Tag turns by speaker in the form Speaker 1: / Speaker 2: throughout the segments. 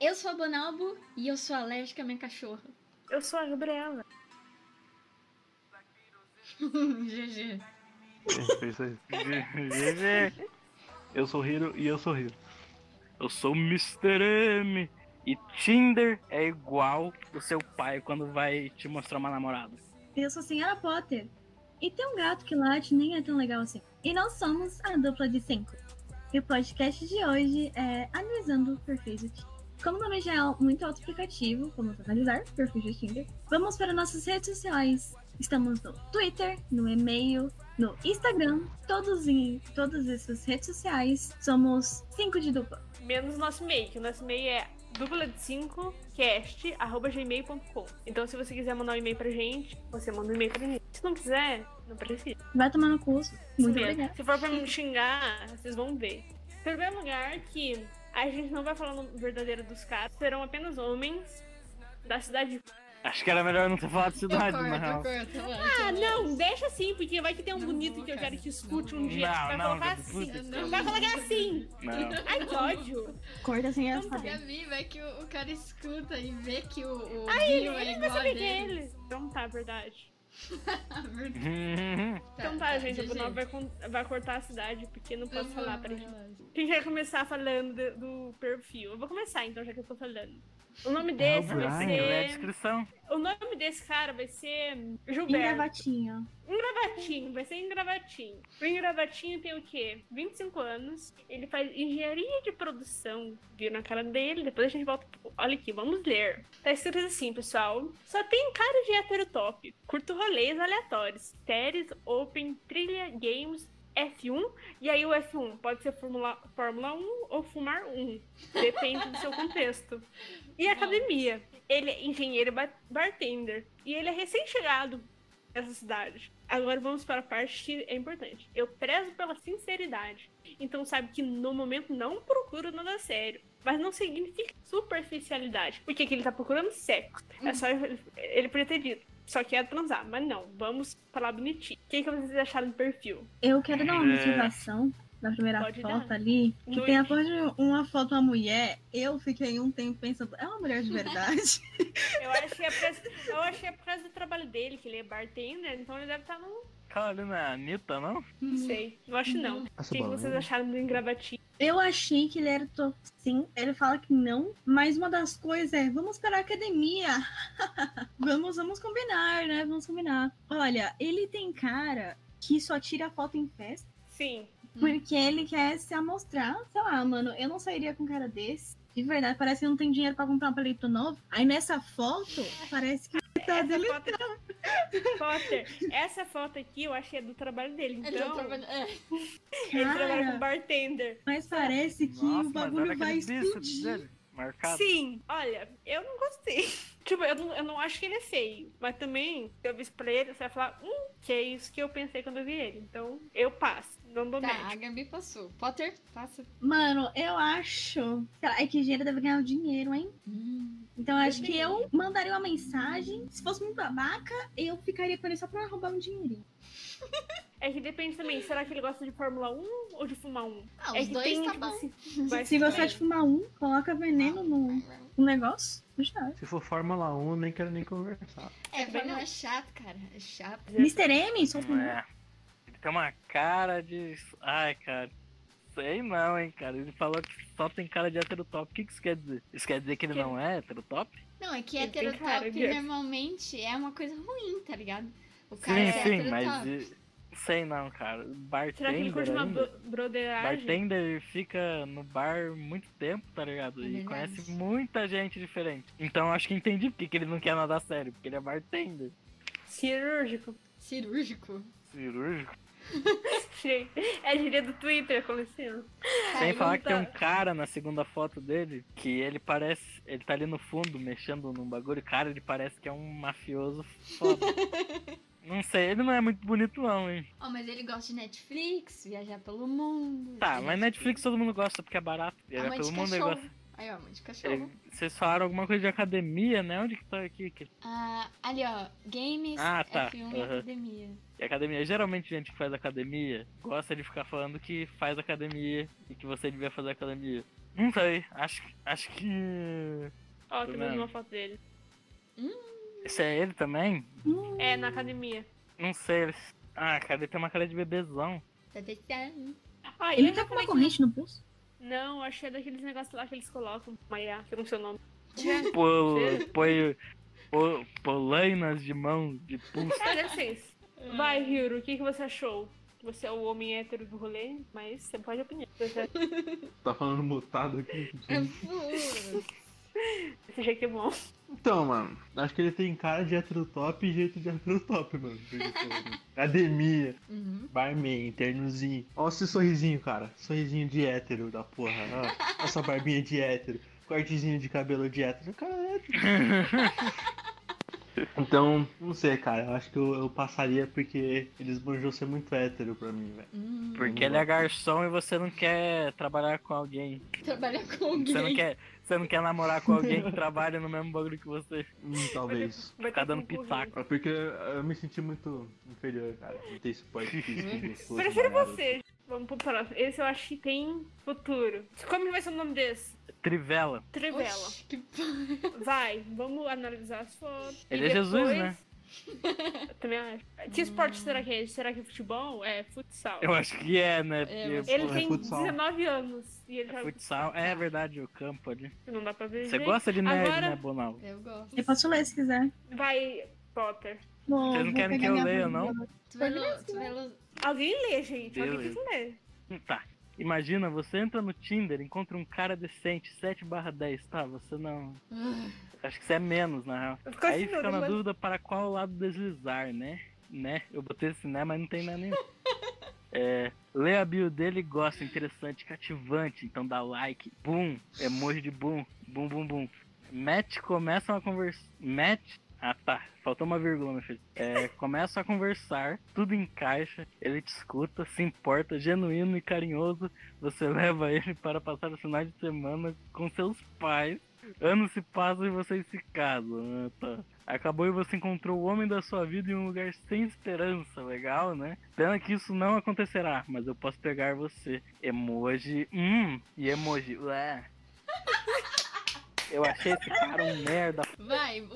Speaker 1: Eu sou a Bonalbo e eu sou alérgica à minha cachorra.
Speaker 2: Eu sou a Gabriela.
Speaker 1: GG.
Speaker 3: É isso aí. GG. Eu sou Hiro e eu sou Hiro. Eu sou o Mr. M. E Tinder é igual o seu pai quando vai te mostrar uma namorada.
Speaker 4: Eu sou a senhora Potter. E tem um gato que late nem é tão legal assim. E nós somos a dupla de cinco. E o podcast de hoje é Analisando o Perfil do Tinder. Como o nome já é muito auto-explicativo, como analisar o perfil do Tinder, vamos para nossas redes sociais. Estamos no Twitter, no e-mail, no Instagram, todos em todas essas redes sociais. Somos cinco de dupla.
Speaker 2: Menos nosso e-mail, que o nosso e-mail é dupla de 5 cast.gmail.com. Então, se você quiser mandar um e-mail pra gente, você manda um e-mail pra mim. Se não quiser, não precisa.
Speaker 4: Vai tomar no curso. Muito
Speaker 2: Mesmo.
Speaker 4: obrigada.
Speaker 2: Se for pra me xingar, vocês vão ver. Primeiro lugar que a gente não vai falar no verdadeiro dos caras, serão apenas homens da cidade.
Speaker 3: Acho que era melhor não ter falado
Speaker 1: Eu
Speaker 3: cidade, na
Speaker 1: corto, eu
Speaker 3: real.
Speaker 1: corto.
Speaker 2: Ah, não, deixa assim, porque vai que tem um
Speaker 1: Não,
Speaker 2: bonito
Speaker 1: não,
Speaker 2: que eu
Speaker 1: cara,
Speaker 2: quero que escute
Speaker 1: não.
Speaker 2: um dia.
Speaker 3: Não,
Speaker 2: vai
Speaker 3: não,
Speaker 2: colocar
Speaker 3: não,
Speaker 2: assim.
Speaker 3: puta
Speaker 1: não.
Speaker 2: Vai colocar assim.
Speaker 3: Não.
Speaker 2: Ai, que ódio.
Speaker 4: Corta sem
Speaker 2: Então tá.
Speaker 1: Já vi, vai que o, o cara escuta e vê que o, o
Speaker 2: Ele,
Speaker 1: Bill é
Speaker 2: ele vai
Speaker 1: igual a
Speaker 2: saber que é
Speaker 1: dele.
Speaker 2: ele. Então tá, verdade.
Speaker 3: Hum,
Speaker 2: Então tá, gente, o
Speaker 1: GG.
Speaker 2: Bruno vai, con- vai cortar a cidade, porque não posso
Speaker 1: Vamos
Speaker 2: falar
Speaker 1: lá,
Speaker 2: pra gente.
Speaker 1: vamos lá.
Speaker 2: Quem quer começar falando de- do perfil? Eu vou começar então, já que eu tô falando. O nome
Speaker 3: É o
Speaker 2: desse vai
Speaker 3: Brian, lê
Speaker 2: ser.
Speaker 3: a descrição.
Speaker 2: O nome desse cara vai ser. Gilberto.
Speaker 4: Engravatinho.
Speaker 2: Engravatinho, vai ser engravatinho. O engravatinho tem o quê? 25 anos. Ele faz engenharia de produção. Viu na cara dele, depois a gente volta. pro- Olha aqui, vamos ler. Tá escrito assim, pessoal. Só tem cara de hétero top. Curto rolês aleatórios. Séries, Open, Trilha, Games, F1. E aí o F1 pode ser Fórmula, Fórmula 1 ou Fumar 1. Depende do seu contexto. E academia. Ele é engenheiro ba- bartender. E ele é recém-chegado essa cidade. Agora vamos para a parte que é importante. Eu prezo pela sinceridade. Então sabe que no momento não procuro nada sério. Mas não significa superficialidade. Porque que ele tá procurando sexo. É só ele, ele podia ter dito. Só que é transar. Mas não, vamos falar bonitinho. O que, que vocês acharam do perfil?
Speaker 4: Eu quero dar uma
Speaker 3: É.
Speaker 4: observação na primeira
Speaker 2: Pode
Speaker 4: foto
Speaker 2: dar.
Speaker 4: ali. Que
Speaker 2: Dois.
Speaker 4: tem a foto de uma foto de uma mulher. Eu fiquei um tempo pensando, é uma mulher de verdade?
Speaker 2: Eu acho que é por causa, eu acho que é por causa do trabalho dele, que ele é bartender, então ele deve estar no.
Speaker 3: Cala ali na né? Anitta, não?
Speaker 2: Não sei. Não acho não. O que, que
Speaker 5: né?
Speaker 2: vocês acharam do engravatinho?
Speaker 4: Eu achei que ele era top sim. Ele fala que não. Mas uma das coisas é, vamos para a academia. vamos, vamos combinar, né? Vamos combinar. Olha, ele tem cara que só tira foto em festa.
Speaker 2: Sim.
Speaker 4: Porque ele quer se amostrar. Sei lá, mano, eu não sairia com um cara desse. De verdade, parece que não tem dinheiro pra comprar um palito novo. Aí nessa foto, parece que tá dele.
Speaker 2: Foto aqui- Potter, essa foto aqui eu acho que é do trabalho dele. Então,
Speaker 1: Então, Ele tá trabalhando. É,
Speaker 2: ele trabalha
Speaker 4: Cara.
Speaker 2: com bartender.
Speaker 4: Mas parece que
Speaker 3: Nossa,
Speaker 4: o
Speaker 3: mas olha
Speaker 4: bagulho vai
Speaker 3: aquele bíceps
Speaker 4: explodir.
Speaker 3: dele. Marcado.
Speaker 2: Sim, olha, eu não gostei. Tipo, eu não, eu não acho que ele é feio. Mas também, se eu visse pra ele, você vai falar, hum, que é isso que eu pensei quando eu vi ele. Então, eu passo, não dou
Speaker 1: tá,
Speaker 2: médico.
Speaker 1: a Gambi passou. Potter, passa.
Speaker 4: Mano, eu acho. Sei lá, é que dinheiro deve ganhar o dinheiro, hein?
Speaker 1: Hum.
Speaker 4: Então eu acho que eu mandaria uma mensagem. Se fosse muito babaca, eu ficaria com ele só pra roubar um dinheirinho.
Speaker 2: É que depende também, será que ele gosta de Fórmula 1 ou de fumar 1?
Speaker 1: Ah,
Speaker 2: é
Speaker 1: os
Speaker 2: que
Speaker 1: dois
Speaker 2: tem,
Speaker 1: tá
Speaker 2: tipo
Speaker 1: bom.
Speaker 2: assim, vai
Speaker 4: Se você
Speaker 2: também.
Speaker 4: é de fumar um, coloca veneno no, no negócio. Já.
Speaker 5: Se for Fórmula 1, nem quero nem conversar.
Speaker 1: É,
Speaker 2: bem
Speaker 1: Fórmula é chato, cara. É chato.
Speaker 4: Mr. M, só
Speaker 3: Não
Speaker 4: fumar.
Speaker 3: é. Ele tem uma cara de. Ai, cara. Sei não, hein, cara. Ele falou que só tem cara de hétero top. O que, que isso quer dizer? Isso quer dizer que ele
Speaker 2: Que-
Speaker 3: não é hétero top?
Speaker 1: Não, é que
Speaker 2: Ele tem cara
Speaker 1: heterotop
Speaker 2: de-
Speaker 1: normalmente é uma coisa ruim, tá ligado? O cara
Speaker 3: Sim,
Speaker 1: é
Speaker 3: sim,
Speaker 1: heterotop.
Speaker 3: mas. e- Sei não,
Speaker 2: Será
Speaker 3: cara.
Speaker 2: que ele
Speaker 3: Bartender.
Speaker 2: curte uma
Speaker 3: ainda.
Speaker 2: bro- broderagem?
Speaker 3: Bartender fica no bar muito tempo, tá ligado?
Speaker 1: É
Speaker 3: E
Speaker 1: verdade.
Speaker 3: conhece muita gente diferente. Então acho que entendi porque que ele não quer nadar sério, porque ele é bartender.
Speaker 2: Cirúrgico?
Speaker 1: Cirúrgico.
Speaker 3: Cirúrgico.
Speaker 2: Sim. É gíria do Twitter, com licença.
Speaker 3: Sem
Speaker 1: Caiu.
Speaker 3: falar que tem um
Speaker 2: tá.
Speaker 3: cara na segunda foto dele que ele parece. Ele tá ali no fundo mexendo num bagulho. Cara, ele parece que é um mafioso foda. não sei, ele não é muito bonito, não, hein?
Speaker 1: Ó, mas ele gosta de Netflix, viaiar pelo mundo.
Speaker 3: Tá,
Speaker 1: Ele-
Speaker 3: mas Netflix todo mundo gosta porque é barato.
Speaker 1: A
Speaker 3: Ele é
Speaker 1: mãe
Speaker 3: pelo
Speaker 1: de
Speaker 3: mundo
Speaker 1: cachorro.
Speaker 3: negócio.
Speaker 1: A Aí, ó, mãe de cachorro.
Speaker 3: É, Vocês falaram alguma coisa de academia, né? Onde que tá aqui? Que-
Speaker 1: Ah, ali, ó. Games,
Speaker 3: Ah, tá.
Speaker 1: F1
Speaker 3: Aham.
Speaker 1: Academia.
Speaker 3: E academia. Geralmente gente que faz academia gosta de ficar falando que faz academia e que você devia fazer academia. Não sei, acho, que- acho que.
Speaker 2: Ó,
Speaker 3: Tô
Speaker 2: tô vendo
Speaker 3: vendo.
Speaker 2: uma foto dele.
Speaker 3: Esse é ele também?
Speaker 2: É, na academia.
Speaker 3: Não sei. eles- Ah, cara, ele tem uma cara de bebezão.
Speaker 1: Tá tentando.
Speaker 2: Ah,
Speaker 4: Ele
Speaker 2: ainda
Speaker 4: tá com uma
Speaker 2: falei que-
Speaker 4: corrente no pulso?
Speaker 2: Não, achei daqueles negócios lá que eles colocam. Maia, que eu não sei o nome.
Speaker 3: Pô,
Speaker 2: Sim.
Speaker 3: põe. pô- Polainas de mão, de pulso.
Speaker 2: Tá, deve ser isso. Vai, Hiro, o que, que você achou? Você é o homem hétero do rolê, mas você pode opinar. Você
Speaker 5: Tá falando mutado aqui.
Speaker 1: Uhum,
Speaker 2: você acha que é bom.
Speaker 5: Então, mano, acho que ele tem cara de hétero top e jeito de hétero top, mano. Porque, pô, Academia,
Speaker 1: Uhum.
Speaker 5: barman, ternozinho. Olha esse sorrisinho, cara. Sorrisinho de hétero da porra. ó. Essa barbinha de hétero. Cortezinho de cabelo de hétero. O cara é hétero. Então, não sei, cara. Eu acho que eu, eu passaria porque eles manjou ser muito hétero pra mim, velho.
Speaker 1: Hum.
Speaker 3: Porque ele é garçom e você não quer trabalhar com alguém.
Speaker 1: Trabalhar com
Speaker 3: Você não
Speaker 1: alguém.
Speaker 3: quer, você não quer namorar com alguém que trabalha no mesmo bagulho que você.
Speaker 5: Hum, talvez.
Speaker 2: Vai
Speaker 3: Ficar
Speaker 2: ter um
Speaker 3: dando
Speaker 2: concorrente.
Speaker 3: pitaco.
Speaker 5: É porque eu me senti muito inferior, cara. Não ter esse porte físico gostoso.
Speaker 2: Prefiro
Speaker 5: malhado.
Speaker 2: você. Vamos pro próximo. Esse eu acho que tem futuro. Como que vai ser o nome desse?
Speaker 3: Trivela.
Speaker 2: Trivela.
Speaker 1: Oxi, que porra.
Speaker 2: Vai, vamos analisar as fotos.
Speaker 3: Ele é Jesus, né?
Speaker 2: Eu também acho. Que esporte será que é? Será que é futebol? É futsal.
Speaker 3: Eu acho que é, né?
Speaker 1: É,
Speaker 3: Porque,
Speaker 1: mas-
Speaker 2: Ele
Speaker 5: É
Speaker 2: tem
Speaker 5: futsal.
Speaker 2: 19 anos. E ele
Speaker 3: pô,
Speaker 2: já...
Speaker 3: futsal. É verdade, o campo ali.
Speaker 2: Não dá pra ver.
Speaker 3: Você
Speaker 2: direito.
Speaker 3: gosta de nerd,
Speaker 2: Agora-
Speaker 3: né, Bonal?
Speaker 1: Eu gosto.
Speaker 4: Eu posso ler se quiser.
Speaker 2: Vai, Potter.
Speaker 4: Vou,
Speaker 3: Vocês não
Speaker 4: vou
Speaker 3: querem que
Speaker 4: pegar
Speaker 3: eu
Speaker 4: minha
Speaker 3: leia,
Speaker 4: Bíblia.
Speaker 1: Tu vai no, tu vai no-
Speaker 2: Alguém lê, gente. Alguém
Speaker 3: Beleza.
Speaker 2: tem que ler.
Speaker 3: Hum, Tá. Imagina, você entra no Tinder, encontra um cara decente, 7 barra 10, tá? Você não.
Speaker 1: Ah,
Speaker 3: Acho que você é menos, na real. Aí
Speaker 2: Continua,
Speaker 3: fica na
Speaker 2: assim, mas-
Speaker 3: dúvida para qual lado deslizar, né? Né? Eu botei esse né, mas não tem né nenhum. É, lê a bio dele e gosta, interessante, cativante, então dá like. Boom, emoji de boom, boom, boom, boom. Matt começa uma conversa. Matt. Ah tá, faltou uma vírgula, meu filho. É, começa a conversar, tudo encaixa, ele te escuta, se importa, genuíno e carinhoso. Você leva ele para passar o final de semana com seus pais. Anos se passam e vocês se casam. Ah, tá. Acabou e você encontrou o homem da sua vida em um lugar sem esperança. Legal, né? Pena que isso não acontecerá, mas eu posso pegar você. Emoji. Hum. E emoji. Ué. Eu achei esse cara um merda.
Speaker 1: Vai, o,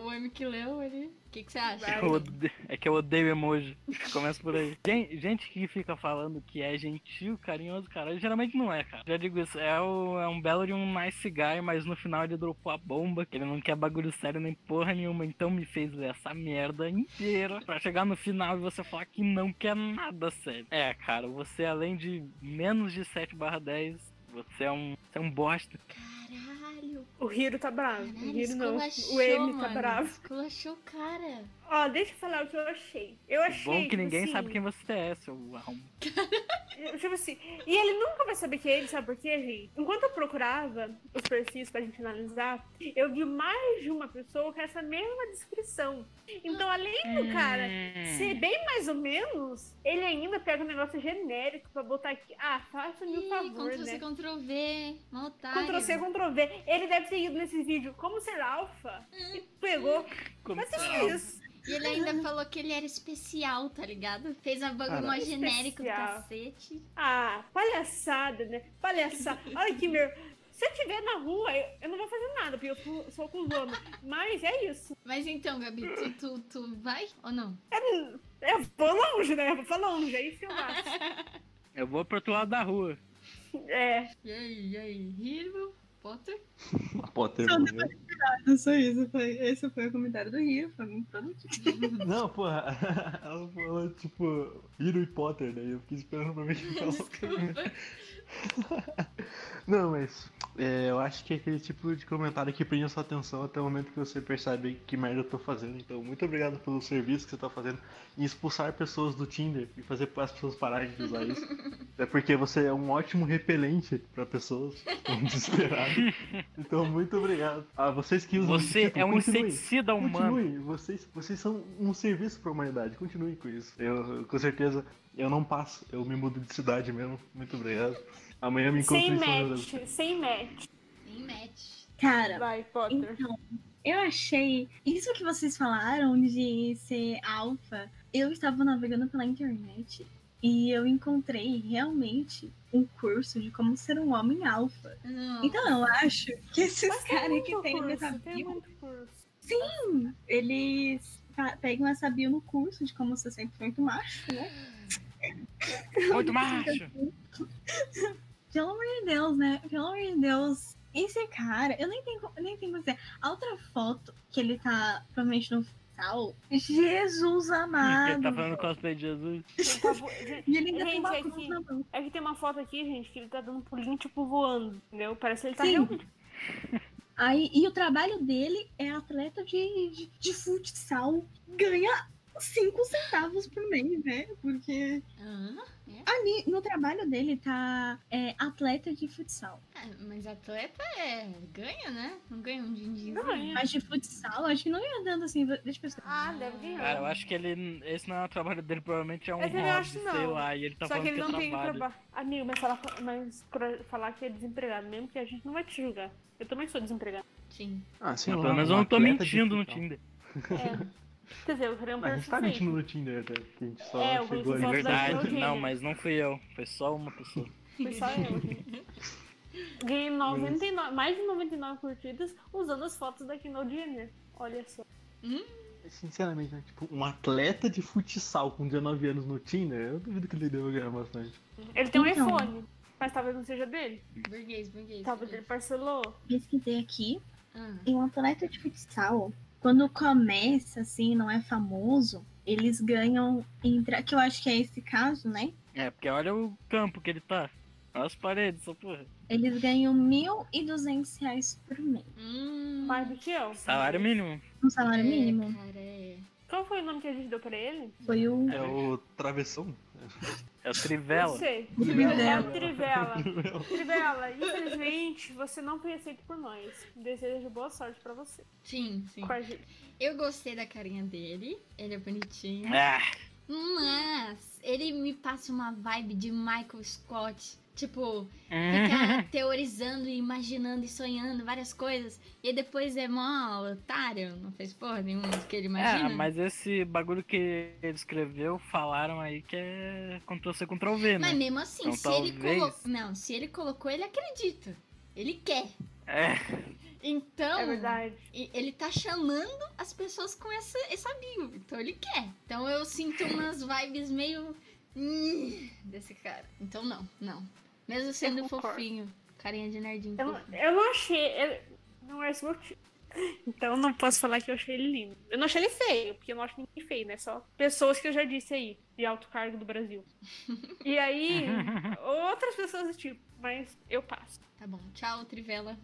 Speaker 1: o, o M que leu ali. O que, que você acha?
Speaker 2: Vai.
Speaker 3: Eu ode- É que eu odeio emoji. Começa por aí. Gen- Gente, que fica falando que é gentil, carinhoso, caralho, geralmente não é, cara. Já digo isso, é, o- é um belo de um nice guy, mas no final ele dropou a bomba, que ele não quer bagulho sério nem porra nenhuma, então me fez ler essa merda inteira pra chegar no final e você falar que não quer nada sério. É, cara, você além de menos de 7 barra 10, você é um, você é um bosta.
Speaker 1: Caralho,
Speaker 2: O Hiro tá bravo. o
Speaker 1: caralho,
Speaker 2: Hiro não.
Speaker 1: esculachou,
Speaker 2: O M tá
Speaker 1: mano.
Speaker 2: bravo.
Speaker 1: Esculachou o cara.
Speaker 2: Ó, deixa eu falar o que eu achei. Eu achei.
Speaker 3: É Bom que
Speaker 2: tipo
Speaker 3: ninguém
Speaker 2: assim,
Speaker 3: sabe quem você é, seu arrombado.
Speaker 2: Eu- Tipo assim, e ele nunca vai saber que é ele, sabe por quê, gente? Enquanto eu procurava os perfis pra gente analisar, eu vi mais de uma pessoa com essa mesma descrição. Então, além do cara ser
Speaker 3: Hum.
Speaker 2: bem mais ou menos, ele ainda pega um negócio genérico pra botar aqui. Ah, faça-me o
Speaker 1: Ih,
Speaker 2: favor,
Speaker 1: Ctrl
Speaker 2: né?
Speaker 1: C, Ctrl V. Mal otário.
Speaker 2: Ctrl C, Ctrl V. Ele deve ter ido nesse vídeo como ser alfa
Speaker 4: Hum.
Speaker 2: e pegou.
Speaker 3: Como
Speaker 2: Mas
Speaker 3: será?
Speaker 2: é isso.
Speaker 1: E ele ainda falou que ele era especial, tá ligado? Fez a bagulho
Speaker 5: Cara.
Speaker 1: mó genérico do
Speaker 2: Especial.
Speaker 1: cacete.
Speaker 2: Ah, palhaçada, né? Palhaçada. Olha que meu. Se eu estiver na rua, eu, eu não vou fazer nada, porque eu sou- sou cuzona. Mas é isso.
Speaker 1: Mas então, Gabi, tu, tu, tu vai ou não?
Speaker 2: Eu vou longe, né? Eu vou pra longe, é isso que eu acho.
Speaker 3: Eu vou pro outro lado da rua.
Speaker 2: É.
Speaker 1: E aí, e aí, Hiro? Potter?
Speaker 5: A Potter
Speaker 4: Só
Speaker 5: morreu.
Speaker 4: Não sei, esse foi, esse foi o comentário do Rio, foi muito produtivo.
Speaker 5: Não, porra. Ela falou, tipo, Hiro e Potter, né? Eu fiquei esperando pra ver que ela...
Speaker 1: Desculpa.
Speaker 5: Não, mas é, eu acho que é aquele tipo de comentário que prende a sua atenção até o momento que você percebe que merda eu tô fazendo. Então, muito obrigado pelo serviço que você tá fazendo em expulsar pessoas do Tinder e fazer as pessoas pararem de usar isso. É porque você é um ótimo repelente pra pessoas que estão desesperadas. Então, muito obrigado. A vocês que usam
Speaker 3: Você
Speaker 5: tipo,
Speaker 3: é um
Speaker 5: continuem.
Speaker 3: inseticida humano.
Speaker 5: Continuem, vocês, vocês são um serviço pra humanidade, continuem com isso. Eu, eu- com certeza, eu não passo, eu me mudo de cidade mesmo. Muito obrigado. Amanhã me encontro
Speaker 2: Sem
Speaker 5: em São José.
Speaker 2: match, sem match.
Speaker 1: Sim,
Speaker 4: Cara,
Speaker 2: Vai, Potter.
Speaker 4: Então, eu achei. Isso que vocês falaram de ser alfa, eu estava navegando pela internet e eu encontrei realmente um curso de como ser um homem alfa.
Speaker 1: Não.
Speaker 4: Então eu acho que esses
Speaker 2: Mas tem
Speaker 4: caras que
Speaker 2: muito
Speaker 4: têm
Speaker 2: curso,
Speaker 4: essa
Speaker 2: Tem
Speaker 4: bio,
Speaker 2: muito curso.
Speaker 4: eles fa- pegam essa bio no curso de como ser sempre muito macho, né?
Speaker 3: Muito macho.
Speaker 4: Pelo amor de Deus, né? Pelo amor de Deus. Esse cara, eu nem tenho, co- nem tenho como dizer. A outra foto que ele tá provavelmente no futsal. Jesus amado.
Speaker 3: Ele tá falando cosplay de Jesus.
Speaker 2: Tem tabu- Gente,
Speaker 4: E ele ainda tem
Speaker 2: Gente,
Speaker 4: uma
Speaker 2: é
Speaker 4: cruz
Speaker 2: que-
Speaker 4: na mão.
Speaker 2: É que tem uma foto aqui, gente, que ele tá dando pulinho, tipo, voando, entendeu? Parece que ele tá
Speaker 4: Sim.
Speaker 2: realmente...
Speaker 4: Aí, e o trabalho dele é atleta de, de, de futsal. Ganha 5 centavos por mês, né? Porque
Speaker 1: Hã?
Speaker 4: ali no trabalho dele tá é, atleta de futsal.
Speaker 1: Ah, mas atleta é... ganha, né? Não ganha um din-din.
Speaker 2: Ganha.
Speaker 4: Mas de futsal, acho que não ia dando assim. Deixa eu pesquisar.
Speaker 2: Ah, deve ganhar.
Speaker 3: Cara, eu acho que ele. Esse não é o trabalho dele, provavelmente é um
Speaker 2: Mas eu
Speaker 3: hobby,
Speaker 2: acho não.
Speaker 3: sei lá, e ele tá
Speaker 2: Só
Speaker 3: falando
Speaker 2: que ele não
Speaker 3: é
Speaker 2: tem
Speaker 3: trabalho.
Speaker 2: trabalho. Amigo, mas falar, mas pra falar que é desempregado mesmo, que a gente não vai te julgar. Eu também sou desempregado.
Speaker 1: Sim.
Speaker 5: Ah, sim,
Speaker 3: Mas pelo menos eu não tô mentindo no Tinder.
Speaker 2: É. Quer dizer, eu queria um
Speaker 5: Mas a gente tá
Speaker 2: perfeito.
Speaker 5: mentindo no Tinder, até, que a gente só
Speaker 2: É, eu
Speaker 5: chegou
Speaker 2: vou-
Speaker 5: ali.
Speaker 2: vou-
Speaker 3: É verdade,
Speaker 2: Tinder.
Speaker 3: não, mas não fui eu. Foi só uma pessoa.
Speaker 2: Foi só eu. Ganhei 99, mais de 99 curtidas usando as fotos da Kendall Jenner. Olha só.
Speaker 5: Sinceramente, né? Tipo, um atleta de futsal com 19 anos no Tinder, eu duvido que ele deva ganhar bastante.
Speaker 2: Ele tem um
Speaker 4: Então.
Speaker 2: iPhone, mas talvez não seja dele.
Speaker 1: Burguês, burguês.
Speaker 2: Talvez ele parcelou.
Speaker 4: Pesquisei aqui.
Speaker 1: Ah,
Speaker 4: Em um atleta de futsal, quando começa, assim, não é famoso, eles ganham. Entre... Que eu acho que é esse caso, né?
Speaker 3: É, porque olha o campo que ele tá. Olha as paredes, só porra.
Speaker 4: Eles ganham 1.200 reais por mês.
Speaker 1: hum,
Speaker 2: Mais do que eu.
Speaker 3: Salário mínimo.
Speaker 4: Um salário
Speaker 1: é,
Speaker 4: mínimo.
Speaker 1: Cara, é.
Speaker 2: Qual foi o nome que a gente deu pra ele?
Speaker 4: Foi o.
Speaker 5: É o travessão?
Speaker 3: É o
Speaker 2: Não
Speaker 3: Trivela.
Speaker 2: sei.
Speaker 4: Trivela.
Speaker 2: É o Trivela. Trivela, infelizmente, você não foi aceito por nós. Desejo boa sorte pra você.
Speaker 1: Sim, sim.
Speaker 2: Com a gente.
Speaker 1: Eu gostei da carinha dele. Ele é bonitinho.
Speaker 3: Ah,
Speaker 1: Mas ele me passa uma vibe de Michael Scott. Tipo,
Speaker 2: Uhum.
Speaker 3: hum,
Speaker 1: ficar teorizando, e imaginando e sonhando várias coisas. E depois é mó otário. Não fez porra nenhuma do que ele imagina.
Speaker 3: é, mas esse bagulho que ele escreveu, falaram aí que é Ctrl-C, Ctrl-V,
Speaker 1: Mas
Speaker 3: né?
Speaker 1: mesmo assim,
Speaker 3: Então,
Speaker 1: se ele colocou.
Speaker 3: talvez-
Speaker 1: Não, se ele colocou, ele acredita. Ele quer.
Speaker 3: É,
Speaker 1: Então,
Speaker 2: É verdade.
Speaker 1: e- ele tá chamando as pessoas com essa, essa bio. Então ele quer. Então eu sinto umas vibes meio. "Hum", desse cara. Então não, não. Mesmo sendo
Speaker 2: concordo.
Speaker 1: fofinho. Carinha de nerdinho.
Speaker 2: Eu, não-
Speaker 1: fofinho.
Speaker 2: eu não achei. eu- não é esse motivo. Então eu não posso falar que eu achei ele lindo. Eu não achei ele feio, porque eu não acho ninguém feio, né? Só pessoas que eu já disse aí, de alto cargo do Brasil. E aí, outras pessoas do tipo, mas eu passo.
Speaker 1: Tá bom. Tchau, Trivela.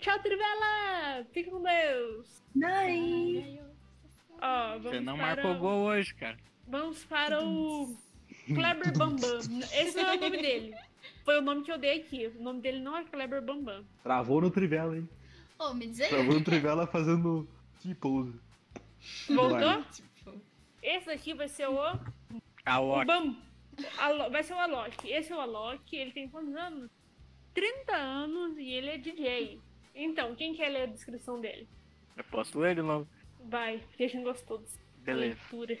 Speaker 2: Tchau, Trivela! Fica com Deus!
Speaker 4: Ai.
Speaker 2: Ó, vamos
Speaker 3: você não
Speaker 2: para
Speaker 3: marcou
Speaker 2: o-
Speaker 3: gol hoje, cara.
Speaker 2: Vamos para o Kleber Bambam. Esse não é o nome dele. Foi o nome que eu dei aqui. O nome dele não é Kleber Bambam.
Speaker 5: Travou no Trivela, hein?
Speaker 1: Ô, me diz aí.
Speaker 5: Travou no Trivela fazendo T-pose.
Speaker 2: Voltou?
Speaker 1: Tipo,
Speaker 2: Esse daqui vai ser o.
Speaker 3: A
Speaker 2: O
Speaker 3: Loki.
Speaker 2: Bam... Alo- Vai ser o Alok. Esse é o Alok, ele tem quantos anos? 30 anos e ele é DJ. Então, quem quer ler a descrição dele?
Speaker 3: Eu posso ler ele logo?
Speaker 2: Vai, porque a gente gostou dessa
Speaker 3: Beleza.
Speaker 2: leitura.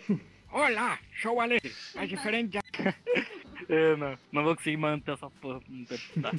Speaker 3: Olá, show Ale. É diferente de... Eu
Speaker 2: É,
Speaker 3: não, não vou conseguir manter essa porra. por muito tempo. Tá.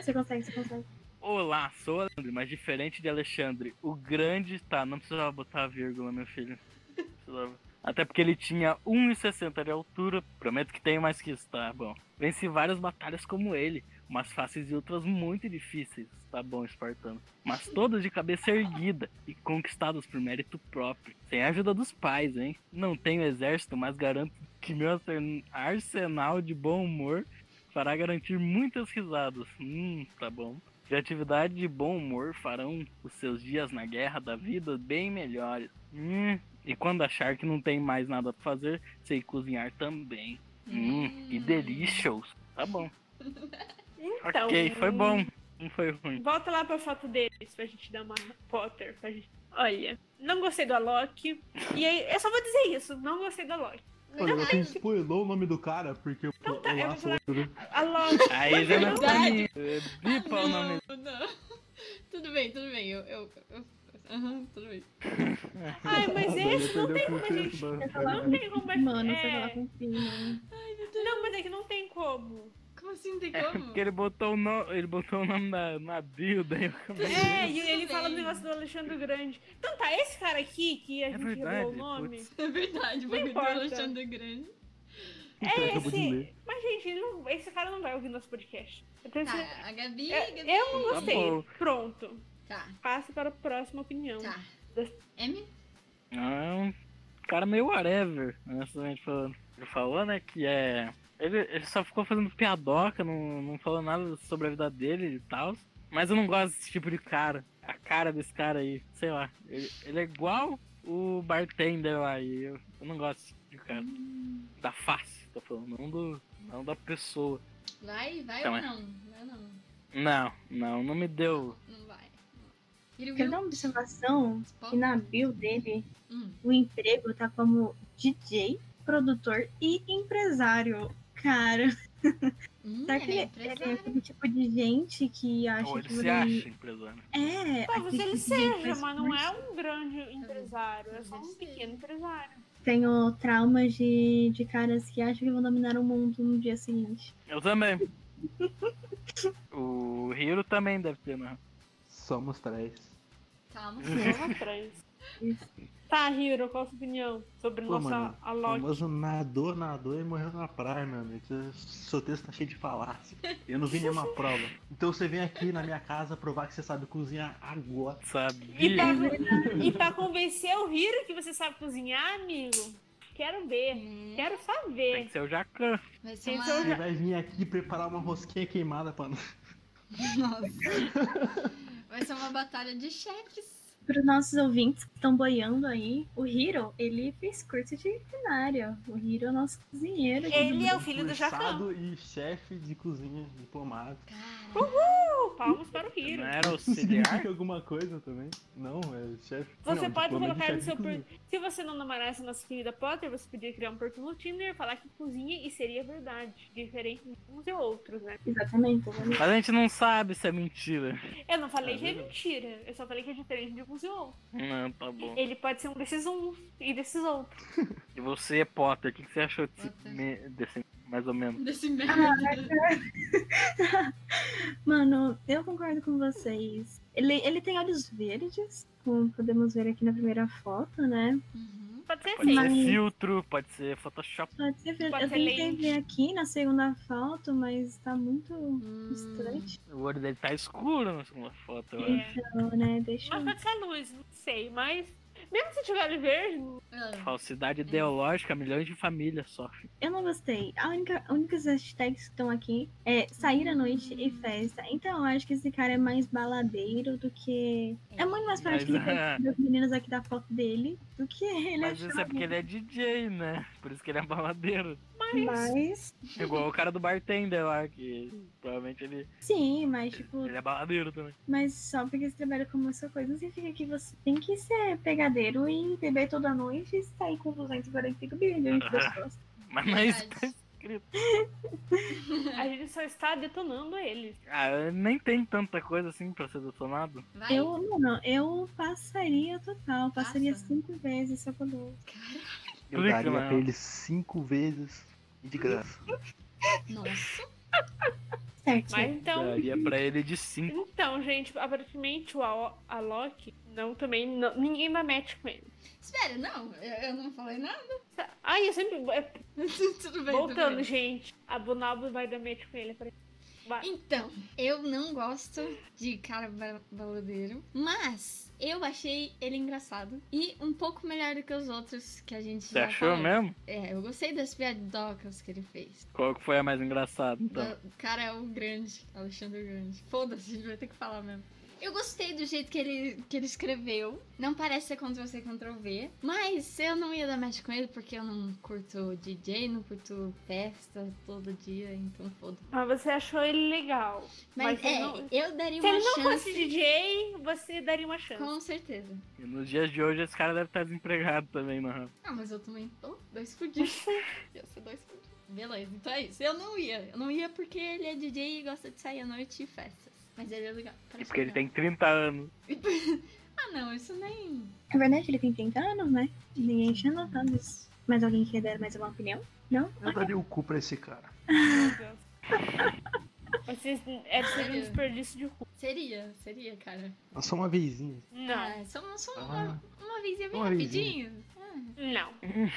Speaker 4: Você consegue, você consegue.
Speaker 3: Olá, sou Alexandre, mas diferente de Alexandre, o grande tá, não precisava botar a vírgula, meu filho. Não precisava. Até porque ele tinha 1,60 de altura, prometo que tem mais que isso, tá bom. Venci várias batalhas como ele, umas fáceis e outras muito difíceis, tá bom, espartano. Mas todas de cabeça erguida e conquistadas por mérito próprio, sem a ajuda dos pais, hein? Não tenho exército, mas garanto que meu arsen- arsenal de bom humor fará garantir muitas risadas. Hum, tá bom. Criatividade e bom humor farão os seus dias na guerra da vida bem melhores. Hum, e quando achar que não tem mais nada pra fazer, sei cozinhar também. Hum, que delicious. Tá bom.
Speaker 2: Então,
Speaker 3: ok, foi bom. Não foi ruim.
Speaker 2: Volta lá pra foto deles pra gente dar uma Potter. Pra gente... Olha, não gostei do Alok. E aí, eu só vou dizer isso, não gostei do Alok.
Speaker 5: Olha, você spoilou o nome do cara, porque o
Speaker 2: tá, eu
Speaker 5: Olá,
Speaker 2: vou
Speaker 5: sou eu.
Speaker 2: Alok,
Speaker 3: Aí já não
Speaker 1: Verdade.
Speaker 3: foi. Bipa o nome.
Speaker 1: Não, não. Tudo bem, bem, tudo bem. Eu. eu, eu- aham, tudo bem.
Speaker 2: Ai, mas esse não tem
Speaker 5: Perdeu
Speaker 2: como a
Speaker 5: por
Speaker 2: gente.
Speaker 5: tempo, mano.
Speaker 2: Não tem como a
Speaker 4: Mano,
Speaker 2: é...
Speaker 4: você fala com filho.
Speaker 2: Não, mas é que não tem como.
Speaker 1: Como assim? Tem
Speaker 3: É
Speaker 1: como?
Speaker 3: porque ele botou o nome, ele botou o nome na, na bio, daí eu acabei.
Speaker 2: É, e
Speaker 1: Isso
Speaker 2: ele fala do
Speaker 1: mesmo.
Speaker 2: negócio do Alexandre o Grande. Então tá, esse cara aqui, que a
Speaker 3: É
Speaker 2: gente
Speaker 3: verdade,
Speaker 2: revelou o nome.
Speaker 3: putz.
Speaker 1: É verdade, o bagulho do
Speaker 2: importa.
Speaker 1: Alexandre Grande.
Speaker 2: É
Speaker 5: Acabou de
Speaker 2: esse.
Speaker 5: ler.
Speaker 2: Mas, gente, ele não- esse cara não vai ouvir nosso podcast. Eu tenho
Speaker 1: Tá,
Speaker 2: certeza.
Speaker 1: a Gabi.
Speaker 2: É,
Speaker 1: Gabi.
Speaker 2: eu não
Speaker 3: Tá
Speaker 2: gostei.
Speaker 3: bom.
Speaker 2: Pronto.
Speaker 3: é.
Speaker 1: Tá,
Speaker 2: Passe para a próxima opinião.
Speaker 1: tá.
Speaker 2: Das-
Speaker 1: M?
Speaker 3: É um cara meio whatever, honestamente falando. Ele falou, né, que é. Ele, ele só ficou fazendo piadoca, não, não falou nada sobre a vida dele e tal. Mas eu não gosto desse tipo de cara. A cara desse cara aí, sei lá. Ele, ele é igual o bartender lá e eu, eu não gosto desse tipo de cara. Da face, tô falando, não, do, não da pessoa.
Speaker 1: Vai, vai
Speaker 3: Então
Speaker 1: ou
Speaker 3: é.
Speaker 1: não? Vai ou não?
Speaker 3: Não, não, não me deu.
Speaker 1: Não vai. Ele
Speaker 4: Quero dar uma observação que na bio dele
Speaker 1: Hum.
Speaker 4: o emprego tá como DJ, produtor e empresário. Cara,
Speaker 1: Hum,
Speaker 4: será que
Speaker 1: ele é
Speaker 4: ele, ele é
Speaker 1: empresário.
Speaker 4: aquele tipo de gente que acha
Speaker 3: Ou Então, ele
Speaker 4: que
Speaker 3: se acha empresário.
Speaker 4: É,
Speaker 2: Talvez
Speaker 4: aquele DJ
Speaker 2: ele
Speaker 4: que
Speaker 2: seja,
Speaker 4: faz
Speaker 2: mas não é
Speaker 4: curso.
Speaker 2: um grande empresário. É só um
Speaker 1: Talvez
Speaker 2: pequeno empresário.
Speaker 4: Tenho traumas de, de caras que acham que vão dominar o mundo no dia seguinte.
Speaker 3: Eu também. o Hiro também deve ter, não.
Speaker 5: Somos três.
Speaker 1: Calma.
Speaker 2: Porra, trans. é Tá, Hiro, qual a sua opinião sobre
Speaker 5: Pô,
Speaker 2: nossa
Speaker 5: mano, o
Speaker 2: Alok?
Speaker 5: famoso nadou, nadou e morreu na praia, meu amigo. Seu- Seu texto tá cheio de falácia. Eu não vi nenhuma prova. Então você vem aqui na minha casa provar que você sabe cozinhar agora.
Speaker 2: E pra,
Speaker 3: Sabia.
Speaker 2: e pra convencer o Hiro que você sabe cozinhar, amigo? Quero ver.
Speaker 1: Hum,
Speaker 2: Quero
Speaker 3: Tem
Speaker 2: saber.
Speaker 3: que ser o Jacan.
Speaker 1: Vai ser
Speaker 2: Então
Speaker 1: uma.
Speaker 5: Você vai vir aqui preparar uma rosquinha queimada pra nós.
Speaker 1: Nossa. Vai ser uma batalha de chefes.
Speaker 4: Para os nossos ouvintes que estão boiando aí, o Hiro, ele fez curso de culinária. O Hiro é o nosso cozinheiro. aqui
Speaker 2: Ele
Speaker 4: do-
Speaker 2: é o filho do Jacan.
Speaker 5: Cursado e chefe de cozinha diplomado.
Speaker 1: Cara.
Speaker 2: Palmas para o Hiro.
Speaker 3: Não
Speaker 5: né?
Speaker 3: era auxiliar?
Speaker 5: Significa alguma coisa também? Não, é chefe.
Speaker 2: Você
Speaker 5: não,
Speaker 2: pode
Speaker 5: diploma de
Speaker 2: colocar no
Speaker 5: chefe
Speaker 2: seu.
Speaker 5: de
Speaker 2: per-
Speaker 5: cozinha.
Speaker 2: Se você não namorasse nossa querida Potter, você podia criar um perfil no Tinder, falar que cozinha e seria verdade. Diferente de uns e outros, né?
Speaker 4: Exatamente. exatamente.
Speaker 3: Mas a gente não sabe se é mentira.
Speaker 2: Eu não falei
Speaker 5: É
Speaker 2: que é
Speaker 5: verdade.
Speaker 2: mentira. Eu só falei que é diferente de uns e outros.
Speaker 3: Não, tá bom.
Speaker 2: Ele pode ser um desses uns e desses outros.
Speaker 3: E você, Potter, o que, que você achou desse,
Speaker 1: Potter.
Speaker 3: me- desse- mais ou menos?
Speaker 1: Desse merda.
Speaker 4: Mano, eu concordo com vocês. Ele, ele tem olhos verdes, como podemos ver aqui na primeira foto, né?
Speaker 1: Uhum.
Speaker 2: Pode ser
Speaker 3: Pode
Speaker 2: assim.
Speaker 4: Mas-
Speaker 3: ser filtro, pode ser Photoshop.
Speaker 4: Pode ser verde.
Speaker 2: Pode
Speaker 4: Eu
Speaker 2: ser
Speaker 4: tentei
Speaker 2: Tipo lente.
Speaker 4: ver aqui na segunda foto, mas tá muito
Speaker 1: Hum.
Speaker 4: distante.
Speaker 3: O olho dele tá escuro na segunda foto, eu acho.
Speaker 2: É.
Speaker 4: Então, né? Deixa
Speaker 2: Mas
Speaker 4: eu.
Speaker 2: pode ser a luz, não sei. Mas mesmo se tiver olho verde,
Speaker 1: Ah,
Speaker 3: Falsidade ideológica, milhões de famílias só.
Speaker 4: Eu não gostei. A única, a única hashtags que estão aqui é sair à noite e
Speaker 1: Hum.
Speaker 4: festa. Então eu acho que esse cara é mais baladeiro do que. É muito mais
Speaker 3: Mas,
Speaker 4: prático ele
Speaker 3: ah,
Speaker 4: das meninas aqui da foto dele do que ele
Speaker 3: mas isso é
Speaker 4: achar
Speaker 3: porque ele é DJ, né? Por isso que ele é baladeiro.
Speaker 4: Mas.
Speaker 3: Igual o cara do bartender lá, que provavelmente ele,
Speaker 4: Sim, mas tipo,
Speaker 3: ele é baladeiro também.
Speaker 4: mas só porque você trabalha com essa coisa não significa que você tem que ser pegadeiro e beber toda noite e sair com 245 bilhões de pessoas.
Speaker 3: Mas não é isso que tá
Speaker 1: Verdade.
Speaker 3: escrito.
Speaker 2: a gente só está detonando ele.
Speaker 3: Ah, nem tem tanta coisa assim pra ser detonado.
Speaker 1: Vai.
Speaker 4: Eu, mano, eu passaria total, passaria
Speaker 1: Passa.
Speaker 4: cinco vezes se eu pudesse.
Speaker 5: Eu
Speaker 3: Clica,
Speaker 5: daria
Speaker 3: mano.
Speaker 5: pra ele cinco vezes e de graça.
Speaker 1: Nossa.
Speaker 4: Certo.
Speaker 2: Mas então.
Speaker 3: Daria pra ele de 5.
Speaker 2: Então, gente, aparentemente o Ao- Alok não também. Não, ninguém dá match com ele.
Speaker 1: Espera, não. Eu, eu não falei nada.
Speaker 2: Ai, eu sempre. é,
Speaker 1: tudo bem. tudo
Speaker 2: voltando,
Speaker 1: bem.
Speaker 2: gente. A Bonalbo vai dar match com ele. aparentemente. Vai.
Speaker 1: Então, eu não gosto de cara ba- baladeiro, mas eu achei ele engraçado e um pouco melhor do que os outros que a gente
Speaker 3: Você
Speaker 1: já
Speaker 3: achou
Speaker 1: falou.
Speaker 3: mesmo?
Speaker 1: É, eu gostei das piadocas que ele fez.
Speaker 3: Qual que foi a mais engraçada, então?
Speaker 1: O cara é o grande, Alexandre o Grande. Foda-se, a gente vai ter que falar mesmo. Eu gostei do jeito que ele, que ele escreveu. Não parece ser Ctrl C, Ctrl V. Mas eu não ia dar match com ele porque eu não curto DJ, não curto festa todo dia, então foda.
Speaker 2: Mas você achou ele legal.
Speaker 1: Mas,
Speaker 2: Mas
Speaker 1: é,
Speaker 2: ele não-
Speaker 1: eu daria
Speaker 2: Se
Speaker 1: uma
Speaker 2: ele não
Speaker 1: chance.
Speaker 2: fosse DJ, você daria uma chance.
Speaker 1: Com certeza.
Speaker 3: E nos dias de hoje, esse cara deve estar desempregado também, não. é?
Speaker 1: Ah, mas eu também tô dois fudidos. ia ser dois fudidos. Beleza, então é isso. Eu não ia. Eu não ia porque ele é DJ e gosta de sair à noite e festas. Mas ele é legal.
Speaker 3: E
Speaker 1: parece
Speaker 3: porque ele
Speaker 1: legal.
Speaker 3: tem 30 anos.
Speaker 1: Ah, não, isso nem.
Speaker 4: Na verdade, ele tem 30 anos, né? Ninguém tinha notado isso. Mas alguém quer dar mais uma opinião? Não?
Speaker 5: Eu daria o cu pra esse cara.
Speaker 2: Meu Deus. Vocês, é, seria um desperdício de cu.
Speaker 1: Seria, seria, cara.
Speaker 5: Só uma vezinha.
Speaker 2: Não,
Speaker 1: Ah, só, só
Speaker 5: Ah.
Speaker 1: uma, uma vezinha bem
Speaker 5: Uma
Speaker 1: rapidinho.
Speaker 2: não.
Speaker 5: Não,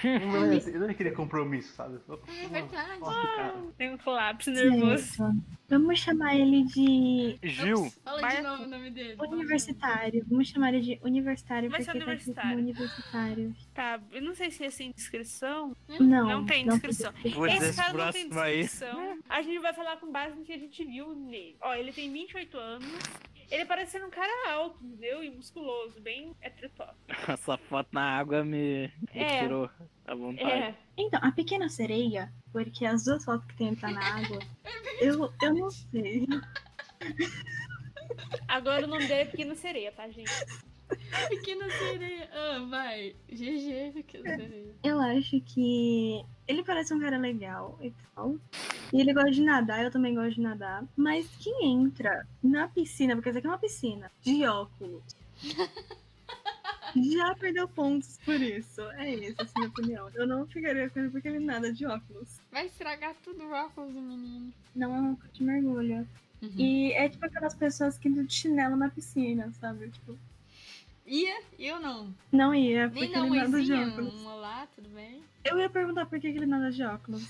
Speaker 5: eu eu não queria compromisso, sabe? Só-
Speaker 1: Ah, é
Speaker 5: Uma-
Speaker 1: verdade.
Speaker 5: Nossa, cara.
Speaker 2: Tem um colapso nervoso.
Speaker 4: Certo. Vamos chamar ele de
Speaker 3: Gil,
Speaker 1: Ops, fala de
Speaker 2: Marco.
Speaker 1: novo o nome dele. fala de novo.
Speaker 4: universitário. Vamos chamar ele de universitário,
Speaker 2: Vai ser
Speaker 4: porque tá escrito como universitário.
Speaker 2: Tá, eu não sei se é sem descrição.
Speaker 4: Não,
Speaker 2: Hum, Não, tem descrição.
Speaker 3: vou dizer assim.
Speaker 2: Esse
Speaker 3: é, esse
Speaker 2: cara não tem
Speaker 3: próximo aí.
Speaker 2: descrição. A gente vai falar com base no que a gente viu nele. Ó, ele tem 28 anos. Ele parece ser um cara alto, entendeu? E musculoso, bem heterotop.
Speaker 3: Essa foto na água me, me
Speaker 2: É.
Speaker 3: tirou a vontade.
Speaker 2: É,
Speaker 4: Então, a pequena sereia, porque as duas fotos que tem ele tá na água, eu, eu não sei.
Speaker 2: agora o nome dele é Pequena Sereia, tá, gente?
Speaker 1: Pequena sereia. Ah, vai. GG, pequena sereia.
Speaker 4: Eu acho que ele parece um cara legal e tal. E ele gosta de nadar, eu também gosto de nadar. Mas quem entra na piscina, porque isso aqui é uma piscina, de óculos. Já perdeu pontos por isso. É isso, essa é a minha opinião. Eu não ficaria com ele porque ele nada de óculos.
Speaker 1: Vai estragar tudo o óculos do menino.
Speaker 4: Não é um óculos de mergulho.
Speaker 1: Uhum.
Speaker 4: E é tipo aquelas pessoas que andam de chinelo na piscina, sabe? Tipo,
Speaker 1: Ia, eu não.
Speaker 4: não ia, porque
Speaker 1: Nem não,
Speaker 4: ele nada de
Speaker 1: mãezinha.
Speaker 4: óculos.
Speaker 1: Um olá, tudo bem?
Speaker 4: Eu ia perguntar por que que ele nada de óculos.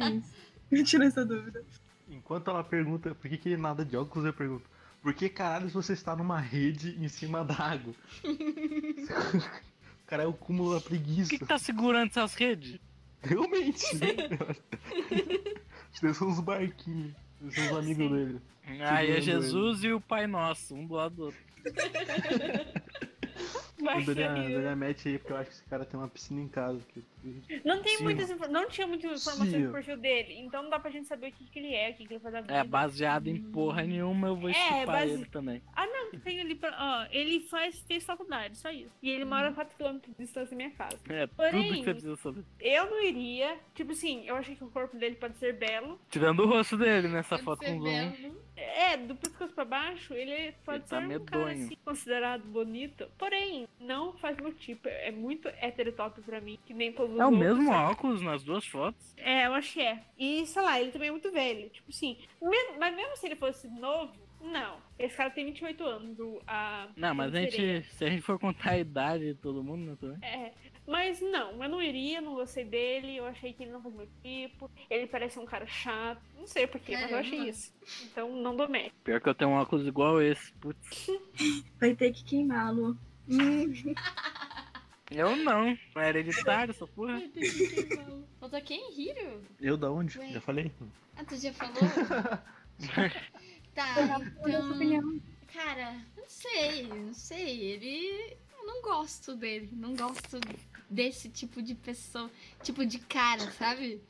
Speaker 4: É isso. Eu tirei essa dúvida.
Speaker 5: Enquanto ela pergunta por que, que ele nada de óculos, eu pergunto: Por que caralho você está numa rede em cima da água? o cara é o cúmulo da
Speaker 3: O
Speaker 5: preguiça.
Speaker 3: que, que tá segurando essas redes?
Speaker 5: Realmente, né? Acho que são uns barquinhos. Eles São os amigos
Speaker 2: Sim.
Speaker 5: dele.
Speaker 3: Aí é
Speaker 5: Segurando
Speaker 3: Jesus e o Pai Nosso, um do lado do outro.
Speaker 2: Vai
Speaker 5: Eu daria,
Speaker 2: sair.
Speaker 5: eu
Speaker 3: né?
Speaker 5: daria match aí, porque eu acho que esse cara tem uma piscina em casa. Que...
Speaker 2: Não tem
Speaker 3: Sim.
Speaker 2: muitas infor- não tinha muita informação
Speaker 5: Sim.
Speaker 2: do perfil dele, então não dá pra gente saber o que, que ele é, o que, que ele faz da vida.
Speaker 3: É, baseado em porra nenhuma, eu vou
Speaker 2: É,
Speaker 3: estupar
Speaker 2: base-
Speaker 3: ele também.
Speaker 2: Ah, não, tem ali pra. Ó, ele faz, fez faculdade, só isso. E ele
Speaker 3: Uhum.
Speaker 2: mora a 4km de distância da minha casa.
Speaker 3: É, tudo
Speaker 2: Porém-
Speaker 3: que você precisa saber.
Speaker 2: Eu não iria. Tipo assim, eu achei que o corpo dele pode ser belo.
Speaker 3: Tirando o rosto dele nessa
Speaker 1: Pode
Speaker 3: foto
Speaker 1: ser
Speaker 3: com zoom.
Speaker 1: belo.
Speaker 2: É, do pescoço pra baixo, ele pode
Speaker 3: tá
Speaker 2: ser um cara
Speaker 3: medonho.
Speaker 2: assim, considerado bonito. Porém, não faz meu tipo. É muito heterotop pra mim, que nem todos os
Speaker 3: É o
Speaker 2: outros.
Speaker 3: mesmo óculos nas duas fotos.
Speaker 2: É, eu acho que é. E, sei lá, ele também é muito velho. Tipo assim, me- mas mesmo se ele fosse novo, não. Esse cara tem 28 anos. O, a...
Speaker 3: Não, mas a
Speaker 2: sereia.
Speaker 3: gente, se a gente for contar a idade de todo mundo, né, também.
Speaker 2: É. Mas não, eu não iria, não gostei dele. Eu achei que ele não faz meu tipo. Ele parece um cara chato. Não sei porquê, mas eu achei
Speaker 1: Caramba.
Speaker 2: isso. Então, não dou match.
Speaker 3: Pior que eu tenho um óculos igual esse, putz.
Speaker 4: Vai ter que queimá-lo.
Speaker 3: Eu não, não é hereditário essa porra.
Speaker 1: Ai, tem que é quem falou. Faltou quem? Hiro?
Speaker 5: Eu da onde?
Speaker 1: Ué.
Speaker 5: Já falei?
Speaker 1: Ah, tu já falou? tá, então. Cara, não sei, não sei. Ele. Eu não gosto dele. Não gosto desse tipo de pessoa. Tipo de cara, sabe?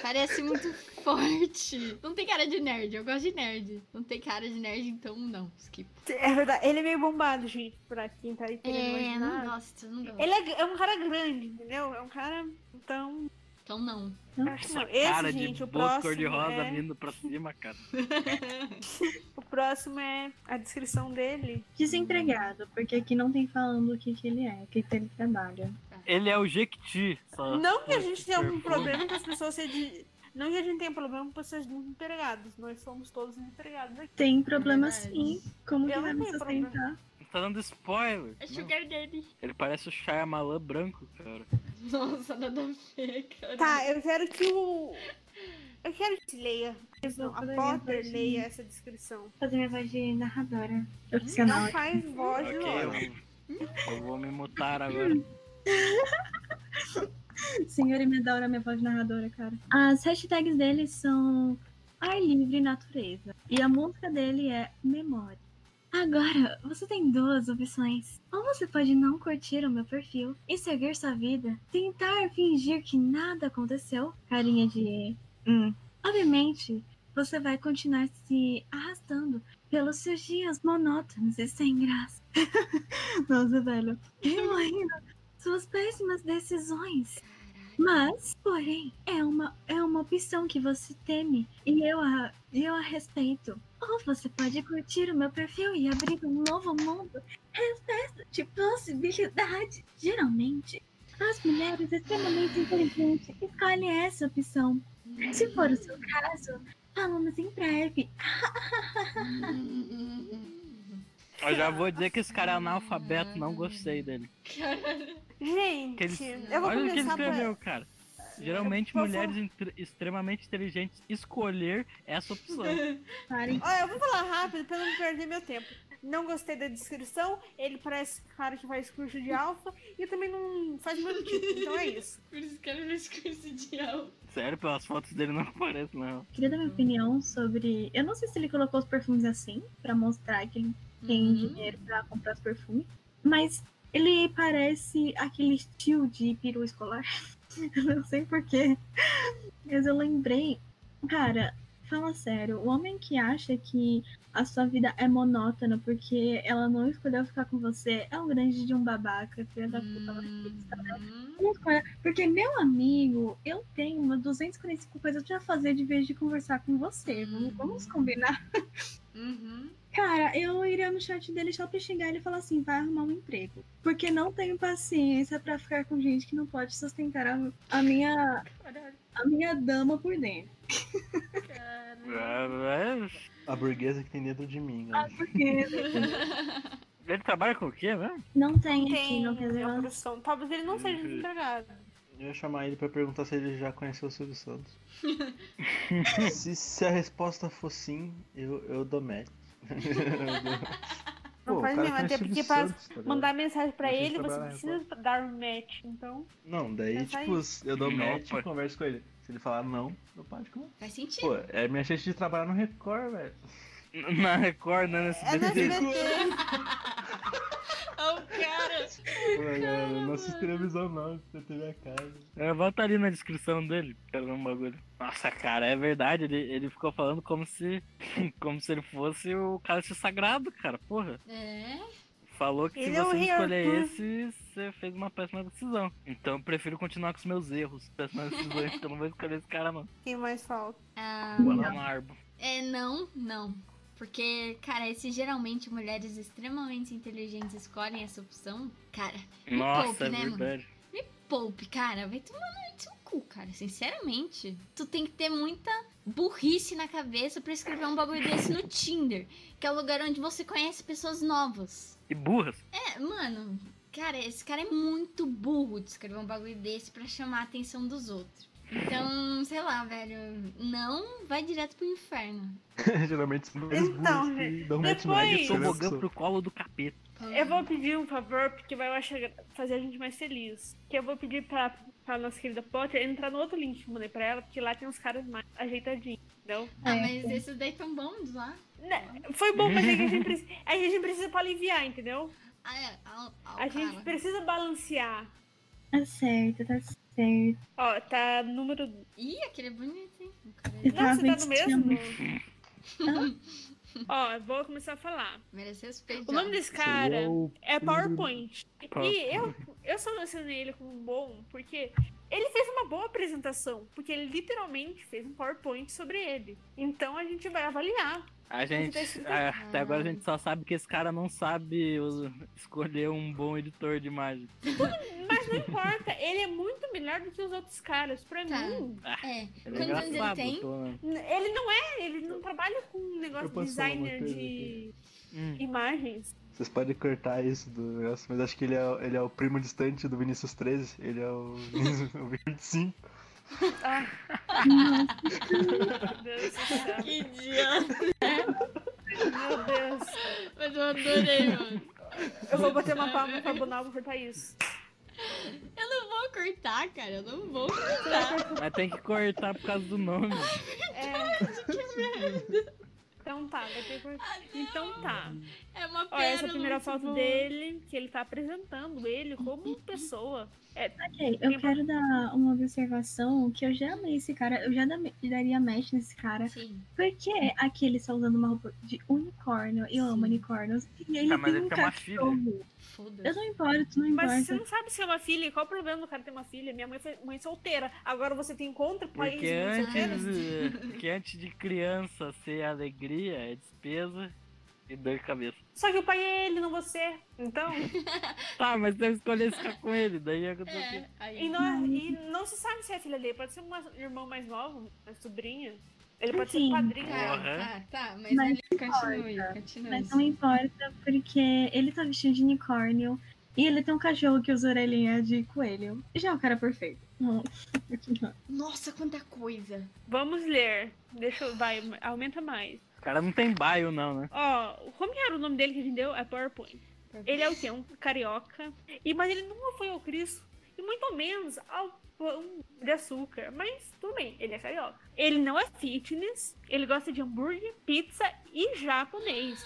Speaker 1: Parece muito forte. Não tem cara de nerd. Eu gosto de nerd. Não tem cara de nerd, então não. Skip.
Speaker 2: É verdade, ele é meio bombado, gente, pra quem tá aí querendo
Speaker 1: É, não
Speaker 2: imaginar.
Speaker 1: gosto, não gosto.
Speaker 2: Ele é, é um cara grande, entendeu? É um cara. Então.
Speaker 1: Então não.
Speaker 2: eu Acho que não. Esse,
Speaker 3: Cara
Speaker 2: gente,
Speaker 3: de
Speaker 2: o
Speaker 3: boca
Speaker 2: próximo.
Speaker 3: cor-de-rosa
Speaker 2: é...
Speaker 3: vindo pra cima, cara.
Speaker 2: O próximo é a descrição dele.
Speaker 4: Desempregado, porque aqui não tem falando o que, que ele é, o que, que ele trabalha.
Speaker 3: Ele é o Jequiti. Só.
Speaker 2: Não que a gente tenha algum
Speaker 3: Ah, perfeito.
Speaker 2: problema com as pessoas serem. de- Não que a gente tenha problema com pessoas desempregadas. Nós somos todos desempregados aqui.
Speaker 4: Tem problema
Speaker 1: Verdade.
Speaker 4: sim. Como que
Speaker 2: Eu
Speaker 4: vai
Speaker 2: não
Speaker 4: me
Speaker 2: tenho
Speaker 4: sustentar?
Speaker 3: Tá dando spoiler.
Speaker 1: É
Speaker 3: Não,
Speaker 1: Sugar Daddy.
Speaker 3: Ele parece o Shyamalan branco, cara.
Speaker 1: Nossa, nada a ver, cara.
Speaker 2: Tá, eu quero que o. Eu quero que leia. Não, a Potter leia essa descrição.
Speaker 4: Fazer minha voz de narradora
Speaker 2: Não
Speaker 4: profissional.
Speaker 2: faz voz de
Speaker 3: Ok,
Speaker 2: Laura.
Speaker 3: eu, eu vou me mutar agora.
Speaker 4: Senhor, me dá hora minha voz de narradora, cara. As hashtags dele são ar livre e natureza. E a música dele é memória. Agora, você tem duas opções. Ou você pode não curtir o meu perfil e seguir sua vida, tentar fingir que nada aconteceu, carinha de. Hum. Obviamente, você vai continuar se arrastando pelos seus dias monótonos e sem graça. Nossa, velho. Eu ainda. Suas péssimas decisões. Mas, porém, é uma, é uma opção que você teme e eu a, e eu a respeito. Ou você pode curtir o meu perfil e abrir um novo mundo repleto de possibilidades. Geralmente, as mulheres extremamente inteligentes escolhem essa opção. Se for o seu caso, falamos em breve.
Speaker 3: Eu já vou dizer que esse cara é analfabeto, não gostei dele.
Speaker 6: Gente,
Speaker 3: Que eles-
Speaker 6: eu vou
Speaker 3: Olha o que ele
Speaker 6: começar
Speaker 3: escreveu,
Speaker 6: por...
Speaker 3: cara. Geralmente
Speaker 6: Por
Speaker 3: mulheres intre- extremamente inteligentes escolher essa opção.
Speaker 4: Parem.
Speaker 6: Olha, eu vou falar rápido pra não perder meu tempo. Não gostei da descrição, ele parece cara que faz curso de alfa e também não faz muito tipo, então é isso.
Speaker 1: Por isso que ele não esquece de algo.
Speaker 3: Sério, pelas fotos dele não aparece, não.
Speaker 4: Queria dar minha opinião sobre. Eu não sei se ele colocou os perfumes assim, pra mostrar que ele
Speaker 1: Uhum.
Speaker 4: tem
Speaker 1: Hum.
Speaker 4: dinheiro pra comprar os perfumes. Mas ele parece aquele estilo de peru escolar. Eu não sei porquê. Mas eu lembrei. Cara, fala sério. O homem que acha que a sua vida é monótona porque ela não escolheu ficar com você é um grande de um babaca, filha da puta. mas que
Speaker 1: Hum.
Speaker 4: Vamos falar, Porque, meu amigo, eu tenho umas 245 coisas pra fazer de vez de conversar com você. Vamos, vamos combinar.
Speaker 1: Uhum.
Speaker 4: Cara, eu iria no chat dele só pra xingar ele e falar assim: vai arrumar um emprego. Porque não tenho paciência pra ficar com gente que não pode sustentar a, a minha,
Speaker 1: Caralho.
Speaker 4: a minha dama por dentro.
Speaker 3: É,
Speaker 5: A burguesa que tem dentro de mim, né?
Speaker 4: Ah, porque
Speaker 3: Ele trabalha com o quê, né?
Speaker 4: não tem aqui,
Speaker 6: Tem
Speaker 4: não quer dizer
Speaker 6: uma
Speaker 4: nada.
Speaker 6: produção. Talvez ele não
Speaker 5: Uhum.
Speaker 6: seja desempregado.
Speaker 5: Eu ia chamar ele pra perguntar se ele já conheceu o Silvio Santos. se, se a resposta for sim, eu, eu dou match.
Speaker 6: Não
Speaker 5: Pô, o
Speaker 6: faz
Speaker 5: cara
Speaker 6: nenhum, até
Speaker 5: conhece o Silvio
Speaker 6: porque pra
Speaker 5: Santos, tá ligado?
Speaker 6: Mandar mensagem pra
Speaker 5: Deixa eu
Speaker 6: ele, você
Speaker 5: trabalhar,
Speaker 6: precisa dar um match, então.
Speaker 5: Não, daí,
Speaker 6: Mas aí-
Speaker 5: tipo, eu dou
Speaker 3: Não,
Speaker 5: match
Speaker 3: pô.
Speaker 5: e converso com ele. Se ele falar não, eu paro de conversar.
Speaker 1: Faz sentido.
Speaker 5: Pô, é minha chance de trabalhar no Record, velho.
Speaker 3: Na Record, né? Nesse
Speaker 6: É do SBT.
Speaker 1: Ó o cara.
Speaker 5: Pô, galera, não assiste televisão não, você teve a casa.
Speaker 3: É, volta ali na descrição dele, pra ver um bagulho. Nossa, cara, é verdade, ele, ele ficou falando como se como se ele fosse o cálice sagrado, cara, porra.
Speaker 1: É.
Speaker 3: Falou que
Speaker 6: Ele
Speaker 3: se
Speaker 6: é o
Speaker 3: você
Speaker 6: rei
Speaker 3: escolher
Speaker 6: Arthur.
Speaker 3: esse, você fez uma péssima decisão. Então eu prefiro continuar com os meus erros, péssimas decisões, porque eu não vou escolher esse cara, não.
Speaker 6: Quem mais falta?
Speaker 1: Ah,
Speaker 3: Vou lá na árvore.
Speaker 1: é não, não. Porque, cara, se geralmente mulheres extremamente inteligentes escolhem essa opção, cara,
Speaker 3: Nossa,
Speaker 1: poupe,
Speaker 3: é
Speaker 1: né, mano?
Speaker 3: verdade.
Speaker 1: poupe, cara, vai tomar no seu cu, cara. Sinceramente, tu tem que ter muita burrice na cabeça pra escrever um bagulho desse no Tinder, que é o lugar onde você conhece pessoas novas.
Speaker 3: E burras.
Speaker 1: É, mano, cara, esse cara é muito burro de escrever um bagulho desse pra chamar a atenção dos outros. Então, sei lá, velho, não vai direto pro inferno.
Speaker 5: Geralmente são dois
Speaker 6: Então,
Speaker 5: burros que dão match
Speaker 6: depois-
Speaker 5: na
Speaker 6: Isso.
Speaker 3: Tobogã
Speaker 5: pessoa.
Speaker 3: pro colo do capeta.
Speaker 1: Então,
Speaker 2: Eu vou pedir um favor, porque vai eu achar- fazer a gente mais feliz. Que eu vou pedir pra, pra nossa querida Potter entrar no outro link que eu mandei pra ela, porque lá tem uns caras mais ajeitadinhos, entendeu?
Speaker 1: Ah, mas esses daí tão bons lá.
Speaker 6: Né, Foi bom, mas a gente, preci- a gente precisa paliviar, entendeu?
Speaker 1: Ah, é, ó, ó,
Speaker 6: A gente
Speaker 1: cara.
Speaker 6: precisa balancear.
Speaker 4: Tá certo, tá certo.
Speaker 2: Ó, tá número.
Speaker 1: Ih, aquele é bonito, hein? O cara
Speaker 6: Não,
Speaker 4: Eu tava
Speaker 6: você tá no mesmo?
Speaker 2: Ó, eu vou começar a falar.
Speaker 1: merece respeito.
Speaker 2: O nome desse cara
Speaker 5: Seria o-
Speaker 2: é PowerPoint.
Speaker 3: PowerPoint.
Speaker 2: E eu, eu só mencionei ele como bom porque ele fez uma boa apresentação. Porque ele literalmente fez um PowerPoint sobre ele. Então a gente vai avaliar.
Speaker 3: A gente.
Speaker 2: escrito-
Speaker 3: ah, até agora a gente só sabe que esse cara não sabe os- escolher um bom editor de imagem.
Speaker 2: Mas não importa, ele é muito melhor do que os outros caras. Pra
Speaker 1: Tá.
Speaker 2: mim,
Speaker 1: É,
Speaker 3: Ele
Speaker 1: Quantos
Speaker 3: é
Speaker 1: anos ele
Speaker 3: engraçado,
Speaker 1: tem?
Speaker 3: pelo
Speaker 5: né?
Speaker 3: menos.
Speaker 2: n- ele não é, ele não trabalha com um negócio
Speaker 5: Eu
Speaker 2: de
Speaker 5: posso falar uma
Speaker 2: designer
Speaker 5: coisa
Speaker 2: de
Speaker 3: Hum.
Speaker 2: imagens.
Speaker 5: Vocês podem cortar isso do negócio, mas acho que ele é, ele é o primo distante do Vinícius 13. Ele é o, o 25.
Speaker 2: Meu Deus do céu.
Speaker 1: Que idiota.
Speaker 2: Meu Deus.
Speaker 1: Mas eu adorei, mano.
Speaker 2: Eu vou bater uma palma pra Bonal vou cortar isso.
Speaker 1: Eu não vou cortar, cara. Eu não vou.
Speaker 3: Mas tem que cortar por causa do nome.
Speaker 6: É,
Speaker 2: É. Então tá, depois... Então tá.
Speaker 1: É uma
Speaker 2: Olha,
Speaker 1: pérola.
Speaker 2: essa é a primeira
Speaker 1: muito Uhum.
Speaker 2: foto
Speaker 1: boa.
Speaker 2: dele, que ele tá apresentando ele como pessoa.
Speaker 4: Ok, eu quero dar uma observação que eu já amei esse cara, eu já da- daria match nesse cara.
Speaker 1: Sim.
Speaker 4: Porque aqui ele está tá usando uma roupa de unicórnio, eu amo
Speaker 1: Sim.
Speaker 4: unicórnios. E ele
Speaker 3: Ah, mas
Speaker 4: tem
Speaker 3: ele
Speaker 4: um
Speaker 3: tem uma
Speaker 4: cachorro. Eu
Speaker 1: Foda-se.
Speaker 4: não importo, não
Speaker 2: Mas
Speaker 4: importa.
Speaker 2: você não sabe se é uma filha. Qual o problema do cara ter uma filha? Minha mãe foi mãe solteira. Agora você tem contra país
Speaker 3: Porque
Speaker 2: de mães
Speaker 3: antes,
Speaker 2: solteiras?
Speaker 3: eh, porque antes de criança ser alegria, é despesa e dor de cabeça.
Speaker 2: Só que o pai é ele, não você. Então,
Speaker 3: Tá, mas deve escolher ficar com ele, daí é que eu tô aqui.
Speaker 1: É, aí.
Speaker 2: e não, e não se sabe se é filha dele. Pode ser uma irmã mais nova, uma sobrinha. Ele pode ser
Speaker 4: Sim.
Speaker 2: padrinho.
Speaker 1: Tá,
Speaker 3: Porra.
Speaker 1: tá, tá, mas,
Speaker 4: Mas
Speaker 1: ali continue, continue.
Speaker 4: Mas não importa, porque ele tá vestido de unicórnio e ele tem um cachorro que usa orelhinha de coelho. Já é o cara perfeito. Não, não.
Speaker 1: Nossa, quanta coisa.
Speaker 2: Vamos ler. Deixa eu. Vai, aumenta mais.
Speaker 3: O cara não tem baio, não, né?
Speaker 2: Ó, como que era o nome dele que a gente deu? É PowerPoint. Ele é o quê? Um carioca. E, mas ele nunca foi ao Cristo. E muito menos ao pão de açúcar. Mas tudo bem, ele é carioca. Ele não é fitness. Ele gosta de hambúrguer, pizza e japonês.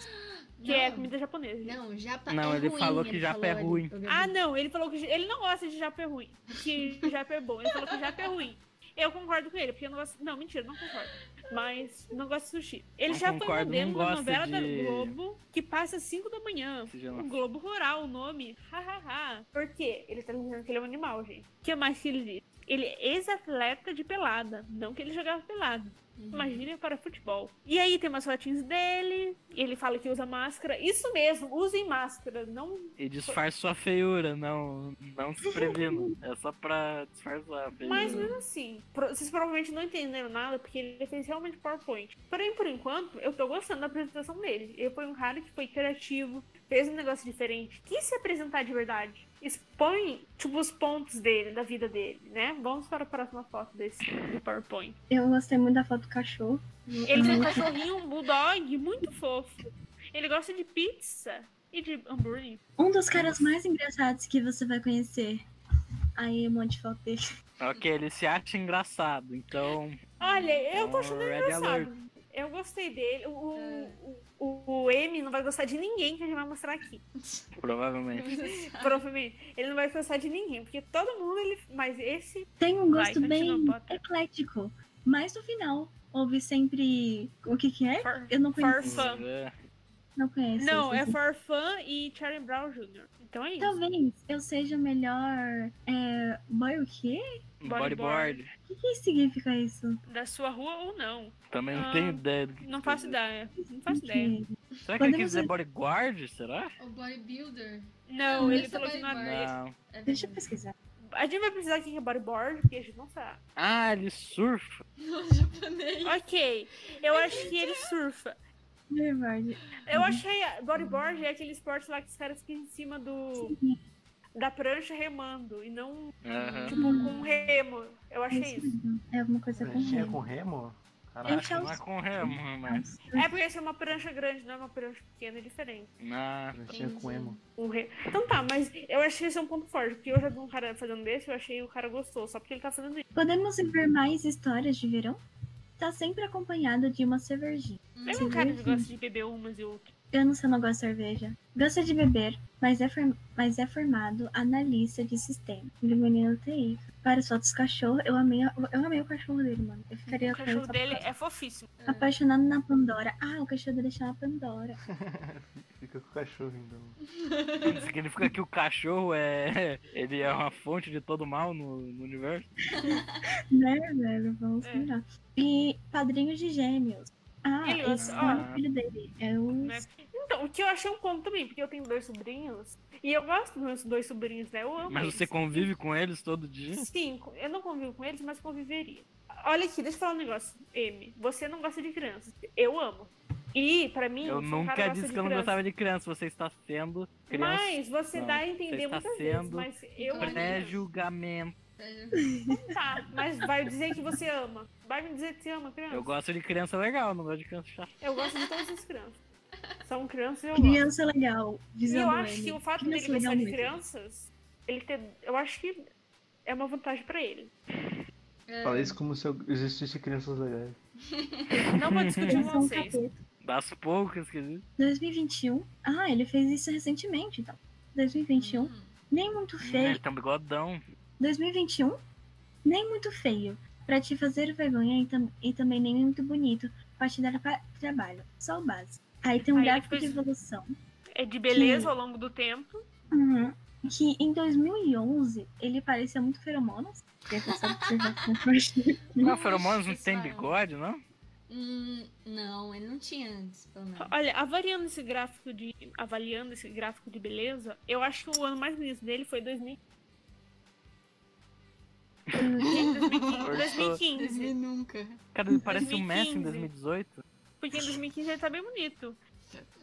Speaker 2: Que é
Speaker 1: Não.
Speaker 2: comida japonesa.
Speaker 1: Não, japa
Speaker 3: Não,
Speaker 1: é
Speaker 3: ele
Speaker 1: ruim,
Speaker 3: falou que japa é
Speaker 1: ali,
Speaker 3: ruim.
Speaker 1: eu
Speaker 2: Ah,
Speaker 1: gravei.
Speaker 2: não, ele falou que ele não gosta de japa é ruim. Que japa é bom. Ele falou que japa é ruim. Eu concordo com ele, porque eu não gosto. Não, mentira, não concordo. Mas não gosto de sushi. Ele
Speaker 3: Não
Speaker 2: já foi
Speaker 3: concordo,
Speaker 2: modelo
Speaker 3: não
Speaker 2: da
Speaker 3: gosto
Speaker 2: novela
Speaker 3: de-
Speaker 2: da Globo, que passa às 5 da manhã.
Speaker 3: Esse já
Speaker 2: O
Speaker 3: não-
Speaker 2: Globo Rural, o nome. Hahaha. Por quê? Ele tá dizendo que ele é um animal, gente. O que mais que ele diz? Ele é ex-atleta de pelada. Não que ele jogava pelada.
Speaker 1: Uhum.
Speaker 2: Imagina para futebol. E aí tem umas fotinhas dele. Ele fala que usa máscara. Isso mesmo, usem máscara. Não
Speaker 3: E disfarça sua feiura, não, não se prevendo. É só pra disfarçar a feiura.
Speaker 2: Mas mesmo assim, pro- vocês provavelmente não entenderam nada, porque ele fez realmente PowerPoint. Porém, por enquanto, eu tô gostando da apresentação dele. Ele foi um cara que foi criativo, fez um negócio diferente, quis se apresentar de verdade. Expõe, tipo, os pontos dele, da vida dele, né? Vamos para a próxima foto desse do PowerPoint.
Speaker 4: Eu gostei muito da foto do cachorro. Hum.
Speaker 2: Ele tem um cachorrinho, um bulldog, muito fofo. Ele gosta de pizza e de hambúrguer.
Speaker 4: Um dos caras mais engraçados que você vai conhecer. Aí um monte de foto dele.
Speaker 3: Ok, ele se acha engraçado, então.
Speaker 2: Olha, eu tô
Speaker 3: Oh,
Speaker 2: achando
Speaker 3: red
Speaker 2: engraçado.
Speaker 3: alert.
Speaker 2: Eu gostei dele. O, o,
Speaker 1: É.
Speaker 2: o, o M não vai gostar de ninguém que a gente vai mostrar aqui.
Speaker 3: Provavelmente.
Speaker 2: Provavelmente. Ele não vai gostar de ninguém, porque todo mundo ele. Mas esse.
Speaker 4: Tem um
Speaker 2: Vai,
Speaker 4: gosto
Speaker 2: continua,
Speaker 4: bem
Speaker 2: bota.
Speaker 4: eclético. Mas no final, houve sempre. O que que é?
Speaker 2: For,
Speaker 4: Eu não conheço.
Speaker 2: Farfã. Fã.
Speaker 3: É.
Speaker 4: Não conheço.
Speaker 2: não,
Speaker 4: esse
Speaker 2: é
Speaker 4: aqui.
Speaker 2: Farfã e Charlie Brown Jr. Então é isso.
Speaker 4: Talvez eu seja o melhor. É. Boy, o quê?
Speaker 3: Bodyboard.
Speaker 4: O que, que significa isso?
Speaker 2: Da sua rua ou não.
Speaker 3: Também não
Speaker 2: Ah,
Speaker 3: tenho ideia. do que
Speaker 2: Não
Speaker 3: isso
Speaker 2: faço
Speaker 3: quer dizer.
Speaker 2: ideia. Não faço ideia.
Speaker 4: Porque-
Speaker 3: Será que ele quis
Speaker 4: Podemos
Speaker 3: dizer
Speaker 4: ver.
Speaker 3: bodyguard? Será?
Speaker 1: O bodybuilder.
Speaker 2: Não,
Speaker 1: Não,
Speaker 2: ele
Speaker 1: esse
Speaker 2: falou
Speaker 1: é
Speaker 2: que não é.
Speaker 3: Não.
Speaker 1: É
Speaker 4: Deixa eu
Speaker 1: verdade.
Speaker 4: pesquisar.
Speaker 2: A gente vai precisar aqui que é bodyboard, porque a gente não sabe.
Speaker 3: Ah, ele surfa.
Speaker 1: Não, japonês.
Speaker 2: Ok. Eu acho que ele surfa.
Speaker 4: Verdade.
Speaker 2: Eu achei bodyboard é aquele esporte lá que os caras ficam em cima do da prancha remando e não
Speaker 3: Aham.
Speaker 2: tipo com um remo. Eu
Speaker 4: É
Speaker 2: achei
Speaker 4: isso
Speaker 2: isso.
Speaker 4: mesmo. É alguma coisa com
Speaker 5: Prancha
Speaker 4: remo.
Speaker 5: com remo?
Speaker 4: Eu
Speaker 5: Caraca.
Speaker 1: Então,
Speaker 4: chamo-
Speaker 3: Não é com remo, mas.
Speaker 2: É porque essa é uma prancha grande, não é uma prancha pequena, é diferente.
Speaker 3: Ah,
Speaker 5: Pranchinha com emo.
Speaker 2: Um re... Então tá, mas eu achei esse um ponto forte, porque eu já vi um cara fazendo desse, eu achei o cara gostou, só porque ele tá fazendo isso.
Speaker 4: Podemos ver mais histórias de verão? Tá sempre acompanhada de uma cervejinha.
Speaker 1: Hum,
Speaker 2: Lembra um cara que gosta de beber umas e outras?
Speaker 4: Eu não sei, não gosto de cerveja. Gosta de beber, mas é, form- mas é formado analista de sistema. Ele é menino TI. Para as fotos do cachorro, eu amei, a- eu amei o cachorro dele, mano. Eu ficaria
Speaker 2: O
Speaker 4: com
Speaker 2: cachorro
Speaker 4: ele só
Speaker 2: dele
Speaker 4: por-
Speaker 2: é fofíssimo.
Speaker 4: apaixonado na Pandora. Ah, o cachorro dele chama Pandora.
Speaker 5: Fica com o cachorro então.
Speaker 3: significa que o cachorro é. Ele é uma fonte de todo mal no, no universo?
Speaker 4: Né, velho? Vamos
Speaker 2: É.
Speaker 4: combinar. E padrinho de gêmeos. Ah,
Speaker 2: Ele
Speaker 4: esse
Speaker 2: gosta-
Speaker 4: é o
Speaker 3: ah.
Speaker 4: filho dele. É o
Speaker 2: Né? Então, o que eu achei um ponto também, porque eu tenho dois sobrinhos, e eu gosto dos meus dois sobrinhos, né? Eu amo
Speaker 3: Mas
Speaker 2: eles.
Speaker 3: você convive com eles todo dia?
Speaker 2: Cinco. Eu não convivo com eles, mas conviveria. Olha aqui, deixa eu falar um negócio. M, você não gosta de crianças. Eu amo. E, pra mim,
Speaker 3: Eu
Speaker 2: se um cara
Speaker 3: nunca
Speaker 2: gosta
Speaker 3: disse
Speaker 2: de
Speaker 3: que eu não
Speaker 2: criança-
Speaker 3: gostava de criança. Você está sendo criança.
Speaker 2: Mas você
Speaker 3: Não,
Speaker 2: dá a entender
Speaker 3: está
Speaker 2: muitas vezes.
Speaker 3: sendo um
Speaker 2: Mas eu
Speaker 1: Olha.
Speaker 3: Pré-julgamento.
Speaker 2: tá. Mas vai dizer que você ama. Vai me dizer que você ama criança.
Speaker 3: Eu gosto de criança legal, não gosto de criança chata.
Speaker 2: Eu gosto de todas as crianças. São crianças e eu gosto.
Speaker 4: criança legal.
Speaker 2: E
Speaker 4: Visão
Speaker 2: eu
Speaker 4: do
Speaker 2: acho que
Speaker 4: Emmy.
Speaker 2: o fato
Speaker 4: Criança
Speaker 2: dele gostar de
Speaker 4: legal mesmo.
Speaker 2: crianças, ele ter. Eu acho que é uma vantagem pra ele.
Speaker 1: É.
Speaker 5: Falei isso como se eu- existisse crianças legais.
Speaker 2: Não vou discutir
Speaker 4: Eles
Speaker 2: com
Speaker 4: são um
Speaker 2: vocês.
Speaker 4: capeta.
Speaker 3: Das poucas, quer dizer.
Speaker 4: 2021. Ah, ele fez isso recentemente, então. 2021.
Speaker 1: Hum.
Speaker 4: Nem muito
Speaker 2: é.
Speaker 3: Ele
Speaker 4: feio.
Speaker 3: tem um bigodão.
Speaker 4: 2021, nem muito feio, pra te fazer vergonha e, tam- e também nem muito bonito, pra te dar pa- trabalho, só o básico. Aí tem um
Speaker 2: Aí
Speaker 4: gráfico
Speaker 2: depois-
Speaker 4: de evolução,
Speaker 2: É de beleza
Speaker 4: Sim.
Speaker 2: ao longo do tempo.
Speaker 4: uhum, que em 2011 ele parecia muito feromonas. que é pensado que você já compartilha.
Speaker 3: Não, feromonas Ah, não
Speaker 1: Isso
Speaker 3: tem
Speaker 1: é.
Speaker 3: bigode, não?
Speaker 1: Hum, não, ele não tinha antes, pelo menos.
Speaker 2: Olha, avaliando esse gráfico de. Avaliando esse gráfico de beleza, eu acho que o ano mais bonito dele foi 2000 2015.
Speaker 4: Uhum.
Speaker 1: Ele nunca.
Speaker 3: Cara, ele parece o Messi em
Speaker 2: 2015.
Speaker 3: 2018.
Speaker 2: Porque em 2015 ele tá bem bonito.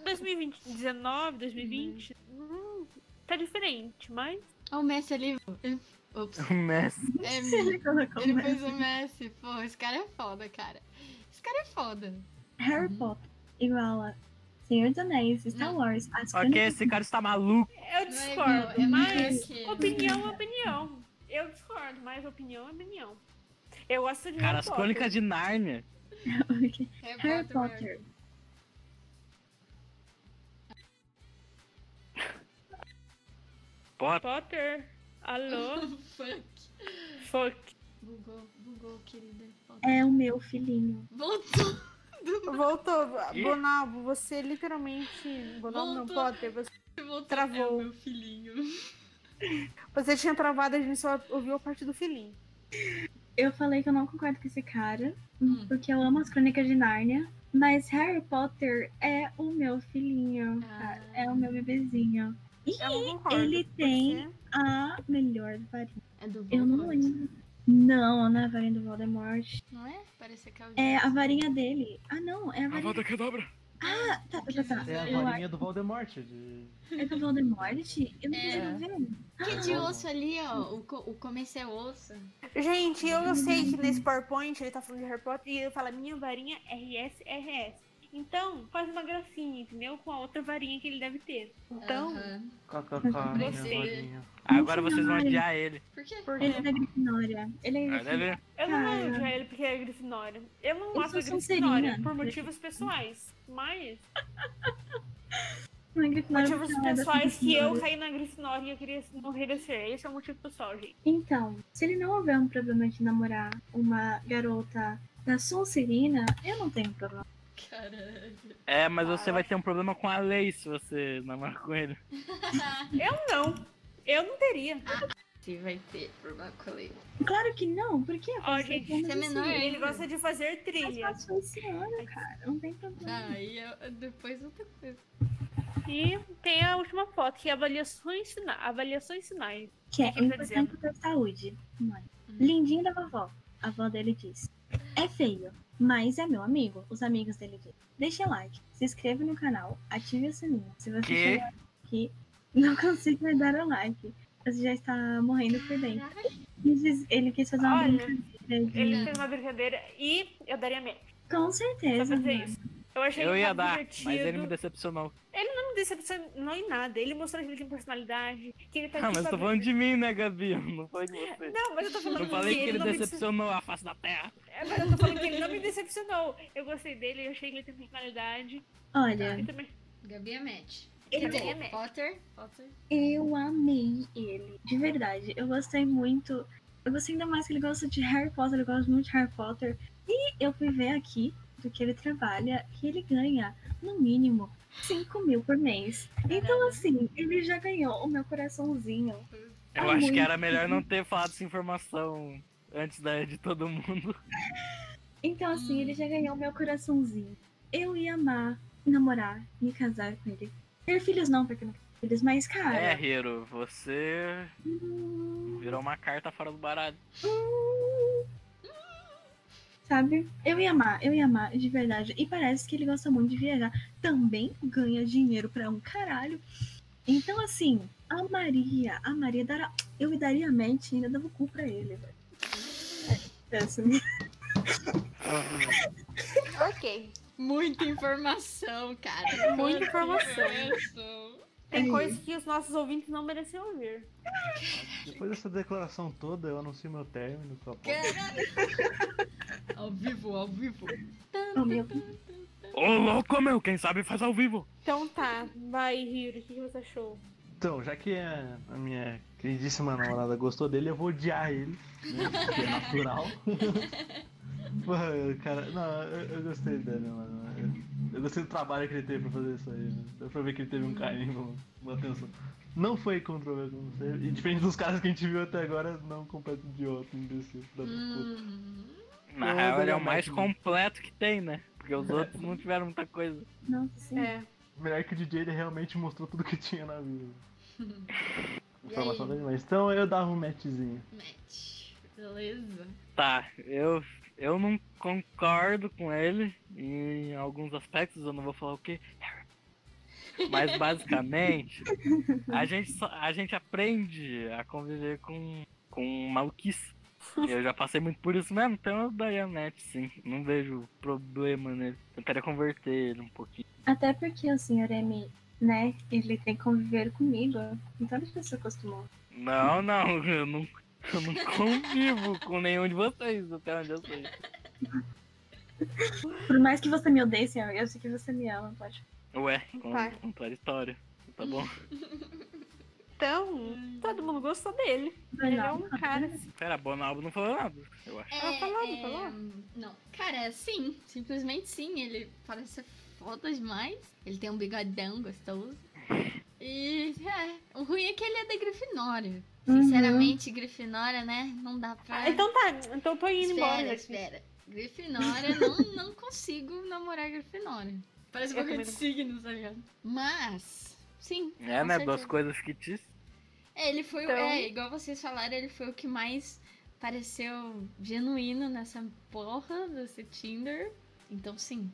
Speaker 2: 2019, 2020, hum, tá diferente, mas.
Speaker 1: Olha o Messi ali. Ele- Ops.
Speaker 3: O Messi.
Speaker 1: É,
Speaker 4: Ele colocou
Speaker 1: ele
Speaker 4: né?
Speaker 1: fez o Messi. Pô, esse cara é foda, cara. Esse cara é foda.
Speaker 4: Harry
Speaker 1: Uhum.
Speaker 4: Potter igual a Senhor dos Anéis, Star
Speaker 1: Não.
Speaker 4: Wars, as
Speaker 3: Ok,
Speaker 4: Crônicas-
Speaker 3: esse cara está maluco.
Speaker 2: Eu
Speaker 1: Não é
Speaker 2: discordo,
Speaker 1: igual, é
Speaker 2: mas.
Speaker 1: mais que-
Speaker 2: Opinião é opinião. Eu discordo, mas opinião é opinião. Eu gosto de
Speaker 3: Cara,
Speaker 2: Harry
Speaker 3: as
Speaker 2: Potter.
Speaker 3: crônicas de Nárnia.
Speaker 4: Ok.
Speaker 1: É
Speaker 4: Harry
Speaker 1: foda,
Speaker 4: Potter.
Speaker 3: Bota.
Speaker 2: Potter. Alô?
Speaker 1: mano. Fuck.
Speaker 2: Fuck.
Speaker 1: Bugou, bugou, querida.
Speaker 4: É o meu filhinho.
Speaker 1: Voltou.
Speaker 6: Voltou.
Speaker 3: Quê?
Speaker 6: Bonalvo, você literalmente. Bonalvo não,
Speaker 1: Voltou.
Speaker 6: Potter, você,
Speaker 1: Voltou.
Speaker 6: Travou.
Speaker 1: É o meu filhinho.
Speaker 6: você tinha travado, a gente só ouviu a parte do filhinho.
Speaker 4: Eu falei que eu não concordo com esse cara,
Speaker 1: Hum.
Speaker 4: porque eu amo as crônicas de Nárnia. Mas Harry Potter é o meu filhinho,
Speaker 1: Ah.
Speaker 4: cara, é o meu bebezinho.
Speaker 6: Eu não concordo.
Speaker 4: ele tem-
Speaker 6: porque-
Speaker 4: A melhor varinha.
Speaker 1: É do
Speaker 4: Eu não
Speaker 1: Voldemort.
Speaker 4: lembro. Não, não é a varinha do Voldemort.
Speaker 1: Não é? Parece que é o
Speaker 4: É a varinha dele. Ah, não, é a varinha.
Speaker 3: que dobra.
Speaker 4: Ah, tá, tá, tá.
Speaker 1: É a
Speaker 4: Eu
Speaker 1: varinha
Speaker 5: do Voldemort. De...
Speaker 4: acho- É do Voldemort? Eu não tá quero
Speaker 1: É.
Speaker 4: ver.
Speaker 1: Que de osso é ali, ó. O, co- o começo é osso.
Speaker 6: Gente, eu, eu sei que nesse PowerPoint ele tá falando de Harry Potter e ele fala minha varinha RS, RS. Então, faz uma gracinha, entendeu? Com a outra varinha que ele deve ter. Então,
Speaker 1: Aham. Gostei.
Speaker 5: Gostei.
Speaker 3: Agora vocês vão
Speaker 4: Nárnia.
Speaker 3: odiar ele.
Speaker 1: Por quê?
Speaker 6: por
Speaker 4: Ele é
Speaker 6: quê?
Speaker 4: da Grifinória. Ele é
Speaker 3: Ah,
Speaker 4: da
Speaker 3: deve-
Speaker 2: Eu não
Speaker 4: Cara.
Speaker 2: vou odiar ele porque é Grifinória. Eu não
Speaker 4: Eu
Speaker 2: gosto
Speaker 4: sou
Speaker 2: da Grifinória
Speaker 4: Sonserina.
Speaker 2: por motivos pessoais. Mas
Speaker 4: Não é Grifinória.
Speaker 2: motivos
Speaker 4: porque ela é da
Speaker 2: pessoais que eu
Speaker 4: Grifinória.
Speaker 2: caí na Grifinória e eu queria morrer de ser. Esse é o motivo pessoal, gente.
Speaker 4: Então, se ele não houver um problema de namorar uma garota da Sonserina, eu não tenho problema.
Speaker 1: Caralho.
Speaker 3: É, mas
Speaker 2: Cara.
Speaker 3: você vai ter um problema com a lei se você namorar com ele.
Speaker 2: Eu não. Eu não teria.
Speaker 1: Ah, Você vai ter problema com a lei.
Speaker 4: Claro que não, por quê?
Speaker 2: Ó, gente,
Speaker 4: Porque
Speaker 1: você é menor,
Speaker 4: assim,
Speaker 1: hein?
Speaker 2: Ele gosta de fazer
Speaker 4: Mas
Speaker 2: trilha.
Speaker 4: passou esse ano, cara. Não tem problema.
Speaker 1: Ah, e eu- depois outra coisa.
Speaker 2: E tem a última foto, que é avaliações, sina avaliações sinais.
Speaker 4: Que é
Speaker 2: O que ele tá
Speaker 4: importante pra saúde. Mãe. Lindinho da vovó. A avó dele disse. É feio, mas é meu amigo. Os amigos dele dizem. Deixa like, se inscreva no canal, ative o sininho. Se você
Speaker 3: Que?
Speaker 4: chegar aqui, não consigo me dar o like. Você já está morrendo por dentro.
Speaker 1: Caralho.
Speaker 4: Ele quis- Ele quis fazer uma
Speaker 2: Olha,
Speaker 4: brincadeira de...
Speaker 2: ele fez uma brincadeira e eu daria merda.
Speaker 4: Com
Speaker 2: Só
Speaker 4: certeza.
Speaker 2: pra dizer
Speaker 4: mano.
Speaker 2: isso. Eu achei
Speaker 3: Eu
Speaker 2: ele
Speaker 3: ia
Speaker 2: tava
Speaker 3: dar,
Speaker 2: tá divertido.
Speaker 3: mas ele me decepcionou.
Speaker 2: Não me decepcionou em nada. Ele mostrou que ele tem personalidade, que ele tá
Speaker 3: Ah,
Speaker 2: aqui
Speaker 3: mas
Speaker 2: pra
Speaker 3: eu tô falando de mim, né, Gabi? Não foi de você.
Speaker 2: Não, mas eu tô falando
Speaker 3: Eu falei que ele
Speaker 2: não me decep-
Speaker 3: decepcionou a face da terra.
Speaker 2: É, mas eu tô falando que ele não me decepcionou. Eu gostei dele, eu achei que ele tem personalidade.
Speaker 4: Olha,
Speaker 2: Eu também.
Speaker 1: Gabi é match.
Speaker 2: Ele
Speaker 1: Quer dizer,
Speaker 2: é match.
Speaker 1: Potter. Potter.
Speaker 4: eu amei ele. De verdade. Eu gostei muito. Eu gostei ainda mais que ele gosta de Harry Potter. Eu gosto muito de Harry Potter. E eu fui ver aqui do que ele trabalha, que ele ganha, no mínimo, 5 mil por mês. Então, assim, ele já ganhou o meu coraçãozinho.
Speaker 3: Eu
Speaker 4: Tá
Speaker 3: acho que
Speaker 4: muito.
Speaker 3: era melhor não ter falado essa informação antes da, de todo mundo.
Speaker 4: Então, assim,
Speaker 1: Hum.
Speaker 4: ele já ganhou meu coraçãozinho. Eu ia amar, namorar, me casar com ele. Ter filhos não, porque eu não quero filhos, mas, cara. hum,
Speaker 3: É, Hiro, você virou uma carta fora do baralho.
Speaker 4: Sabe? Eu ia amar, eu ia amar, de verdade. E parece que ele gosta muito de viajar. Também ganha dinheiro pra um caralho. Então, assim, a Maria, a Maria dará. Eu me daria a mente e ainda dava o cu pra ele. velho. É, é assim.
Speaker 2: Ok.
Speaker 1: Muita informação, cara.
Speaker 2: Muita informação.
Speaker 1: informação.
Speaker 2: Tem coisas que os nossos ouvintes não merecem ouvir.
Speaker 5: Depois dessa declaração toda, eu anuncio meu término com a Potter.
Speaker 1: Caralho. ao vivo, ao vivo.
Speaker 4: Oh, meu.
Speaker 3: Ô, louco, meu, quem sabe faz ao vivo.
Speaker 2: Então tá, vai, Hiro, o que que você achou?
Speaker 5: Então, já que a, a minha queridíssima namorada gostou dele, eu vou odiar ele. Né? Porque é natural. Porra, cara, não, eu, eu gostei dele, mano. Eu- Eu gostei do trabalho que ele teve pra fazer isso aí. Né? Deu pra ver que ele teve um carinho, uma atenção. Não foi controverso, como você. E diferente dos caras que a gente viu até agora, não completo idiota, imbecil. filho da puta.
Speaker 1: Hum.
Speaker 3: Na
Speaker 5: Eu
Speaker 3: real, ele é o
Speaker 5: gosto
Speaker 3: mais
Speaker 5: muito.
Speaker 3: completo que tem, né? Porque os outros não tiveram muita coisa.
Speaker 4: Nossa, sim.
Speaker 2: É.
Speaker 5: Melhor que o DJ, ele realmente mostrou tudo que tinha na vida.
Speaker 1: E
Speaker 5: Informação
Speaker 1: aí?
Speaker 5: dele, mas então eu dava um matchzinho.
Speaker 1: Match. Beleza.
Speaker 3: Tá, eu, eu não concordo com ele em alguns aspectos, eu não vou falar o que. Mas basicamente, a gente, só- a gente aprende a conviver com, com maluquice. Eu já passei muito por isso mesmo, então eu daria net, sim. Não vejo problema nele. Tentaria converter ele um pouquinho.
Speaker 4: Até porque o senhor M, né? Ele tem que conviver comigo. Então deixa eu se acostumar.
Speaker 3: Não, não, eu não, eu não convivo com nenhum de vocês, até onde eu sei.
Speaker 4: Por mais que você me odeie, senhor, eu sei que você me ama, pode.
Speaker 3: Ué, con-
Speaker 2: Vai.
Speaker 3: contar história. Tá bom?
Speaker 2: Então, todo mundo gostou dele.
Speaker 4: Vai
Speaker 2: Ele é
Speaker 4: lá.
Speaker 2: um cara assim.
Speaker 3: Pera, Bonalbo não falou nada, eu acho.
Speaker 2: Ela Ah, falou, não falou?
Speaker 1: É, Não. Cara, sim. Simplesmente sim. Ele parece ser foda demais. Ele tem um bigodão gostoso. E é, o ruim é que ele é da Grifinória.
Speaker 4: Uhum.
Speaker 1: Sinceramente, Grifinória, né? Não dá pra.
Speaker 2: Ah, então tá, então eu tô indo
Speaker 1: espera,
Speaker 2: embora.
Speaker 1: espera. Grifinória, não, não consigo namorar Grifinória. Parece
Speaker 2: Eu
Speaker 1: bagulho de
Speaker 2: também
Speaker 1: signos, tá ligado? Mas, sim.
Speaker 3: É,
Speaker 1: com
Speaker 3: né?
Speaker 1: certeza.
Speaker 3: Duas coisas fictícias.
Speaker 1: É, ele foi, o-
Speaker 2: Então-
Speaker 1: é, igual vocês falaram, ele foi o que mais pareceu genuíno nessa porra desse Tinder. Então, sim.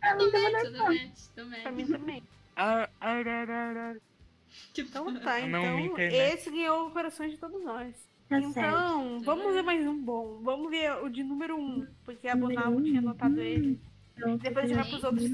Speaker 4: Ah,
Speaker 1: Do
Speaker 4: não tem
Speaker 1: match, do match, do
Speaker 2: né, Pra
Speaker 1: match.
Speaker 2: mim também.
Speaker 3: Ar- arararara.
Speaker 2: Então tá,
Speaker 3: Não, minha
Speaker 2: então
Speaker 1: né?
Speaker 3: internet.
Speaker 2: esse ganhou o coração de todos nós.
Speaker 4: Tá certo.
Speaker 2: Então, vamos ver mais um bom. Vamos ver o de número um, porque a
Speaker 4: Número
Speaker 2: Bonalvo
Speaker 4: um.
Speaker 2: tinha anotado ele.
Speaker 4: Então,
Speaker 2: Depois a gente vai pros outros.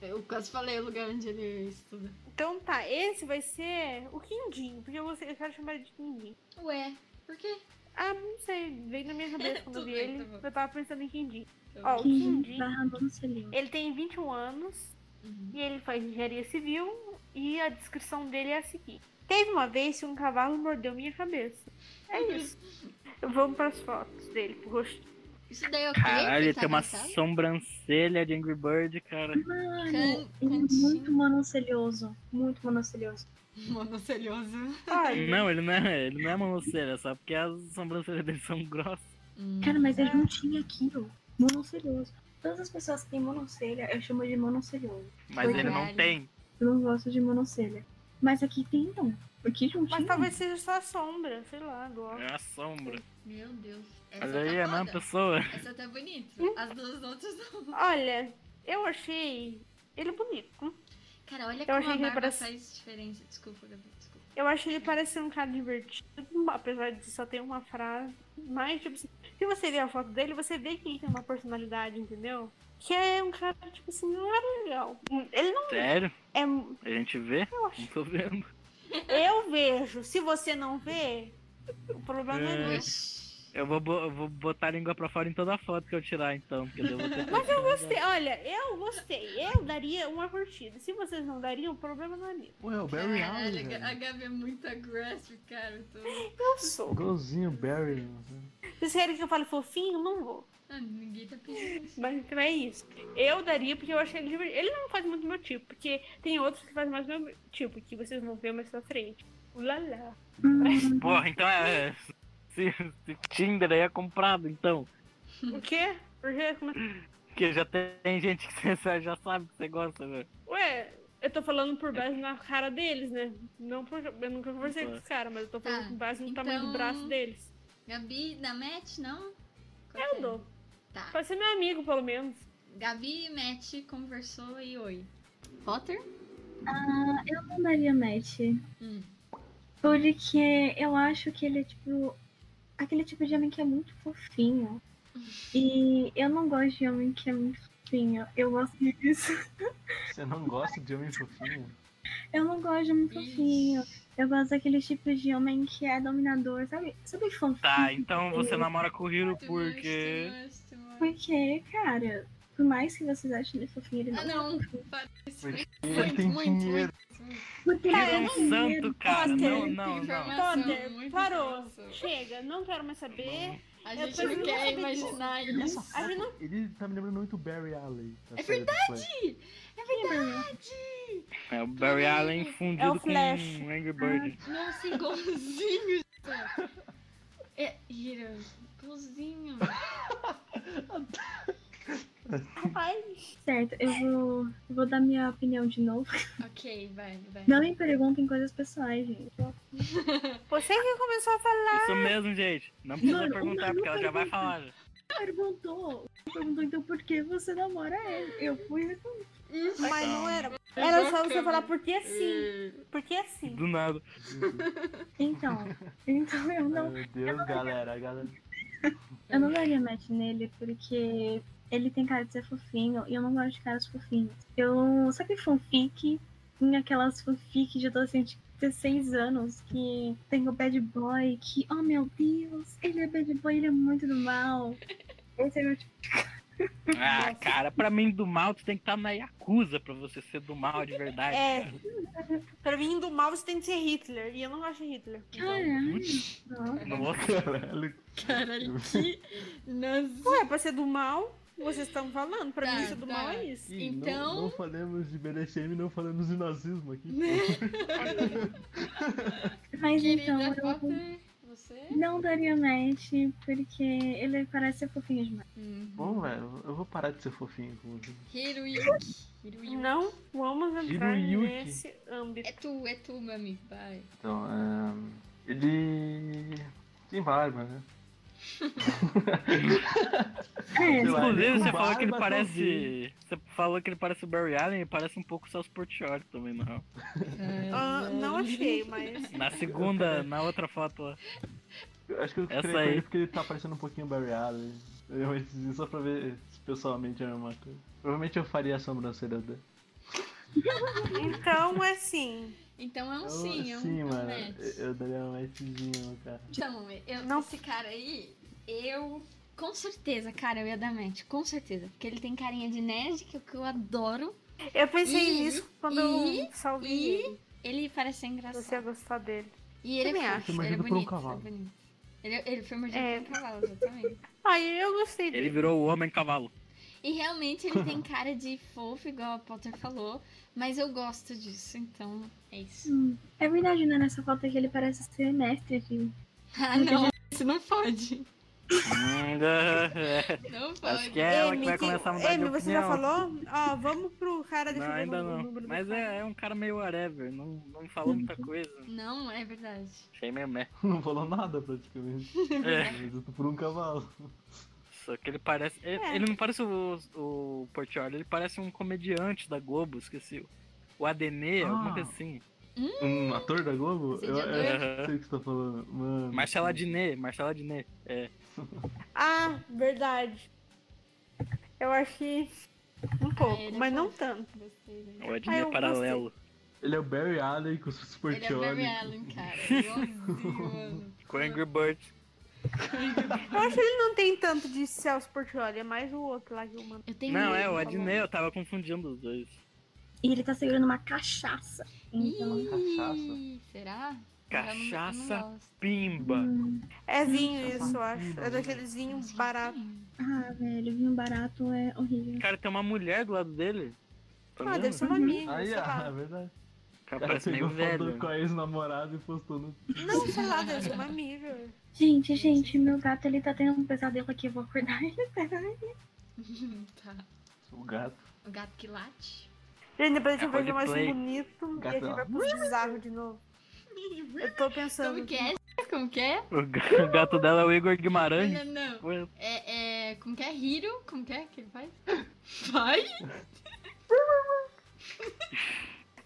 Speaker 1: Eu quase falei o lugar onde ele estuda.
Speaker 2: Então tá, esse vai ser o Quindim, porque eu, gostei- eu quero chamar ele de Quindim.
Speaker 1: Ué, por quê?
Speaker 2: Ah, não sei, veio na minha cabeça quando eu vi
Speaker 1: Tudo bem,
Speaker 2: ele,
Speaker 1: tá bom.
Speaker 2: eu tava pensando em Quindim.
Speaker 1: Tá
Speaker 2: Ó, o
Speaker 1: bom.
Speaker 2: Quindim,
Speaker 4: Barra Mano Celino.
Speaker 2: ele tem 21 anos,
Speaker 1: Uhum.
Speaker 2: E ele faz engenharia civil e a descrição dele é a seguinte: Teve uma vez que um cavalo mordeu minha cabeça. É
Speaker 1: uhum.
Speaker 2: isso. Vamos para as fotos dele, pro rosto.
Speaker 1: Isso daí é o quê?
Speaker 3: Caralho, ele
Speaker 1: tá
Speaker 3: tem uma
Speaker 1: cansado?
Speaker 3: sobrancelha de Angry Bird, cara.
Speaker 1: Can-
Speaker 4: Ele é muito
Speaker 1: cantinho
Speaker 4: monocelioso. Muito monocelioso.
Speaker 1: monocelhoso.
Speaker 2: Olha,
Speaker 3: Não, ele não é, ele não é monocelha, só porque as sobrancelhas dele são grossas.
Speaker 1: Hum.
Speaker 4: Cara, mas ele não tinha aquilo. Monocelioso. Todas as pessoas que têm monocelha, eu chamo de monocelhoso.
Speaker 3: Mas ele não
Speaker 1: Verdade.
Speaker 3: tem.
Speaker 4: Eu não gosto de monocelha. Mas aqui tem não. Aqui não
Speaker 2: mas tá
Speaker 4: tinha.
Speaker 2: talvez seja só a sombra, sei lá, do óculos.
Speaker 3: É uma sombra.
Speaker 1: Meu Deus. Essa
Speaker 3: Mas
Speaker 1: tá
Speaker 3: aí é a mesma
Speaker 1: foda.
Speaker 3: pessoa.
Speaker 1: Essa tá bonita. As duas outras não.
Speaker 2: Olha, eu achei ele bonito.
Speaker 1: Cara, olha
Speaker 2: Eu
Speaker 1: como
Speaker 2: achei
Speaker 1: a
Speaker 2: que ele
Speaker 1: barba
Speaker 2: parece-
Speaker 1: faz diferença. Desculpa, Gabi, desculpa.
Speaker 2: Eu acho ele parecer um cara divertido, apesar de só ter uma frase. Mas, tipo, assim, se você vê a foto dele, você vê que ele tem uma personalidade, entendeu? Que é um cara, tipo assim, não é legal. Ele não
Speaker 3: Sério?
Speaker 2: é.
Speaker 3: A gente vê?
Speaker 2: Eu acho
Speaker 3: Não tô vendo.
Speaker 2: Eu vejo. Se você não vê, o problema é,
Speaker 3: É.
Speaker 2: meu.
Speaker 1: Oxi.
Speaker 3: Eu vou, bo- eu vou botar a língua pra fora em toda foto que eu tirar, então. Porque daí eu vou ter Mas eu
Speaker 2: Gostei, olha, eu gostei. Eu daria uma curtida. Se vocês não dariam, o problema não é meu.
Speaker 5: Ué, o Barry Allen,
Speaker 1: Caralho, a
Speaker 5: velho.
Speaker 1: Gabi é muito agressiva, cara. Eu tô...
Speaker 2: Eu sou.
Speaker 5: Igualzinho o Barry, mano.
Speaker 2: Vocês querem que eu fale fofinho? Não vou.
Speaker 1: Ah, ninguém tá pedindo. isso.
Speaker 2: Mas então é isso. Eu daria porque eu achei ele divertido. Ele não faz muito meu tipo, porque tem outros que fazem mais meu tipo, que vocês vão ver mais pra frente. Ulala.
Speaker 4: Hum,
Speaker 3: Porra, então é. Se, se Tinder aí é comprado, então.
Speaker 2: O quê? Por quê? Como é-
Speaker 3: Porque já tem gente que você já sabe que você gosta, velho.
Speaker 2: Ué, eu tô falando por base na cara deles, né? Não por... Eu nunca conversei com os caras, mas eu tô falando
Speaker 1: Tá,
Speaker 2: por base no tamanho do
Speaker 1: então-
Speaker 2: braço deles.
Speaker 1: Gabi, na match, não? Qual que
Speaker 2: Eu
Speaker 1: é?
Speaker 2: dou.
Speaker 1: Tá.
Speaker 2: Pode ser meu amigo, pelo menos.
Speaker 1: Gabi, match, conversou e oi. Potter?
Speaker 4: ah, eu não daria match.
Speaker 1: Hum.
Speaker 4: Porque eu acho que ele é tipo. Aquele tipo de homem que é muito fofinho. E eu não gosto de homem que é muito fofinho. Eu gosto disso.
Speaker 5: Você não gosta de homem fofinho?
Speaker 4: Eu não gosto de homem fofinho. Eu gosto daquele tipo de homem que é dominador, sabe? Sabe fofinho?
Speaker 3: Tá, então você namora com o Hiro porque.
Speaker 4: Porque, cara, Por mais que vocês achem ele fofinho, ele não.
Speaker 1: Ah, não.
Speaker 5: Ele
Speaker 1: Muito,
Speaker 5: tem
Speaker 1: muito,
Speaker 5: dinheiro.
Speaker 1: muito, muito.
Speaker 4: Porque ele
Speaker 3: Tira um
Speaker 4: é dinheiro.
Speaker 3: santo, cara. Não,
Speaker 2: Potter,
Speaker 1: Muita
Speaker 3: não, não.
Speaker 1: informação,
Speaker 2: Potter,
Speaker 1: muita
Speaker 2: parou.
Speaker 1: informação.
Speaker 2: Chega, não quero mais saber.
Speaker 1: A
Speaker 2: Eu
Speaker 1: gente
Speaker 2: tô
Speaker 1: não
Speaker 2: junto
Speaker 1: quer
Speaker 2: com isso.
Speaker 1: imaginar
Speaker 5: Essa
Speaker 1: isso.
Speaker 2: A gente não
Speaker 5: foto, Ele tá me lembrando muito Barry Allen. tá da
Speaker 1: É
Speaker 5: série do Flash.
Speaker 1: É verdade.
Speaker 3: É o Barry Allen fundido
Speaker 2: É o Flash.
Speaker 3: com um Angry
Speaker 1: Ah,
Speaker 3: Bird.
Speaker 1: Nossa, igualzinho. gente. É, Hira, igualzinho.
Speaker 2: faz.
Speaker 4: Certo, eu vou, eu vou dar minha opinião de novo.
Speaker 1: Ok, vai, vai.
Speaker 4: Não me perguntem coisas pessoais, gente.
Speaker 2: Você que começou a falar.
Speaker 3: Isso mesmo, gente. Não precisa
Speaker 4: Mano,
Speaker 3: perguntar,
Speaker 4: não
Speaker 3: porque ela já vai
Speaker 4: pergunta.
Speaker 3: falar. já.
Speaker 4: Perguntou, perguntou então por que você namora ele? Eu fui responder.
Speaker 2: Mas não era.
Speaker 1: Pegou
Speaker 2: Era
Speaker 1: a
Speaker 2: só você
Speaker 1: câmera.
Speaker 2: falar porque assim.
Speaker 1: Eh,
Speaker 2: Porque assim.
Speaker 3: Do nada.
Speaker 4: Então, então eu não
Speaker 5: Ai, Meu Deus, galera. a galera.
Speaker 4: Eu não daria match nele porque ele tem cara de ser fofinho e eu não gosto de caras fofinhos. Eu. Sabe fanfic? Em aquelas fanfic de adolescente de 16 anos que tem o bad boy que, oh meu Deus, ele é bad boy, ele é muito do mal. Esse é meu tipo.
Speaker 3: Ah, cara, pra mim do mal, tu tem que estar na Yakuza pra você ser do mal de verdade.
Speaker 2: É.
Speaker 3: cara.
Speaker 2: Pra mim, do mal você tem que ser Hitler. E eu não gosto de Hitler.
Speaker 4: Caralho.
Speaker 3: Nossa,
Speaker 5: Caralho.
Speaker 1: Caralho, que. Nossa.
Speaker 2: Ué, pra ser do mal, vocês estão falando. Pra
Speaker 1: Tá,
Speaker 2: mim, ser do
Speaker 1: tá.
Speaker 2: mal é isso.
Speaker 5: Ih,
Speaker 1: Então-
Speaker 5: Não, não falamos de BDSM, não falamos de nazismo aqui.
Speaker 4: Mas então,
Speaker 1: Né? Querida
Speaker 4: eu
Speaker 1: Potter, você?
Speaker 4: não daria match porque ele parece ser fofinho demais.
Speaker 1: Uhum.
Speaker 5: Bom, velho, eu vou parar de ser fofinho com você.
Speaker 1: Hiroyuki. Hiroyuki.
Speaker 2: Não vamos entrar
Speaker 5: Hiroyuki.
Speaker 2: nesse âmbito.
Speaker 1: É tu, é tu, meu amigo. Vai.
Speaker 5: Então, ahn, ele. Tem barba, né?
Speaker 4: É,
Speaker 5: Sei lá,
Speaker 3: Inclusive,
Speaker 5: ele
Speaker 3: você
Speaker 5: com
Speaker 3: falou que ele
Speaker 5: barba,
Speaker 3: parece. Você falou que ele parece o Barry Allen, ele parece um pouco o Celso Portiolli também, não.
Speaker 2: Ah, não achei, mas.
Speaker 3: Na segunda, na outra foto lá.
Speaker 5: Eu Acho que eu
Speaker 3: Essa
Speaker 5: criei com
Speaker 3: aí.
Speaker 5: ele porque ele tá parecendo um pouquinho Barry Allen. Eu disse só pra ver se pessoalmente é a mesma coisa. Provavelmente eu faria a sobrancelha dele.
Speaker 2: Então é assim.
Speaker 1: Então é um
Speaker 5: Eu-
Speaker 1: sim, é um
Speaker 5: sim,
Speaker 1: é um
Speaker 5: mano.
Speaker 1: match.
Speaker 5: eu- Eu daria um matchzinho, cara.
Speaker 1: Então, eu,
Speaker 2: Não.
Speaker 1: esse cara aí, eu. Com certeza, cara, eu ia dar match, com certeza. Porque ele tem carinha de nerd, que, eu- que eu adoro.
Speaker 2: Eu pensei
Speaker 1: E-
Speaker 2: nisso quando
Speaker 1: e-
Speaker 2: eu salvei
Speaker 1: e-
Speaker 2: ele.
Speaker 1: Ele parece ser
Speaker 2: Você ia
Speaker 1: engraçado.
Speaker 2: gostar dele.
Speaker 1: E ele
Speaker 2: também
Speaker 1: é
Speaker 2: acho.
Speaker 1: fofo, ele é
Speaker 5: Mordido por um
Speaker 1: bonito, ele é
Speaker 5: cavalo.
Speaker 1: bonito. Ele, ele foi mordido
Speaker 2: É.
Speaker 1: por um cavalo, exatamente.
Speaker 2: Aí eu gostei
Speaker 3: Ele
Speaker 2: dele.
Speaker 3: virou o Homem Cavalo.
Speaker 1: E realmente ele tem cara de fofo, igual a Potter falou. Mas eu gosto disso, então é isso.
Speaker 4: Hum, é verdade, né? Nessa foto que ele parece ser mestre de
Speaker 1: Ah, não, isso não pode.
Speaker 3: Hum,
Speaker 1: Não
Speaker 3: Acho
Speaker 1: pode.
Speaker 3: que é ela que
Speaker 2: Amy,
Speaker 3: vai
Speaker 2: quem-
Speaker 3: começar a mudar
Speaker 2: Amy,
Speaker 3: de
Speaker 2: você já
Speaker 3: opinião.
Speaker 2: falou? Ó, vamos pro cara,
Speaker 3: Não,
Speaker 2: deixa eu ver
Speaker 3: ainda
Speaker 2: o
Speaker 3: não.
Speaker 2: número do
Speaker 3: Mas
Speaker 2: cara.
Speaker 3: é, é um cara meio whatever, não, não falou muita coisa.
Speaker 1: Não, é verdade.
Speaker 3: Uhum. Achei meio meh.
Speaker 5: Não falou nada praticamente.
Speaker 3: É,
Speaker 5: Mas eu tô por um cavalo.
Speaker 3: só que ele parece. Ele,
Speaker 2: É.
Speaker 3: ele não parece o, o Portiolli, ele parece um comediante da Globo, esqueci. o- O Adenê,
Speaker 5: Ah.
Speaker 3: alguma coisa assim.
Speaker 5: Um ator da Globo?
Speaker 1: Sim,
Speaker 5: Eu,
Speaker 1: é de
Speaker 5: eu
Speaker 3: ator.
Speaker 5: sei o que você tá falando. Mano.
Speaker 3: Marcela Diné, Marcela Diné. É.
Speaker 2: Ah, verdade. Eu acho que um pouco,
Speaker 1: ele
Speaker 2: mas não
Speaker 1: pode.
Speaker 2: tanto.
Speaker 1: Gostei, né?
Speaker 3: O
Speaker 2: Ah,
Speaker 3: Adnet
Speaker 2: eu
Speaker 3: paralelo.
Speaker 5: Ele é o Barry Allen com o Sportioli.
Speaker 1: Ele é o Barry Allen, cara. Igualzinho, mano.
Speaker 3: Com Angry Bird.
Speaker 2: Eu acho que ele não tem tanto de Celso Portioli, é mais o outro lá que eu mando.
Speaker 1: Eu tenho
Speaker 3: Não, é,
Speaker 1: medo,
Speaker 3: o
Speaker 1: tá
Speaker 3: Adnet, eu tava confundindo os dois.
Speaker 4: E ele tá segurando uma cachaça.
Speaker 1: bom?
Speaker 4: Então.
Speaker 1: Ih,
Speaker 5: Cachaça.
Speaker 1: Será? Eu não- eu
Speaker 3: Cachaça
Speaker 1: não gosto.
Speaker 3: Pimba.
Speaker 2: É vinho isso, eu acho. É daqueles
Speaker 1: um
Speaker 2: vinhos baratos.
Speaker 4: Ah, velho, vinho barato é horrível.
Speaker 3: Cara, tem uma mulher do lado dele. Tá
Speaker 2: Ah, deve
Speaker 3: vendo?
Speaker 2: ser uma amiga,
Speaker 5: Aí,
Speaker 2: sei
Speaker 5: ah,
Speaker 2: lá.
Speaker 5: é verdade.
Speaker 3: O
Speaker 5: O
Speaker 3: cara
Speaker 5: cara
Speaker 3: parece meio
Speaker 5: pegou
Speaker 3: velho.
Speaker 5: foto com a ex-namorada e postou no.
Speaker 2: Não, sei lá, deve ser um uma amiga.
Speaker 4: Gente, gente, meu gato ele tá tendo um pesadelo aqui, eu vou acordar ele. peraí.
Speaker 1: tá.
Speaker 5: O gato.
Speaker 1: O gato que late.
Speaker 2: Gente, depois a gente
Speaker 3: É
Speaker 2: vai ver mais
Speaker 3: roleplay.
Speaker 2: bonito e a gente
Speaker 5: Gatão.
Speaker 2: vai pro bizarro de novo. Eu tô pensando.
Speaker 1: Como que é? Como que é?
Speaker 3: O ga- o gato dela é o Igor Guimarães.
Speaker 1: Não, não.
Speaker 3: Ué,
Speaker 1: É, é, como que é? Hiro? Como que é que ele faz? Vai?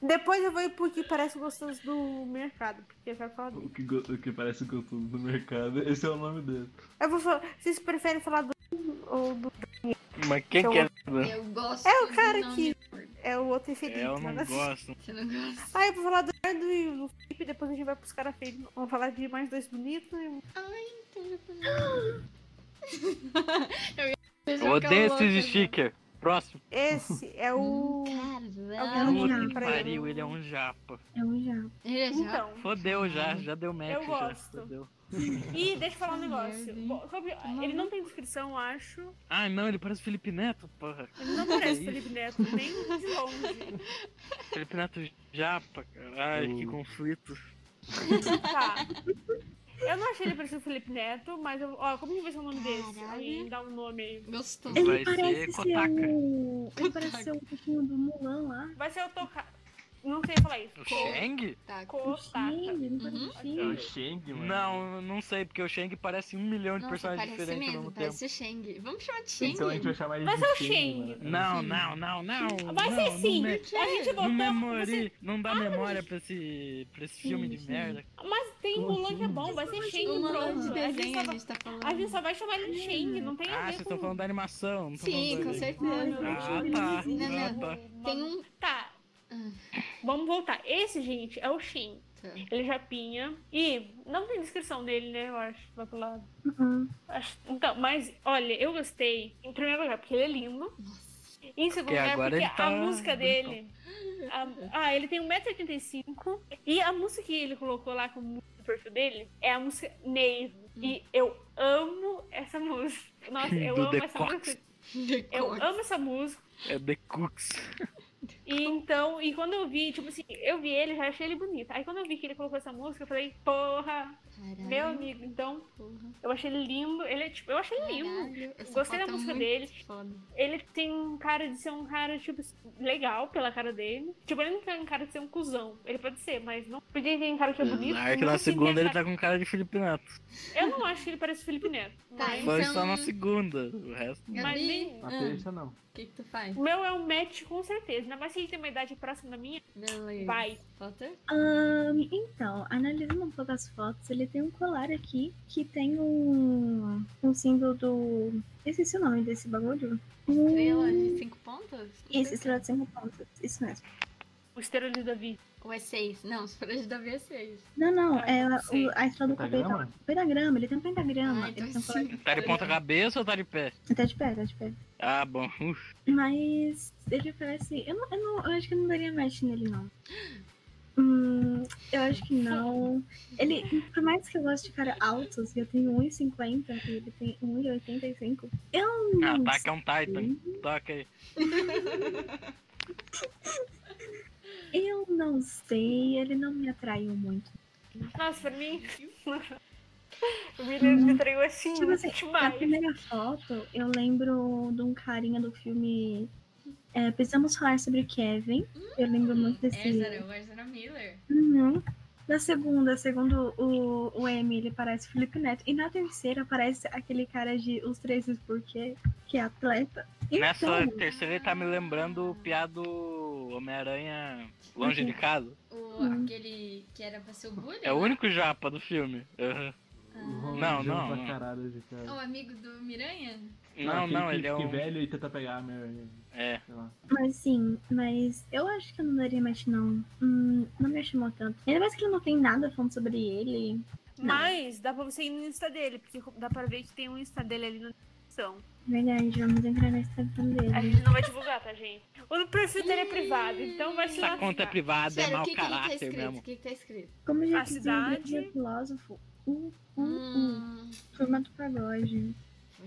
Speaker 2: Depois eu vou ir pro que parece gostoso do mercado, porque eu quero falar dele.
Speaker 5: O que, go- o que parece gostoso do mercado. Esse é o nome dele.
Speaker 2: Eu vou falar, vocês preferem falar do ou do
Speaker 3: Mas quem
Speaker 2: Então,
Speaker 3: que é?
Speaker 1: Eu gosto.
Speaker 2: É o
Speaker 1: do
Speaker 2: cara
Speaker 1: nome-
Speaker 2: é o outro infeliz?
Speaker 3: Eu não
Speaker 2: nada a ver.
Speaker 3: gosto.
Speaker 1: Você não gosta?
Speaker 2: Ah, eu vou falar do Eduardo e do Felipe, depois a gente vai pros caras feios. Vamos falar de mais dois bonitos. e-
Speaker 1: Eu ia
Speaker 3: Eu
Speaker 1: ficar
Speaker 3: odeio
Speaker 1: louca,
Speaker 3: esses
Speaker 1: mano.
Speaker 2: né?
Speaker 3: sticker. Próximo.
Speaker 2: Esse é o.
Speaker 1: Caralho.
Speaker 2: Alguém-
Speaker 4: um
Speaker 3: Puta
Speaker 4: japa.
Speaker 3: que pariu, ele é um japa.
Speaker 4: É um japa.
Speaker 1: Ele é já.
Speaker 2: Então.
Speaker 3: Fodeu já, já deu match.
Speaker 2: Eu
Speaker 3: já,
Speaker 2: gosto.
Speaker 3: fodeu.
Speaker 2: E deixa eu falar um
Speaker 1: Merda,
Speaker 2: negócio.
Speaker 1: hein?
Speaker 2: Bom, sobre- Ele não tem descrição, eu acho.
Speaker 3: Ai não, ele parece Felipe Neto, porra.
Speaker 2: Ele não parece Felipe Neto, nem de longe.
Speaker 3: Felipe Neto japa, caralho, que
Speaker 5: Uh.
Speaker 3: conflito.
Speaker 2: Tá. Eu não achei ele parecido com o Felipe Neto, mas eu. Ó, como que vai ser o nome desse?
Speaker 1: Caralho.
Speaker 2: Alguém dá um nome aí.
Speaker 1: Gostoso.
Speaker 3: Ele
Speaker 4: Ele
Speaker 3: Vai ser
Speaker 4: parece ser
Speaker 3: Kotaka.
Speaker 4: o. Ele
Speaker 1: Kotaka.
Speaker 4: parece ser o bichinho do Mulan lá.
Speaker 2: Vai ser o Toca. Não sei falar isso.
Speaker 3: O Shang?
Speaker 1: Tá.
Speaker 4: O
Speaker 2: Kotaka.
Speaker 4: Xing, ele parece assim.
Speaker 1: Uhum.
Speaker 4: o Xing.
Speaker 5: É o Shang, mano.
Speaker 3: Não, não sei, porque o Shang parece um milhão de
Speaker 1: Nossa,
Speaker 3: personagens
Speaker 1: parece
Speaker 3: diferentes ao
Speaker 1: mesmo,
Speaker 3: mesmo tempo.
Speaker 1: parece o Shang. Vamos chamar de Shang?
Speaker 5: Então a gente vai chamar ele
Speaker 2: Mas
Speaker 5: de
Speaker 2: é o
Speaker 5: Shang,
Speaker 2: Shang.
Speaker 5: mano.
Speaker 3: Não, não, não, não.
Speaker 2: Vai
Speaker 3: não,
Speaker 2: ser
Speaker 3: não
Speaker 2: sim.
Speaker 3: me-
Speaker 2: A gente
Speaker 3: Não,
Speaker 2: voltou.
Speaker 3: memori...
Speaker 2: Você...
Speaker 3: não dá memória pra esse, pra esse filme de merda.
Speaker 2: Mas tem
Speaker 5: Como
Speaker 2: Mulan que é bom, vai ser Shang
Speaker 1: O Mulan um de
Speaker 2: pronto. A gente
Speaker 1: desenho
Speaker 2: só
Speaker 1: a
Speaker 2: vai-
Speaker 1: gente tá falando.
Speaker 2: A gente só vai chamar ele de Shang, não tem
Speaker 3: Ah,
Speaker 2: a ver
Speaker 3: vocês estão
Speaker 2: com-
Speaker 3: falando da animação, não tão
Speaker 1: Sim,
Speaker 3: falando
Speaker 1: com
Speaker 3: da-
Speaker 1: certeza.
Speaker 3: Ah, tá.
Speaker 1: Não, não.
Speaker 3: Ah, tá.
Speaker 1: Tem um...
Speaker 2: Tá.
Speaker 1: Ah.
Speaker 2: Vamos voltar. Esse, gente, é o Shin.
Speaker 1: Tá.
Speaker 2: Ele é japinha. E não tem descrição dele, né? Eu acho. Vai pro lado.
Speaker 4: Uhum.
Speaker 2: Acho- Então, mas, olha, eu gostei. Em primeiro lugar, porque ele é lindo. Em segundo
Speaker 3: Porque
Speaker 2: lugar,
Speaker 3: agora
Speaker 2: porque
Speaker 3: ele tá
Speaker 2: a música
Speaker 3: bonitão.
Speaker 2: dele. a- ah, ele tem 1,85m. E a música que ele colocou lá com o perfil dele é a música Neve. E eu amo essa música. Nossa, eu
Speaker 3: Do
Speaker 2: amo
Speaker 3: The
Speaker 2: essa
Speaker 3: Cox.
Speaker 2: música. Eu amo essa música.
Speaker 3: É The Cooks.
Speaker 2: E então, e quando eu vi, tipo assim, eu vi ele, já achei ele bonito. Aí quando eu vi que ele colocou essa música, eu falei, porra,
Speaker 1: Caralho,
Speaker 2: meu amigo. Então,
Speaker 1: porra,
Speaker 2: eu achei ele lindo. Ele é, tipo, eu achei ele lindo.
Speaker 1: caralho. Essa
Speaker 2: Gostei da
Speaker 1: foto é
Speaker 2: música
Speaker 1: muito
Speaker 2: dele.
Speaker 1: Foda.
Speaker 2: Ele tem um cara de ser um cara, tipo, legal pela cara dele. Tipo, ele não tem cara de ser um cuzão. Ele pode ser, mas não. Porque ele tem
Speaker 3: Uhum.
Speaker 2: cara que é bonito.
Speaker 3: Na arca
Speaker 2: não
Speaker 3: na
Speaker 2: tem
Speaker 3: segunda ele
Speaker 2: cara-
Speaker 3: tá com cara de Felipe Neto.
Speaker 2: Eu não acho que ele parece o Felipe Neto.
Speaker 1: Tá,
Speaker 2: mas-
Speaker 3: Foi
Speaker 1: Então-
Speaker 3: só na segunda. O resto. não.
Speaker 2: Mas
Speaker 1: Gabi,
Speaker 2: nem-
Speaker 5: Na
Speaker 1: ah,
Speaker 5: terça, É não.
Speaker 1: o que que tu faz?
Speaker 2: O meu é um match com certeza. Ainda mais se ele tem uma idade próxima da minha,
Speaker 1: Beleza.
Speaker 2: vai.
Speaker 1: Falta?
Speaker 4: Ahn, então, analisando um pouco as fotos, ele tem um colar aqui que tem um, um símbolo do. Esqueci o nome desse bagulho. Um-
Speaker 1: Estrela de 5 pontos? Não
Speaker 4: Isso,
Speaker 1: sei o
Speaker 4: estrela de cinco pontos. Isso mesmo.
Speaker 2: O estrela de Davi.
Speaker 1: que. Ou é 6? Não, se for de Davi é 6.
Speaker 4: Não, não,
Speaker 2: Ah,
Speaker 4: é
Speaker 2: não
Speaker 4: a-
Speaker 2: sei.
Speaker 4: o- a
Speaker 5: tá
Speaker 4: estrela do
Speaker 5: Pentagrama?
Speaker 4: capeta. Pentagrama, ele tem um pentagrama.
Speaker 1: Ah, então
Speaker 4: ele tem um colar.
Speaker 1: sim.
Speaker 3: Tá de ponta cabeça ou tá de pé?
Speaker 4: Tá de pé, tá de pé.
Speaker 3: Ah, bom. Uf.
Speaker 4: Mas ele parece. Eu, não, eu, não, eu acho que eu não daria match nele, não. Hum, eu acho que não. Ele, por mais que eu goste de cara altos, eu tenho 1,50 e ele tem 1,85. Eu
Speaker 3: Ah,
Speaker 4: não
Speaker 3: taca é um Titan. Toca aí.
Speaker 4: Eu não sei, ele não me atraiu muito.
Speaker 2: Nossa, pra mim. o William me traiu assim,
Speaker 4: Tipo assim, A
Speaker 2: demais.
Speaker 4: primeira foto, eu lembro de um carinha do filme. é, precisamos falar sobre Kevin. Eu lembro muito
Speaker 2: é
Speaker 4: desse.
Speaker 1: É, o Ezra Miller.
Speaker 4: Uhum. Na segunda, segundo o, o M, ele parece Felipe Neto. E na terceira parece aquele cara de Os Três e Porquê, que é atleta.
Speaker 3: Nessa
Speaker 4: Então,
Speaker 3: terceira ele tá me lembrando o piá do Homem-Aranha longe de casa.
Speaker 1: O,
Speaker 4: Hum.
Speaker 1: Aquele que era pra ser o Bully?
Speaker 3: É o único japa do filme. Aham.
Speaker 1: Ah,
Speaker 3: Não, não,
Speaker 5: Pra
Speaker 3: não.
Speaker 5: caralho de cara.
Speaker 1: né? É o amigo do Miranha?
Speaker 3: Não,
Speaker 5: Aquele
Speaker 3: não,
Speaker 5: que
Speaker 3: ele é
Speaker 5: fica
Speaker 3: um.
Speaker 5: velho e tenta pegar a Mary,
Speaker 3: É.
Speaker 5: sei lá.
Speaker 4: Mas sim, mas eu acho que eu não daria mais não. Hum, não me chamou tanto. Ainda mais que ele não tem nada falando sobre ele.
Speaker 2: Mas dá pra você ir no Insta dele, porque dá pra ver que tem um Insta dele ali na descrição.
Speaker 4: Verdade, vamos entrar na Instagram
Speaker 2: A
Speaker 4: dele.
Speaker 2: gente não vai divulgar, tá, gente? O perfil dele é privado, então vai se
Speaker 3: Essa conta é
Speaker 2: lascar.
Speaker 3: privada, é
Speaker 1: Sério, o
Speaker 3: mau
Speaker 1: que, que ele tá
Speaker 3: caráter
Speaker 1: escrito? O
Speaker 3: mesmo.
Speaker 1: que, que tá escrito?
Speaker 4: Como já
Speaker 2: A
Speaker 4: dizia o
Speaker 2: cidade.
Speaker 4: grande filósofo, U, U, U,
Speaker 1: Hum.
Speaker 4: turma do pagode.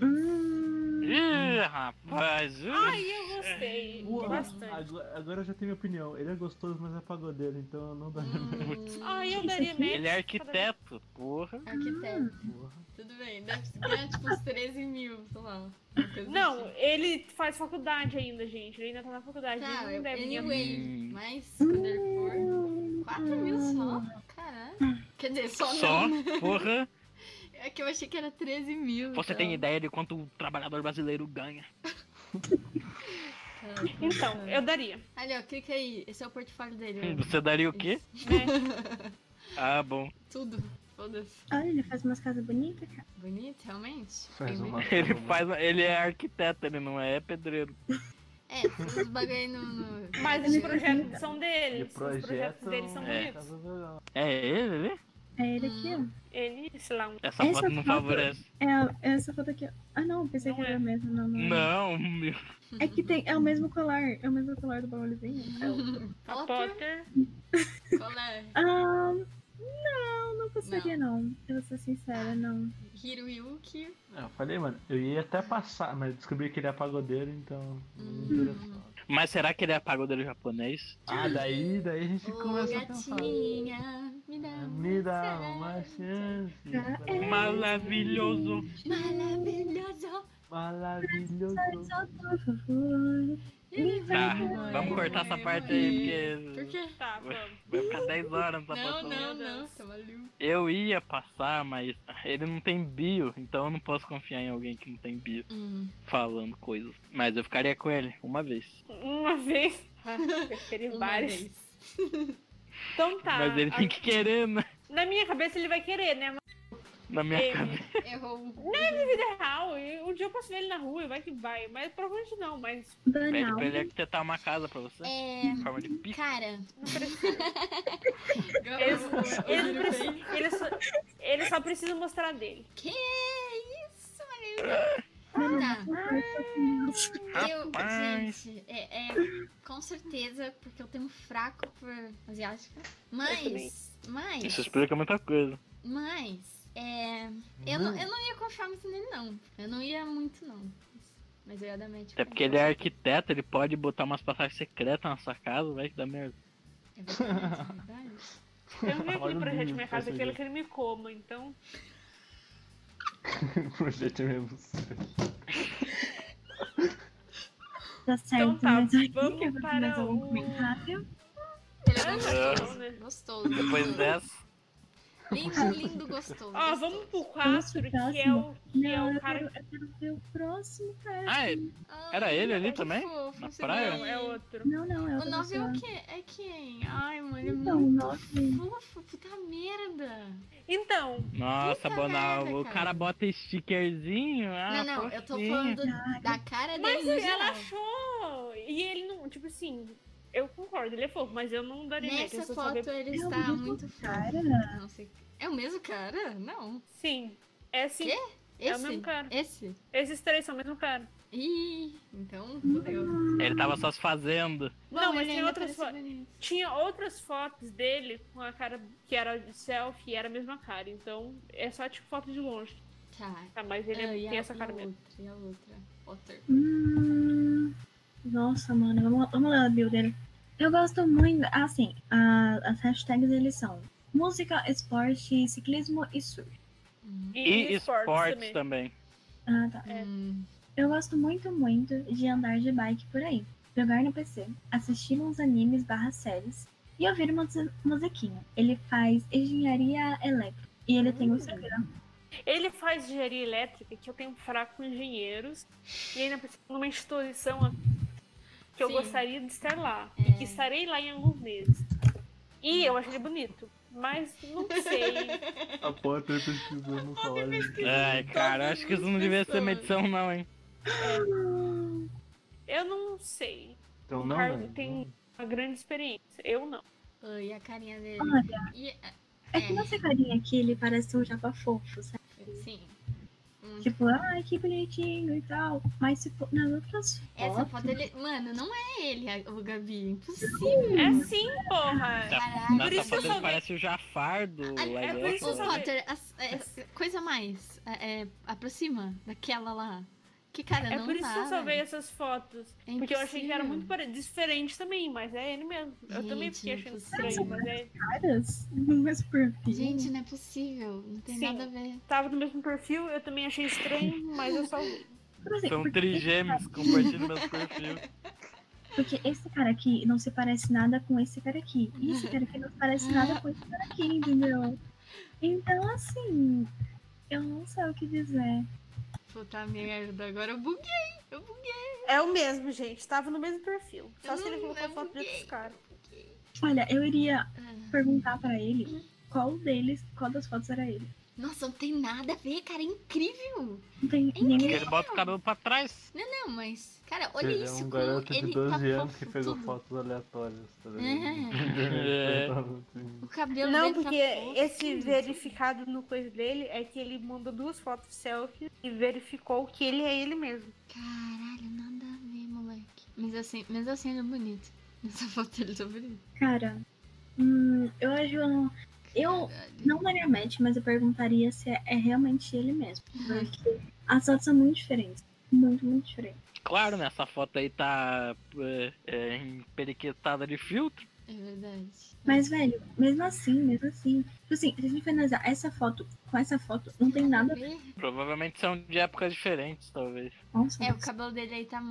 Speaker 4: Hum,
Speaker 3: Ih, rapaz. ih.
Speaker 2: Ai, eu gostei.
Speaker 5: Uau,
Speaker 2: Bastante.
Speaker 5: agora, agora eu já tenho minha opinião. Ele é gostoso, mas é pagodeiro, então eu não daria
Speaker 1: hum.
Speaker 2: Ai, eu daria match.
Speaker 3: Ele é arquiteto, porra.
Speaker 1: Arquiteto.
Speaker 5: porra.
Speaker 1: Tudo bem. Deve ser ganha, tipo uns 13 mil, sei lá. uma coisa
Speaker 2: Não,
Speaker 1: do tipo.
Speaker 2: ele faz faculdade ainda, gente. Ele ainda tá na faculdade.
Speaker 1: Tá,
Speaker 2: ele não deve Hum. ganhar
Speaker 1: anyway.
Speaker 3: Hum.
Speaker 1: Mas, quando ele
Speaker 4: Hum.
Speaker 1: for, 4 mil só? Caralho. Quer dizer, só,
Speaker 3: Só,
Speaker 1: não.
Speaker 3: porra.
Speaker 1: É que eu achei que era 13 mil.
Speaker 3: Você
Speaker 1: então.
Speaker 3: tem ideia de quanto o trabalhador brasileiro ganha?
Speaker 1: Tá, tá,
Speaker 2: Então,
Speaker 1: tá.
Speaker 2: eu daria.
Speaker 1: Ali, ó, clica aí. Esse é o portfólio dele.
Speaker 3: Hum,
Speaker 1: ó.
Speaker 3: Você daria o quê?
Speaker 2: Né?
Speaker 3: Ah, bom.
Speaker 1: Tudo. Foda-se.
Speaker 4: olha, ele faz umas casas bonitas, cara.
Speaker 1: Bonito, realmente.
Speaker 5: Faz
Speaker 1: Tem
Speaker 5: uma-
Speaker 1: muito-
Speaker 3: Ele faz, ele é arquiteto, ele não é pedreiro.
Speaker 1: É, tem uns bagulho aí no... no-
Speaker 2: Mas os projetos são dele.
Speaker 5: Ele
Speaker 2: Os projetos
Speaker 5: projeta
Speaker 2: dele são
Speaker 5: uma
Speaker 3: É.
Speaker 2: bonitos.
Speaker 5: casa verão.
Speaker 3: É ele?
Speaker 4: É ele aqui, ó.
Speaker 2: Ele, sei lá, um-
Speaker 3: Essa
Speaker 4: Essa
Speaker 3: foto não
Speaker 4: foto-
Speaker 3: favorece.
Speaker 4: É, é essa foto aqui. ó. Ah, não, pensei
Speaker 2: Não
Speaker 4: que era
Speaker 2: é.
Speaker 4: o mesmo. Não, não. é.
Speaker 3: Não, meu.
Speaker 4: É que tem, é o mesmo colar. É o mesmo colar do bagulhozinho. É o-
Speaker 2: a
Speaker 1: Potter,
Speaker 2: Potter.
Speaker 1: qual é?
Speaker 4: Ah, não, não gostaria, não. Pra ser sincera, não.
Speaker 1: Hiroyuki.
Speaker 5: Ah, eu falei, mano, eu ia até passar, mas descobri que ele é pagodeiro, então. não interessava.
Speaker 3: Mas será que ele é pagodeiro japonês?
Speaker 5: Ah, daí, daí a gente
Speaker 1: Ô,
Speaker 5: começa a pensar.
Speaker 1: gatinha, me dá
Speaker 5: Ah,
Speaker 1: um
Speaker 5: Me dá um
Speaker 1: chance.
Speaker 5: uma chance.
Speaker 4: É.
Speaker 3: Maravilhoso.
Speaker 1: Maravilhoso.
Speaker 5: Maravilhoso.
Speaker 4: Só um por favor.
Speaker 1: Ele
Speaker 3: Tá,
Speaker 1: vai morrer,
Speaker 3: vamos cortar essa
Speaker 1: morrer,
Speaker 3: parte
Speaker 1: morrer.
Speaker 3: aí, porque
Speaker 1: Por quê?
Speaker 2: Tá, vamos.
Speaker 3: vai ficar 10 horas nessa
Speaker 1: Não,
Speaker 3: foto.
Speaker 1: não,
Speaker 2: Meu Deus.
Speaker 1: não, tá maluco.
Speaker 3: Eu ia passar, mas ele não tem bio, então eu não posso confiar em alguém que não tem bio
Speaker 1: Hum.
Speaker 3: falando coisas. Mas eu ficaria com ele uma vez.
Speaker 2: Uma vez. Ah, preferi
Speaker 1: Uma
Speaker 2: várias.
Speaker 1: vez.
Speaker 2: Então tá.
Speaker 3: Mas ele tem que querer, né?
Speaker 2: a- Na minha cabeça ele vai querer, né? Mas
Speaker 3: Na minha
Speaker 2: Ele.
Speaker 3: cabeça.
Speaker 1: Errou um.
Speaker 2: na vida real, eu- um dia eu posso ver ele na rua, vai que vai. Mas provavelmente não, mas
Speaker 3: Pede
Speaker 4: Banal.
Speaker 3: pra ele arquitetar uma casa pra você.
Speaker 1: É.
Speaker 3: Em forma de pico.
Speaker 1: Cara.
Speaker 2: não precisa.
Speaker 1: Eu,
Speaker 2: Ele, não precisa- ele só, ele só precisa mostrar dele.
Speaker 1: Que isso, Marina? Tá, eu,
Speaker 3: Rapaz.
Speaker 1: gente, é, é, com certeza, porque eu tenho um fraco por asiática.
Speaker 2: também.
Speaker 1: Mas, mas,
Speaker 3: Isso explica muita coisa.
Speaker 1: mas, é, eu, não, eu não ia confiar muito nele, não. Eu não ia muito, não. Mas eu ia dar match.
Speaker 3: Até porque ele é arquiteto, ele pode botar umas passagens secretas na sua casa, vai que dá merda.
Speaker 1: É verdade, é verdade.
Speaker 2: Eu não vi
Speaker 5: Olha
Speaker 2: aquele
Speaker 5: o
Speaker 2: projeto de
Speaker 5: nível
Speaker 2: minha
Speaker 5: que
Speaker 2: casa,
Speaker 5: essa
Speaker 2: aquele
Speaker 5: gente.
Speaker 2: que ele me coma, então.
Speaker 5: Projeto mesmo.
Speaker 4: Tá certo,
Speaker 2: Então tá,
Speaker 4: mas aqui
Speaker 2: vamos
Speaker 4: eu vou
Speaker 2: para
Speaker 4: mais algum
Speaker 2: o-
Speaker 4: comentário.
Speaker 1: Ele é
Speaker 2: Ah,
Speaker 1: gostoso,
Speaker 2: não, né?
Speaker 1: gostoso.
Speaker 3: Depois
Speaker 1: gostoso.
Speaker 3: dessa,
Speaker 1: Lindo, lindo, gostoso.
Speaker 2: Ó,
Speaker 3: Ah,
Speaker 1: gostoso.
Speaker 2: vamos pro 4, que é o, que é
Speaker 4: Não,
Speaker 2: o
Speaker 4: eu
Speaker 2: cara
Speaker 4: quero, eu quero ver o próximo, cara.
Speaker 3: Ah, é-
Speaker 1: Ai,
Speaker 3: era ele ali
Speaker 1: que
Speaker 3: também?
Speaker 1: fofo,
Speaker 3: Na
Speaker 1: esse
Speaker 3: praia?
Speaker 1: daí.
Speaker 2: Não, é outro.
Speaker 4: Não, não, é
Speaker 1: O
Speaker 4: outra
Speaker 1: 9 é
Speaker 4: pessoa.
Speaker 1: o que? É quem? Ai, mano, é
Speaker 4: Então, o
Speaker 1: muito
Speaker 4: nove.
Speaker 1: fofo, puta merda.
Speaker 2: Então,
Speaker 3: Nossa,
Speaker 1: Puta
Speaker 3: Bonal,
Speaker 1: merda,
Speaker 3: o
Speaker 1: cara.
Speaker 3: cara bota stickerzinho. Ah,
Speaker 1: não, não, eu tô
Speaker 3: fofinho.
Speaker 1: falando
Speaker 4: Ah,
Speaker 1: da cara
Speaker 2: mas
Speaker 1: dele. no
Speaker 2: ela
Speaker 1: geral.
Speaker 2: achou. E ele não, tipo assim, eu concordo, ele é fofo, mas eu não daria match, eu
Speaker 1: Nessa
Speaker 2: só
Speaker 1: foto
Speaker 2: sabia-
Speaker 1: ele
Speaker 4: É o
Speaker 1: está
Speaker 4: mesmo
Speaker 1: muito fofo.
Speaker 4: Cara,
Speaker 1: Não sei. É o mesmo cara? Não.
Speaker 2: Sim. É sim,
Speaker 1: Quê? Esse?
Speaker 2: é o mesmo cara.
Speaker 1: Esse?
Speaker 2: Esses três são o mesmo cara.
Speaker 1: Ih, então fodeu.
Speaker 3: Ele tava só se fazendo.
Speaker 2: Não, mas
Speaker 1: ele
Speaker 2: tem
Speaker 1: ainda
Speaker 2: outras
Speaker 1: parece
Speaker 2: fotos.
Speaker 1: bonito.
Speaker 2: Tinha outras fotos dele com a cara que era de selfie e era a mesma cara. Então é só tipo foto de longe.
Speaker 1: Tá.
Speaker 2: Tá, mas ele
Speaker 1: Ah,
Speaker 2: é-
Speaker 1: e
Speaker 2: tem
Speaker 1: a-
Speaker 2: essa
Speaker 1: e
Speaker 2: cara
Speaker 1: a
Speaker 2: mesmo.
Speaker 1: outra, E a outra? Potter.
Speaker 4: hum, Nossa, mano, vamos, vamos lá, Builder. Eu gosto muito. Ah, sim, a- as hashtags eles são música, esporte, ciclismo e surf.
Speaker 3: E, esportes também.
Speaker 4: Ah, tá.
Speaker 2: É.
Speaker 1: Hum,
Speaker 4: Eu gosto muito, muito de andar de bike por aí, jogar no PC, assistir uns animes barra séries e ouvir uma mus- musiquinha. Ele faz engenharia elétrica e ele tem o Instagram.
Speaker 2: Ele faz engenharia elétrica, que eu tenho um fraco com engenheiros, e ainda precisa numa instituição a- que eu
Speaker 1: Sim. É.
Speaker 2: gostaria de estar lá, e que estarei lá em alguns meses.
Speaker 1: Hum.
Speaker 2: E eu acho ele bonito, mas não sei.
Speaker 5: A Potter pesquisando falar.
Speaker 3: Ai, cara, acho que isso não devia ser medição, não, hein?
Speaker 2: eu não sei.
Speaker 5: Então
Speaker 2: o
Speaker 5: não,
Speaker 2: Harvey
Speaker 5: velho.
Speaker 2: tem uma grande experiência. Eu não.
Speaker 1: ah, e a carinha dele.
Speaker 4: Olha,
Speaker 1: E, ah,
Speaker 4: é que nessa carinha aqui ele parece um japa fofo, sabe?
Speaker 1: sim. Muito
Speaker 4: Tipo, ai, que bonitinho e tal. Mas se for nas outras
Speaker 1: Essa
Speaker 4: fotos,
Speaker 1: foto dele. Mano, não é ele, a- o Gabi. Impossível.
Speaker 2: É sim, porra!
Speaker 1: Caralho.
Speaker 2: Por
Speaker 3: Nessa
Speaker 2: isso que eu
Speaker 3: foto ele
Speaker 2: só-
Speaker 3: parece o Jafar do
Speaker 1: Ah,
Speaker 2: é por
Speaker 3: Live
Speaker 2: isso
Speaker 1: Ô,
Speaker 2: eu só-
Speaker 3: Action.
Speaker 1: Potter, as- é, é, coisa mais. É, é, aproxima daquela lá. Que cara,
Speaker 2: É
Speaker 1: não
Speaker 2: por isso
Speaker 1: dá,
Speaker 2: que eu salvei
Speaker 1: velho.
Speaker 2: essas fotos.
Speaker 1: É
Speaker 2: Porque eu achei que era
Speaker 1: impossível.
Speaker 2: muito pare- diferente também, mas é ele mesmo. eu também
Speaker 1: Gente,
Speaker 2: fiquei achando
Speaker 1: impossível.
Speaker 2: estranho, mas é.
Speaker 4: caras, mas por fim.
Speaker 1: Gente, não é possível. Não tem
Speaker 2: Sim.
Speaker 1: nada a ver.
Speaker 2: Tava no mesmo perfil, eu também achei estranho, mas eu só.
Speaker 4: Tipo assim,
Speaker 3: São
Speaker 4: porque-
Speaker 3: trigêmeos compartilhando o mesmo perfil.
Speaker 4: Porque esse cara aqui não se parece nada com esse cara aqui. E esse cara aqui não se parece
Speaker 1: Ah.
Speaker 4: nada com esse cara aqui, entendeu? Então, assim, eu não sei o que dizer.
Speaker 1: Puta merda, tá, agora eu buguei. Eu buguei.
Speaker 2: É o mesmo, gente. Tava no mesmo perfil.
Speaker 1: Só se ele colocou foto de
Speaker 2: dentro
Speaker 1: outros
Speaker 2: caras.
Speaker 4: Olha, eu iria
Speaker 1: Ah.
Speaker 4: perguntar pra ele qual deles, qual das fotos era ele.
Speaker 1: Nossa, não tem nada a ver, cara. É incrível.
Speaker 4: Não tem
Speaker 3: Porque
Speaker 4: nem
Speaker 3: ele bota o cabelo pra trás.
Speaker 1: Não, mas. Cara, olha
Speaker 5: Ele é
Speaker 1: isso.
Speaker 5: um
Speaker 1: como
Speaker 5: garoto de
Speaker 1: ele
Speaker 5: 12
Speaker 1: tá
Speaker 5: anos
Speaker 1: fofo,
Speaker 5: que pegou
Speaker 1: tudo.
Speaker 5: fotos aleatórias, tá ligado?
Speaker 1: É.
Speaker 3: É.
Speaker 1: O, ca- cabelo
Speaker 2: Não,
Speaker 1: dele tá
Speaker 2: porque
Speaker 1: fofo.
Speaker 2: esse verificado no coisa dele é que ele mandou duas fotos selfie e verificou que ele é ele mesmo.
Speaker 1: Caralho, nada a ver, moleque. Mas assim, mas assim ele é bonito. Nessa foto ele tá bonito.
Speaker 4: Cara, hum, eu acho. Eu
Speaker 1: Caralho.
Speaker 4: não necessariamente, mas eu perguntaria se é, é realmente ele mesmo.
Speaker 1: Hum.
Speaker 4: Porque as fotos são muito diferentes. Muito, muito diferentes.
Speaker 3: Claro, né? Essa foto aí tá é, é, emperiquetada de filtro.
Speaker 1: É verdade.
Speaker 4: Mas, velho, mesmo assim, mesmo assim. Tipo assim, se a gente for analisar essa foto com essa foto, não tem nada.
Speaker 3: Provavelmente são de épocas diferentes, talvez.
Speaker 4: Nossa,
Speaker 1: É, o
Speaker 4: nossa.
Speaker 1: cabelo dele aí tá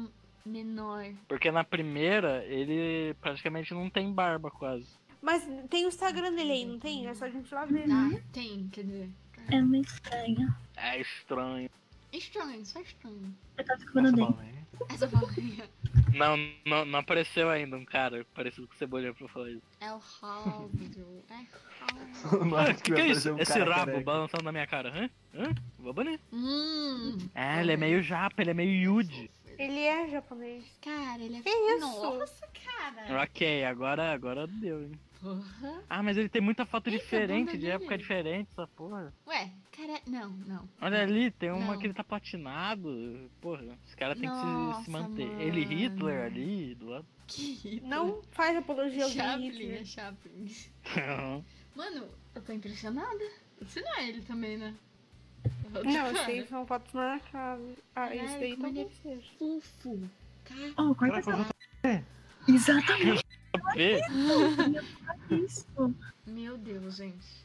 Speaker 1: menor.
Speaker 3: Porque na primeira, ele praticamente não tem barba quase.
Speaker 2: Mas tem o Instagram dele aí, não tem? É só a gente lá ver.
Speaker 1: Ah, tem, quer dizer.
Speaker 4: é meio estranha.
Speaker 3: É estranho.
Speaker 1: É Estranho, só estranho.
Speaker 4: Eu tava ficando bem.
Speaker 1: Essa palavrinha
Speaker 3: Não, não, não apareceu ainda um cara parecido com o Cebolinha pra falar isso.
Speaker 1: é o Haldo. É Haldo.
Speaker 3: Ah, que que é
Speaker 5: um
Speaker 3: isso? Esse rabo balançando na minha cara, hã? Hã? Vou banir.
Speaker 1: Hum.
Speaker 3: É, ele é meio japa, ele é meio Yuji.
Speaker 2: Ele é japonês.
Speaker 1: Cara, ele é.
Speaker 2: isso?
Speaker 1: Nossa, cara.
Speaker 3: É. Ok, agora, agora deu, hein?
Speaker 1: Porra.
Speaker 3: Ah, mas ele tem muita foto
Speaker 1: Eita,
Speaker 3: diferente,
Speaker 1: bunda
Speaker 3: de
Speaker 1: dele.
Speaker 3: época diferente, essa porra.
Speaker 1: Ué, cara. Não, não.
Speaker 3: Olha ali, tem uma
Speaker 1: Não.
Speaker 3: que ele tá patinado. Porra, esse cara tem que se- se,
Speaker 1: Nossa,
Speaker 3: manter. Ele Hitler
Speaker 1: mano.
Speaker 3: ali, do lado.
Speaker 1: Que
Speaker 2: Não faz apologia ao
Speaker 1: Chaplin, é
Speaker 2: Hitler.
Speaker 1: Chaplin. Mano, eu tô impressionada. Você não é ele também, né?
Speaker 2: Não, isso
Speaker 1: sei.
Speaker 2: aí são fotos marcadas. Ah, isso
Speaker 1: Caralho,
Speaker 2: daí
Speaker 1: como ele é
Speaker 2: talvez seja.
Speaker 1: Fofo. Cara,
Speaker 4: Oh, corta essa foto. Exatamente
Speaker 3: Vê?
Speaker 4: isso.
Speaker 1: meu Deus, gente.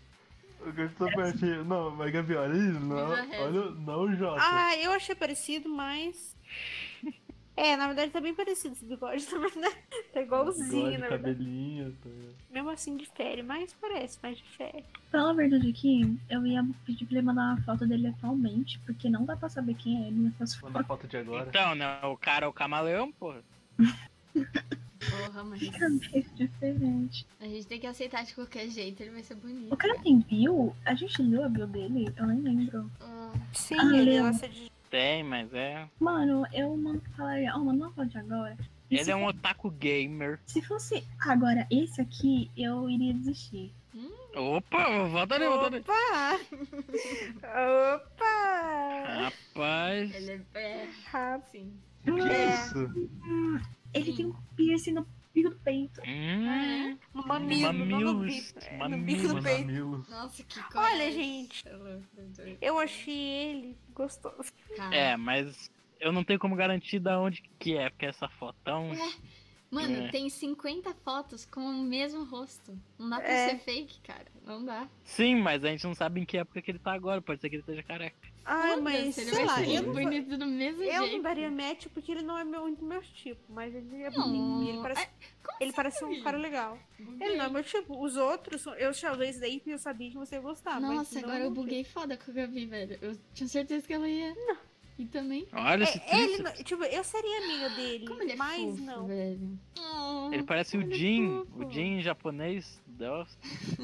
Speaker 5: Eu gosto da parte. Não, mas Gabi, olha isso. Não,
Speaker 1: Mas é.
Speaker 5: olha, não o Jota.
Speaker 2: Ah, eu achei parecido, mas. É, na verdade tá bem parecido esse bigode, na verdade. Tá
Speaker 5: Bigode,
Speaker 2: igualzinho, na verdade.
Speaker 5: cabelinho. Tá...
Speaker 2: Mesmo assim difere, mas parece, mas difere.
Speaker 4: Pela verdade aqui, eu ia pedir pra ele mandar uma foto dele atualmente, porque não dá pra saber quem é ele nessas
Speaker 5: Manda
Speaker 4: fotos.
Speaker 5: foto de agora.
Speaker 3: Então, né? O cara é o camaleão, porra.
Speaker 1: Porra, mas
Speaker 4: Fica meio um diferente.
Speaker 1: a gente tem que aceitar de qualquer jeito, ele vai ser bonito.
Speaker 4: O cara tem bio? A gente leu a bio dele? Eu nem lembro.
Speaker 1: Ah,
Speaker 2: Sim,
Speaker 4: Ah,
Speaker 2: ele
Speaker 4: ele-
Speaker 2: gosta de.
Speaker 3: Tem, mas é.
Speaker 4: Mano, eu mando pra falar, ó, manda uma foto de agora. E
Speaker 3: Ele
Speaker 4: se
Speaker 3: é
Speaker 4: fo-
Speaker 3: um otaku gamer.
Speaker 4: Se fosse agora esse aqui, eu iria desistir.
Speaker 3: Opa, volta ali, volta ali.
Speaker 2: Opa! Opa!
Speaker 3: Rapaz.
Speaker 1: ele é. é
Speaker 2: Rapaz.
Speaker 1: assim.
Speaker 5: Que
Speaker 2: É.
Speaker 5: isso?
Speaker 4: Ele
Speaker 1: Sim.
Speaker 4: tem um piercing no bico do peito.
Speaker 1: Ah,
Speaker 3: Hum,
Speaker 1: é?
Speaker 2: Mamilo, não no
Speaker 3: Mamilos.
Speaker 2: bico, é, no bico do
Speaker 3: Mamilos.
Speaker 2: peito.
Speaker 5: Mamilo.
Speaker 1: Nossa, que coisa.
Speaker 2: Olha, gente, eu achei ele gostoso.
Speaker 1: Cara,
Speaker 3: É, mas eu não tenho como garantir da onde que é, porque essa fotão.
Speaker 1: Mano,
Speaker 3: É.
Speaker 1: tem 50 fotos com o mesmo rosto. Não dá pra
Speaker 2: É.
Speaker 1: ser fake, cara. Não dá.
Speaker 3: Sim, mas a gente não sabe em que época que ele tá agora, pode ser que ele esteja careca.
Speaker 2: Ai,
Speaker 1: Foda-se,
Speaker 2: Ah, mas
Speaker 1: ele
Speaker 2: sei
Speaker 1: vai
Speaker 2: lá,
Speaker 1: ser
Speaker 2: eu não,
Speaker 1: bonito do mesmo
Speaker 2: eu não
Speaker 1: jeito.
Speaker 2: daria match porque ele não é meu, muito meu tipo, mas ele é
Speaker 1: Não.
Speaker 2: bonito. e Ele parece,
Speaker 1: É, como
Speaker 2: ele parece um
Speaker 1: sabe?
Speaker 2: cara legal. Ele não é meu tipo. Os outros, eu chavei isso daí porque eu sabia que você ia gostar. mas
Speaker 1: Nossa,
Speaker 2: não
Speaker 1: agora
Speaker 2: é meu
Speaker 1: eu
Speaker 2: tipo.
Speaker 1: buguei foda com a Gabi, velho. Eu tinha certeza que ela ia. Não. E também.
Speaker 3: Olha esse
Speaker 2: É, ele,
Speaker 3: tríceps.
Speaker 2: não- tipo, eu seria amiga dele,
Speaker 1: Como ele é
Speaker 2: mas
Speaker 1: fofo,
Speaker 2: não. Hum.
Speaker 1: velho.
Speaker 3: Ele parece o
Speaker 2: Olha
Speaker 3: Jin,
Speaker 2: que
Speaker 3: o
Speaker 2: fofo.
Speaker 3: Jin japonês. Nossa.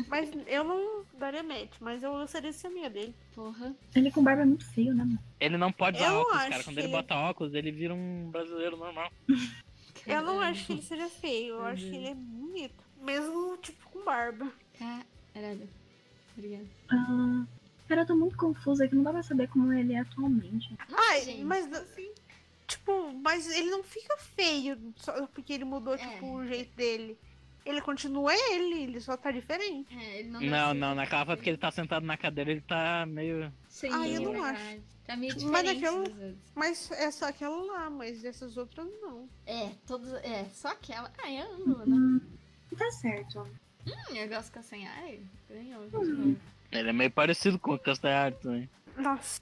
Speaker 2: Mas eu não daria match, mas eu, eu seria essa amiga dele.
Speaker 1: Porra.
Speaker 4: Ele com barba é muito feio, né, mano?
Speaker 3: Ele não pode usar
Speaker 2: Eu
Speaker 3: óculos,
Speaker 2: acho
Speaker 3: cara. Quando ele
Speaker 2: que-
Speaker 3: bota óculos, ele vira um brasileiro normal.
Speaker 2: Eu não
Speaker 1: Caralho.
Speaker 2: acho que ele é seja feio, eu acho que ele é bonito. Mesmo, tipo, com barba.
Speaker 1: Caralho. Obrigada.
Speaker 4: Ah, cara, eu tô muito confusa que não dá pra saber como ele é atualmente.
Speaker 2: Ai,
Speaker 1: Ah, gente,
Speaker 2: mas assim. Tipo, mas ele não fica feio só porque ele
Speaker 1: É.
Speaker 2: mudou, tipo, o jeito dele. Ele continua ele, ele só tá diferente.
Speaker 1: É, ele não
Speaker 3: Não,
Speaker 1: nasceu
Speaker 3: não, naquela foto
Speaker 1: assim.
Speaker 3: que ele tá sentado na cadeira, ele tá meio.
Speaker 1: Sim,
Speaker 2: Ah, eu
Speaker 1: é
Speaker 2: não
Speaker 1: verdade. Tá meio
Speaker 2: Mas
Speaker 1: diferente
Speaker 2: daquela-
Speaker 1: dos outros.
Speaker 2: Mas é só aquela lá, mas essas outras não.
Speaker 1: É, todos. É, só aquela. Ah, eu amo, né?
Speaker 4: Hum, tá certo.
Speaker 1: Hum, eu gosto que a senha. Ai, ganhou. de novo.
Speaker 3: Ele é meio parecido com o Castanhari também.
Speaker 2: Nossa.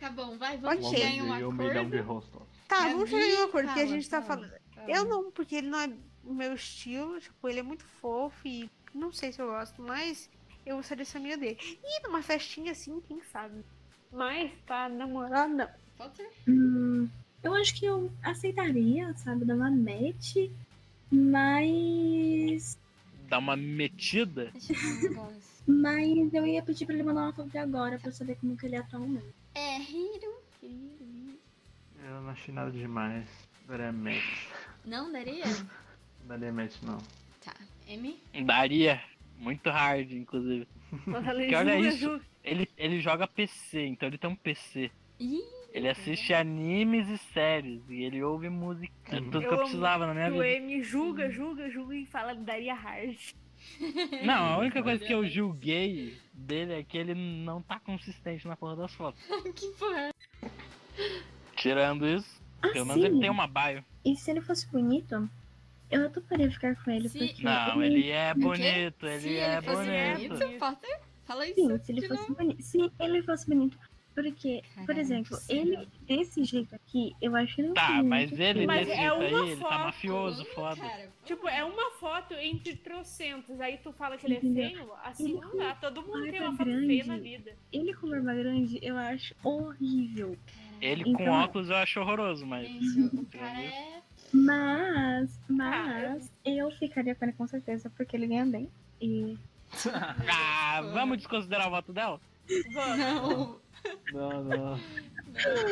Speaker 1: Tá bom, vai, vamos
Speaker 2: Ok.
Speaker 1: chegar em uma
Speaker 5: Eu me dá um
Speaker 1: acordo.
Speaker 5: berrosto.
Speaker 2: Tá,
Speaker 1: Gabi,
Speaker 2: vamos chegar em um acordo, porque a
Speaker 1: fala,
Speaker 2: gente tá
Speaker 1: fala,
Speaker 2: falando.
Speaker 1: fala.
Speaker 2: Eu não, porque ele não é o meu estilo, tipo, ele é muito fofo e não sei se eu gosto, mas eu gostaria de ser amiga é dele. E numa festinha assim, quem sabe? Mas pra namorar, não.
Speaker 1: Potter?
Speaker 4: Hum, eu acho que eu aceitaria, sabe, dar uma match, mas.
Speaker 3: Dá uma metida.
Speaker 1: Deixa eu ver um negócio.
Speaker 4: Mas eu ia pedir pra ele mandar uma foto de agora pra eu saber como que ele é atualmente.
Speaker 1: É, Hiro. Hiro, Hiro.
Speaker 5: Eu não achei nada demais. Daria match.
Speaker 1: Não daria?
Speaker 5: Daria match, não.
Speaker 1: Tá. M?
Speaker 3: Daria. Muito hard, inclusive.
Speaker 2: Nossa, ela
Speaker 3: Que olha
Speaker 2: julga,
Speaker 3: isso. né,
Speaker 2: julga.
Speaker 3: Ele, ele joga PC, então ele tem um PC.
Speaker 1: Ih,
Speaker 2: é.
Speaker 3: Ele assiste animes e séries. E ele ouve música. É tudo que
Speaker 2: Eu
Speaker 3: eu
Speaker 2: amo
Speaker 3: precisava na minha
Speaker 2: O
Speaker 3: vida.
Speaker 2: M julga, julga, julga e fala daria hard.
Speaker 3: Não, a única coisa que eu julguei dele é que ele não tá consistente na porra das fotos.
Speaker 1: que porra.
Speaker 3: Tirando isso, pelo menos
Speaker 4: Ah, sim.
Speaker 3: ele tem um uma bio.
Speaker 4: E se ele fosse bonito, eu toparia ficar com ele,
Speaker 1: Se-
Speaker 4: porque...
Speaker 3: Não, ele é
Speaker 1: quê?
Speaker 3: bonito,
Speaker 1: Se
Speaker 3: ele é
Speaker 1: fosse
Speaker 3: bonito.
Speaker 1: bonito, Potter, fala isso.
Speaker 4: Sim, se ele
Speaker 1: de
Speaker 4: fosse
Speaker 1: novo.
Speaker 4: bonito. Se ele fosse bonito. Porque, por
Speaker 1: Caralho,
Speaker 4: exemplo,
Speaker 1: impossível.
Speaker 4: ele desse jeito aqui, eu acho ele
Speaker 3: Tá,
Speaker 4: muito
Speaker 3: mas
Speaker 4: bonito.
Speaker 3: ele
Speaker 2: Mas
Speaker 3: desse
Speaker 2: é
Speaker 3: jeito
Speaker 2: uma
Speaker 3: aí, ele tá
Speaker 2: foto,
Speaker 3: mafioso,
Speaker 1: Hum,
Speaker 3: foda.
Speaker 1: cara.
Speaker 2: Tipo, é uma foto entre trocentos. Aí tu fala que ele é
Speaker 4: Entendeu?
Speaker 2: feio, assim não dá. Todo mundo
Speaker 4: Ai,
Speaker 2: tem
Speaker 4: tá
Speaker 2: uma foto feia
Speaker 4: grande.
Speaker 2: na vida.
Speaker 4: Ele com barba grande, eu acho horrível.
Speaker 3: Ele com
Speaker 4: Então-
Speaker 3: óculos eu acho horroroso, mas.
Speaker 1: Gente, o cara é.
Speaker 4: Mas, mas, eu ficaria com ele com certeza, porque ele ganha bem. E
Speaker 1: Então,
Speaker 3: Ah, vamos desconsiderar o voto dela?
Speaker 2: Vamos.
Speaker 1: Não.
Speaker 5: Não, não.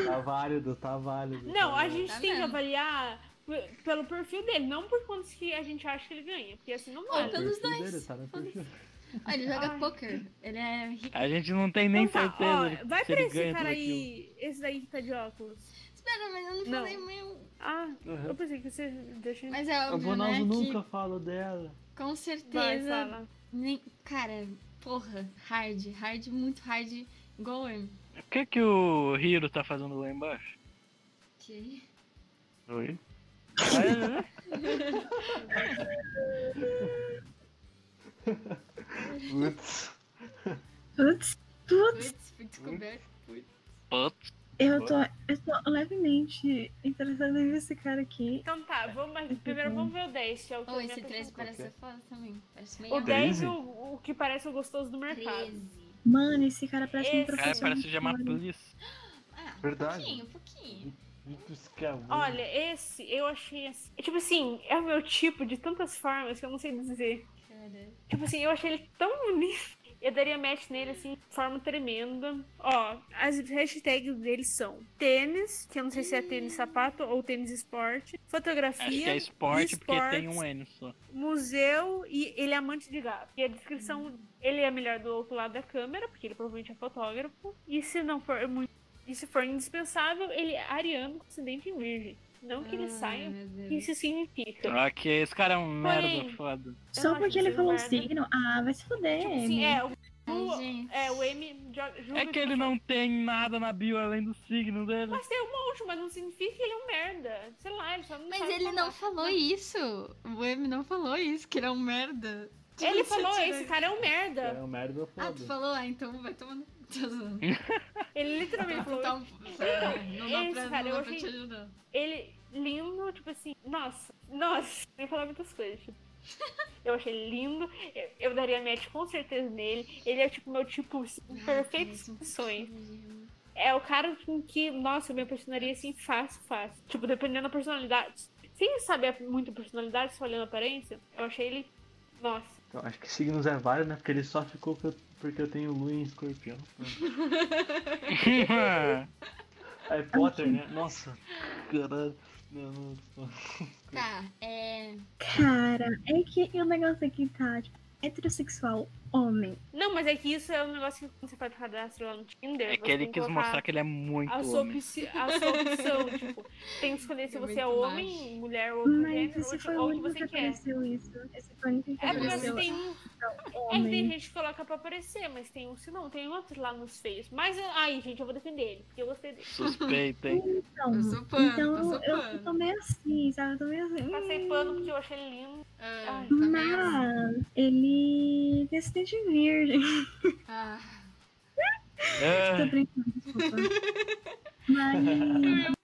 Speaker 5: Tá válido, tá válido.
Speaker 2: Não,
Speaker 5: tá
Speaker 2: a
Speaker 5: válido.
Speaker 2: gente
Speaker 1: Tá
Speaker 2: tem que
Speaker 1: vendo?
Speaker 2: avaliar p- pelo perfil dele, não por quantos que a gente acha que ele ganha. Porque assim não
Speaker 1: Ou
Speaker 2: vale.
Speaker 1: pelos
Speaker 5: Perfil
Speaker 1: dois.
Speaker 5: dele, tá no
Speaker 1: Foda-se.
Speaker 5: perfil.
Speaker 1: Ah, ele joga
Speaker 2: Ai.
Speaker 1: poker. Ele é rico.
Speaker 3: A gente não tem nem
Speaker 2: Então tá, ó,
Speaker 3: certeza.
Speaker 2: vai
Speaker 3: se
Speaker 2: pra
Speaker 3: ele
Speaker 2: esse
Speaker 3: ganha
Speaker 2: cara
Speaker 3: tudo
Speaker 2: aí, esse daí que tá de óculos.
Speaker 1: Espera, mas eu não
Speaker 2: Não.
Speaker 1: falei meu.
Speaker 2: Ah, eu
Speaker 5: Uhum.
Speaker 2: pensei que você deixa
Speaker 1: Mas é
Speaker 5: A
Speaker 1: óbvio, né?
Speaker 5: Bonaldo
Speaker 1: que
Speaker 5: nunca fala dela.
Speaker 1: com
Speaker 2: Vai,
Speaker 1: certeza.
Speaker 2: fala.
Speaker 1: nem... Cara, porra, hard. Hard, muito hard. Golem.
Speaker 3: O que que o Hiro tá fazendo lá embaixo?
Speaker 1: Que...
Speaker 5: Oi?
Speaker 3: Olha,
Speaker 5: Putz.
Speaker 4: putz, putz,
Speaker 1: Putz, fui descoberto.
Speaker 2: Hum.
Speaker 1: Putz.
Speaker 3: Putz.
Speaker 4: eu tô, eu tô levemente interessada em ver esse cara aqui.
Speaker 2: Então tá, vamos, mas primeiro vamos ver o 10, que é o que
Speaker 1: Oh,
Speaker 2: eu
Speaker 1: esse
Speaker 2: já tô
Speaker 1: 13 parece
Speaker 5: qualquer.
Speaker 1: ser foda também. Parece
Speaker 2: falando.
Speaker 1: meio.
Speaker 2: O é 10
Speaker 5: 13?
Speaker 2: o, o que parece o gostoso do mercado.
Speaker 1: 13.
Speaker 4: Mano, esse cara parece um
Speaker 2: Esse-
Speaker 3: O cara
Speaker 4: professor.
Speaker 3: parece
Speaker 4: de
Speaker 3: chamar
Speaker 4: história.
Speaker 3: polícia.
Speaker 1: Ah,
Speaker 5: Verdade.
Speaker 1: pouquinho, pouquinho.
Speaker 5: Muito escravo.
Speaker 2: Olha, esse eu achei assim. Tipo assim, é o meu tipo de tantas formas que eu não sei dizer.
Speaker 1: Cara.
Speaker 2: Tipo assim, eu achei ele tão bonito. Eu daria match nele, assim, de forma tremenda. Ó, as hashtags dele são tênis, que eu não sei se é tênis sapato ou tênis esporte, fotografia,
Speaker 3: Acho que é esporte porque
Speaker 2: esportes,
Speaker 3: tem um N só.
Speaker 2: museu e ele é amante de gato. E a descrição, ele é melhor do outro lado da câmera, porque ele provavelmente é fotógrafo. E se não for muito. E se for indispensável, ele é ariano com ascendente em virgem. Não que ele
Speaker 1: Ai,
Speaker 2: saia.
Speaker 1: meu
Speaker 2: o
Speaker 1: Deus.
Speaker 2: que Isso significa.
Speaker 3: Ok, esse cara é um
Speaker 2: Porém,
Speaker 3: merda foda.
Speaker 4: Só
Speaker 2: Eu
Speaker 4: porque
Speaker 2: acho
Speaker 4: ele
Speaker 2: esse
Speaker 4: falou
Speaker 2: merda.
Speaker 4: signo, ah, vai se
Speaker 3: um
Speaker 4: fuder.
Speaker 2: Tipo assim, é, o,
Speaker 1: Ai, gente.
Speaker 2: é, o M. jo- julga
Speaker 3: É que ele não tem nada na bio além do signo dele.
Speaker 2: Mas tem um monte, mas não significa que ele é um merda. Sei lá, ele só não
Speaker 1: Mas
Speaker 2: sabe
Speaker 1: ele
Speaker 2: falar.
Speaker 1: não falou isso. O M não falou isso, que ele é um merda.
Speaker 2: Ele falou,
Speaker 1: Tira-
Speaker 2: esse cara é um merda.
Speaker 5: É um merda
Speaker 1: Ah, tu
Speaker 5: foda.
Speaker 1: falou? Ah, então vai tomando.
Speaker 2: Ele literalmente falou.
Speaker 1: Tá um... Não dá
Speaker 2: esse
Speaker 1: pra,
Speaker 2: cara,
Speaker 1: não
Speaker 2: eu
Speaker 1: dá pra te
Speaker 2: achei-
Speaker 1: ajudar.
Speaker 2: Ele lindo, tipo assim, nossa, nossa, eu ia falar muitas coisas. tipo. Eu achei ele lindo, eu- eu daria match com certeza nele. Ele é tipo meu tipo assim, perfeito
Speaker 1: isso.
Speaker 2: sonho. É o cara com que, nossa, eu me apaixonaria assim fácil, fácil. Tipo, dependendo da personalidade. Sem saber muito a personalidade, só olhando a aparência, eu achei ele. Nossa.
Speaker 5: Então, acho que signos é válido, né? Porque ele só ficou que eu- porque eu tenho lua em escorpião.
Speaker 1: é
Speaker 5: Harry Potter, né? Nossa. Caralho. Não, não, não.
Speaker 1: Tá, é.
Speaker 4: Cara, é que o negócio aqui tá, tipo, heterossexual homem.
Speaker 2: Não, mas é que isso é um negócio que quando você faz cadastro lá no Tinder.
Speaker 3: É que ele quis mostrar que ele é muito
Speaker 2: a sua,
Speaker 3: homem.
Speaker 2: opci- a sua opção, tipo, tem que escolher se
Speaker 1: É
Speaker 2: você é
Speaker 1: muito
Speaker 2: homem,
Speaker 1: baixo.
Speaker 2: mulher ou
Speaker 4: Mas
Speaker 2: gênero,
Speaker 4: esse foi
Speaker 2: ou
Speaker 4: o
Speaker 2: o que
Speaker 4: único que
Speaker 2: você quer.
Speaker 4: apareceu isso. Esse foi o único que
Speaker 2: É porque você
Speaker 4: apareceu.
Speaker 2: tem um. É que tem
Speaker 4: homem.
Speaker 2: gente que coloca pra aparecer, mas tem um se não, tem outros lá nos feios. Mas ai, gente, eu vou defender ele, porque eu gostei dele.
Speaker 3: Suspeito, hein?
Speaker 4: Então,
Speaker 1: Eu sou pano,
Speaker 4: então
Speaker 1: eu sou
Speaker 4: eu,
Speaker 1: pano.
Speaker 4: tô meio assim, sabe? Eu tô meio assim.
Speaker 2: Passei pano porque eu achei ele lindo.
Speaker 1: Ah,
Speaker 2: Ai,
Speaker 1: tá mesmo.
Speaker 4: Mas ele tem acidente de virgem.
Speaker 1: Ah,
Speaker 2: É.
Speaker 4: Tô
Speaker 3: Ah,
Speaker 4: brincando, desculpa. Mas.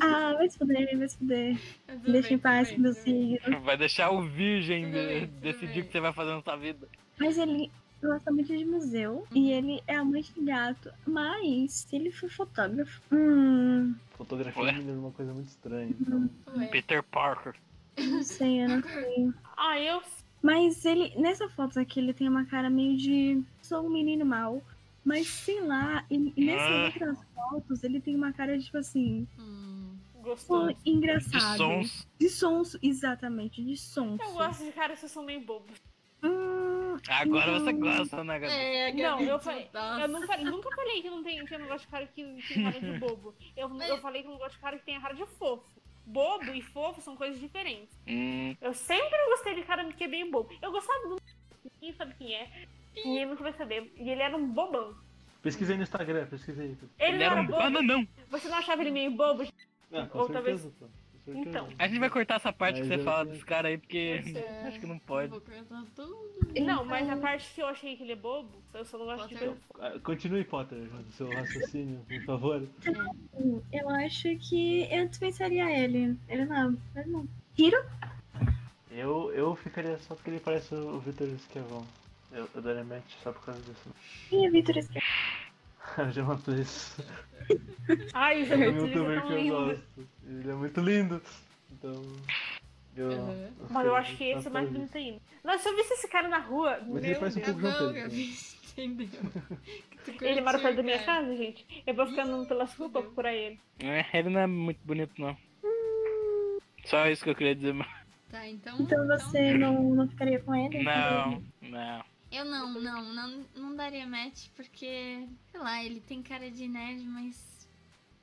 Speaker 4: Ah, vai se fuder, vai se fuder.
Speaker 1: eu tô
Speaker 4: Deixa
Speaker 1: bem,
Speaker 4: em paz
Speaker 1: tô
Speaker 4: com meu
Speaker 1: bem, tô bem.
Speaker 4: signo.
Speaker 3: vai deixar o virgem
Speaker 1: Tudo
Speaker 3: de-
Speaker 1: bem, tudo
Speaker 3: decidir
Speaker 1: bem.
Speaker 3: o que você vai fazer na sua vida.
Speaker 4: Mas ele gosta muito de museu
Speaker 2: Uhum.
Speaker 4: e ele é amante de gato. Mas se ele for fotógrafo. Hum,
Speaker 5: Fotografia
Speaker 3: Ué.
Speaker 5: me lembra uma coisa muito estranha. Então,
Speaker 1: Ué,
Speaker 3: Peter Parker.
Speaker 4: não sei, eu não sei.
Speaker 2: Ah, eu.
Speaker 4: Mas ele. Nessa foto aqui, ele tem uma cara meio de. Sou um menino mau. Mas sei lá, e e
Speaker 3: Ah.
Speaker 4: nessas outras fotos ele tem uma cara de tipo assim.
Speaker 1: hum,
Speaker 4: pô,
Speaker 2: Gostou.
Speaker 3: De
Speaker 4: engraçado.
Speaker 3: sons.
Speaker 4: De sonso, exatamente, de sonso.
Speaker 2: Eu gosto de caras que são meio bobos.
Speaker 4: Hum,
Speaker 3: Agora você gosta, né, Gabi?
Speaker 1: É,
Speaker 2: Não,
Speaker 1: Gabi, tá
Speaker 2: eu
Speaker 1: tu-
Speaker 2: falei-
Speaker 1: nossa.
Speaker 2: Eu não falei- nunca falei que não tem que eu não gosto de cara que, que tem cara de bobo. Eu, eu falei que eu não gosto de cara que tem a cara de fofo. Bobo e fofo são coisas diferentes.
Speaker 3: Hum,
Speaker 2: Eu sempre gostei de cara que é bem bobo. Eu gostava do. Ninguém sabe quem é. Ninguém nunca vai saber. E ele era um bobão.
Speaker 5: Pesquisei no Instagram, pesquisei.
Speaker 2: Ele,
Speaker 3: ele
Speaker 2: não
Speaker 3: era
Speaker 2: era
Speaker 3: um
Speaker 2: bobo.
Speaker 1: né?
Speaker 3: bananão.
Speaker 2: Você não achava ele meio bobo?
Speaker 5: Não, com
Speaker 2: Ou talvez-
Speaker 5: certeza, pô. Com certeza.
Speaker 2: Então.
Speaker 3: A gente vai cortar essa parte que
Speaker 5: Mas
Speaker 3: você
Speaker 5: eu-
Speaker 3: fala desse cara aí, porque
Speaker 1: É,
Speaker 3: acho que não
Speaker 1: eu
Speaker 3: pode.
Speaker 1: Vou cortar tudo.
Speaker 2: Não, mas a parte que eu achei que ele é bobo, eu só não gosto de
Speaker 1: Potter.
Speaker 2: coisa.
Speaker 5: Ah, Continue, Potter, o seu raciocínio, por favor.
Speaker 4: Hum, Eu acho que eu dispensaria ele. Ele não, ele não. Hiro?
Speaker 5: Eu, eu ficaria só porque ele parece o Vitor Esquevão. Eu, eu daria match só por causa disso.
Speaker 4: Ih, Vitor Esquerda.
Speaker 5: Eu já matou isso.
Speaker 2: Ai, os
Speaker 5: É um
Speaker 2: amigos
Speaker 5: youtuber
Speaker 2: estão
Speaker 5: que eu
Speaker 2: lindos.
Speaker 5: gosto. Ele é muito lindo. Então. Eu,
Speaker 1: Uhum.
Speaker 2: Mas eu acho que esse é mais
Speaker 5: bonito.
Speaker 2: bonito ainda. Nossa, se eu visse esse cara na rua,
Speaker 5: Tá Mas
Speaker 2: meu
Speaker 5: ele parece um
Speaker 1: Tá
Speaker 5: pouco João
Speaker 1: bom,
Speaker 5: Pedro.
Speaker 1: Gabi, entendeu? Tu
Speaker 2: Ele mora
Speaker 1: curtiu,
Speaker 2: perto da minha
Speaker 1: cara.
Speaker 2: casa, gente. Eu vou ficando pelas ruas pra procurar ele.
Speaker 3: É, ele não é muito bonito, não. Só isso que eu queria dizer. mas-
Speaker 1: Tá, então.
Speaker 4: Então você não, não ficaria com ele?
Speaker 3: Não, não.
Speaker 1: Eu não, não, não, não daria match porque, sei lá, ele tem cara de nerd, mas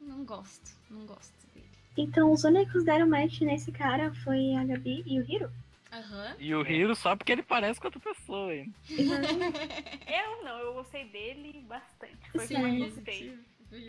Speaker 1: não gosto, não gosto dele.
Speaker 4: Então os únicos que deram match nesse cara foi a Gabi e o Hiro.
Speaker 1: Aham.
Speaker 3: E o Hiro só porque ele parece com outra pessoa, hein?
Speaker 2: Eu não, eu gostei dele bastante. Foi o que eu mais
Speaker 1: Sim,
Speaker 2: gostei.
Speaker 1: sim.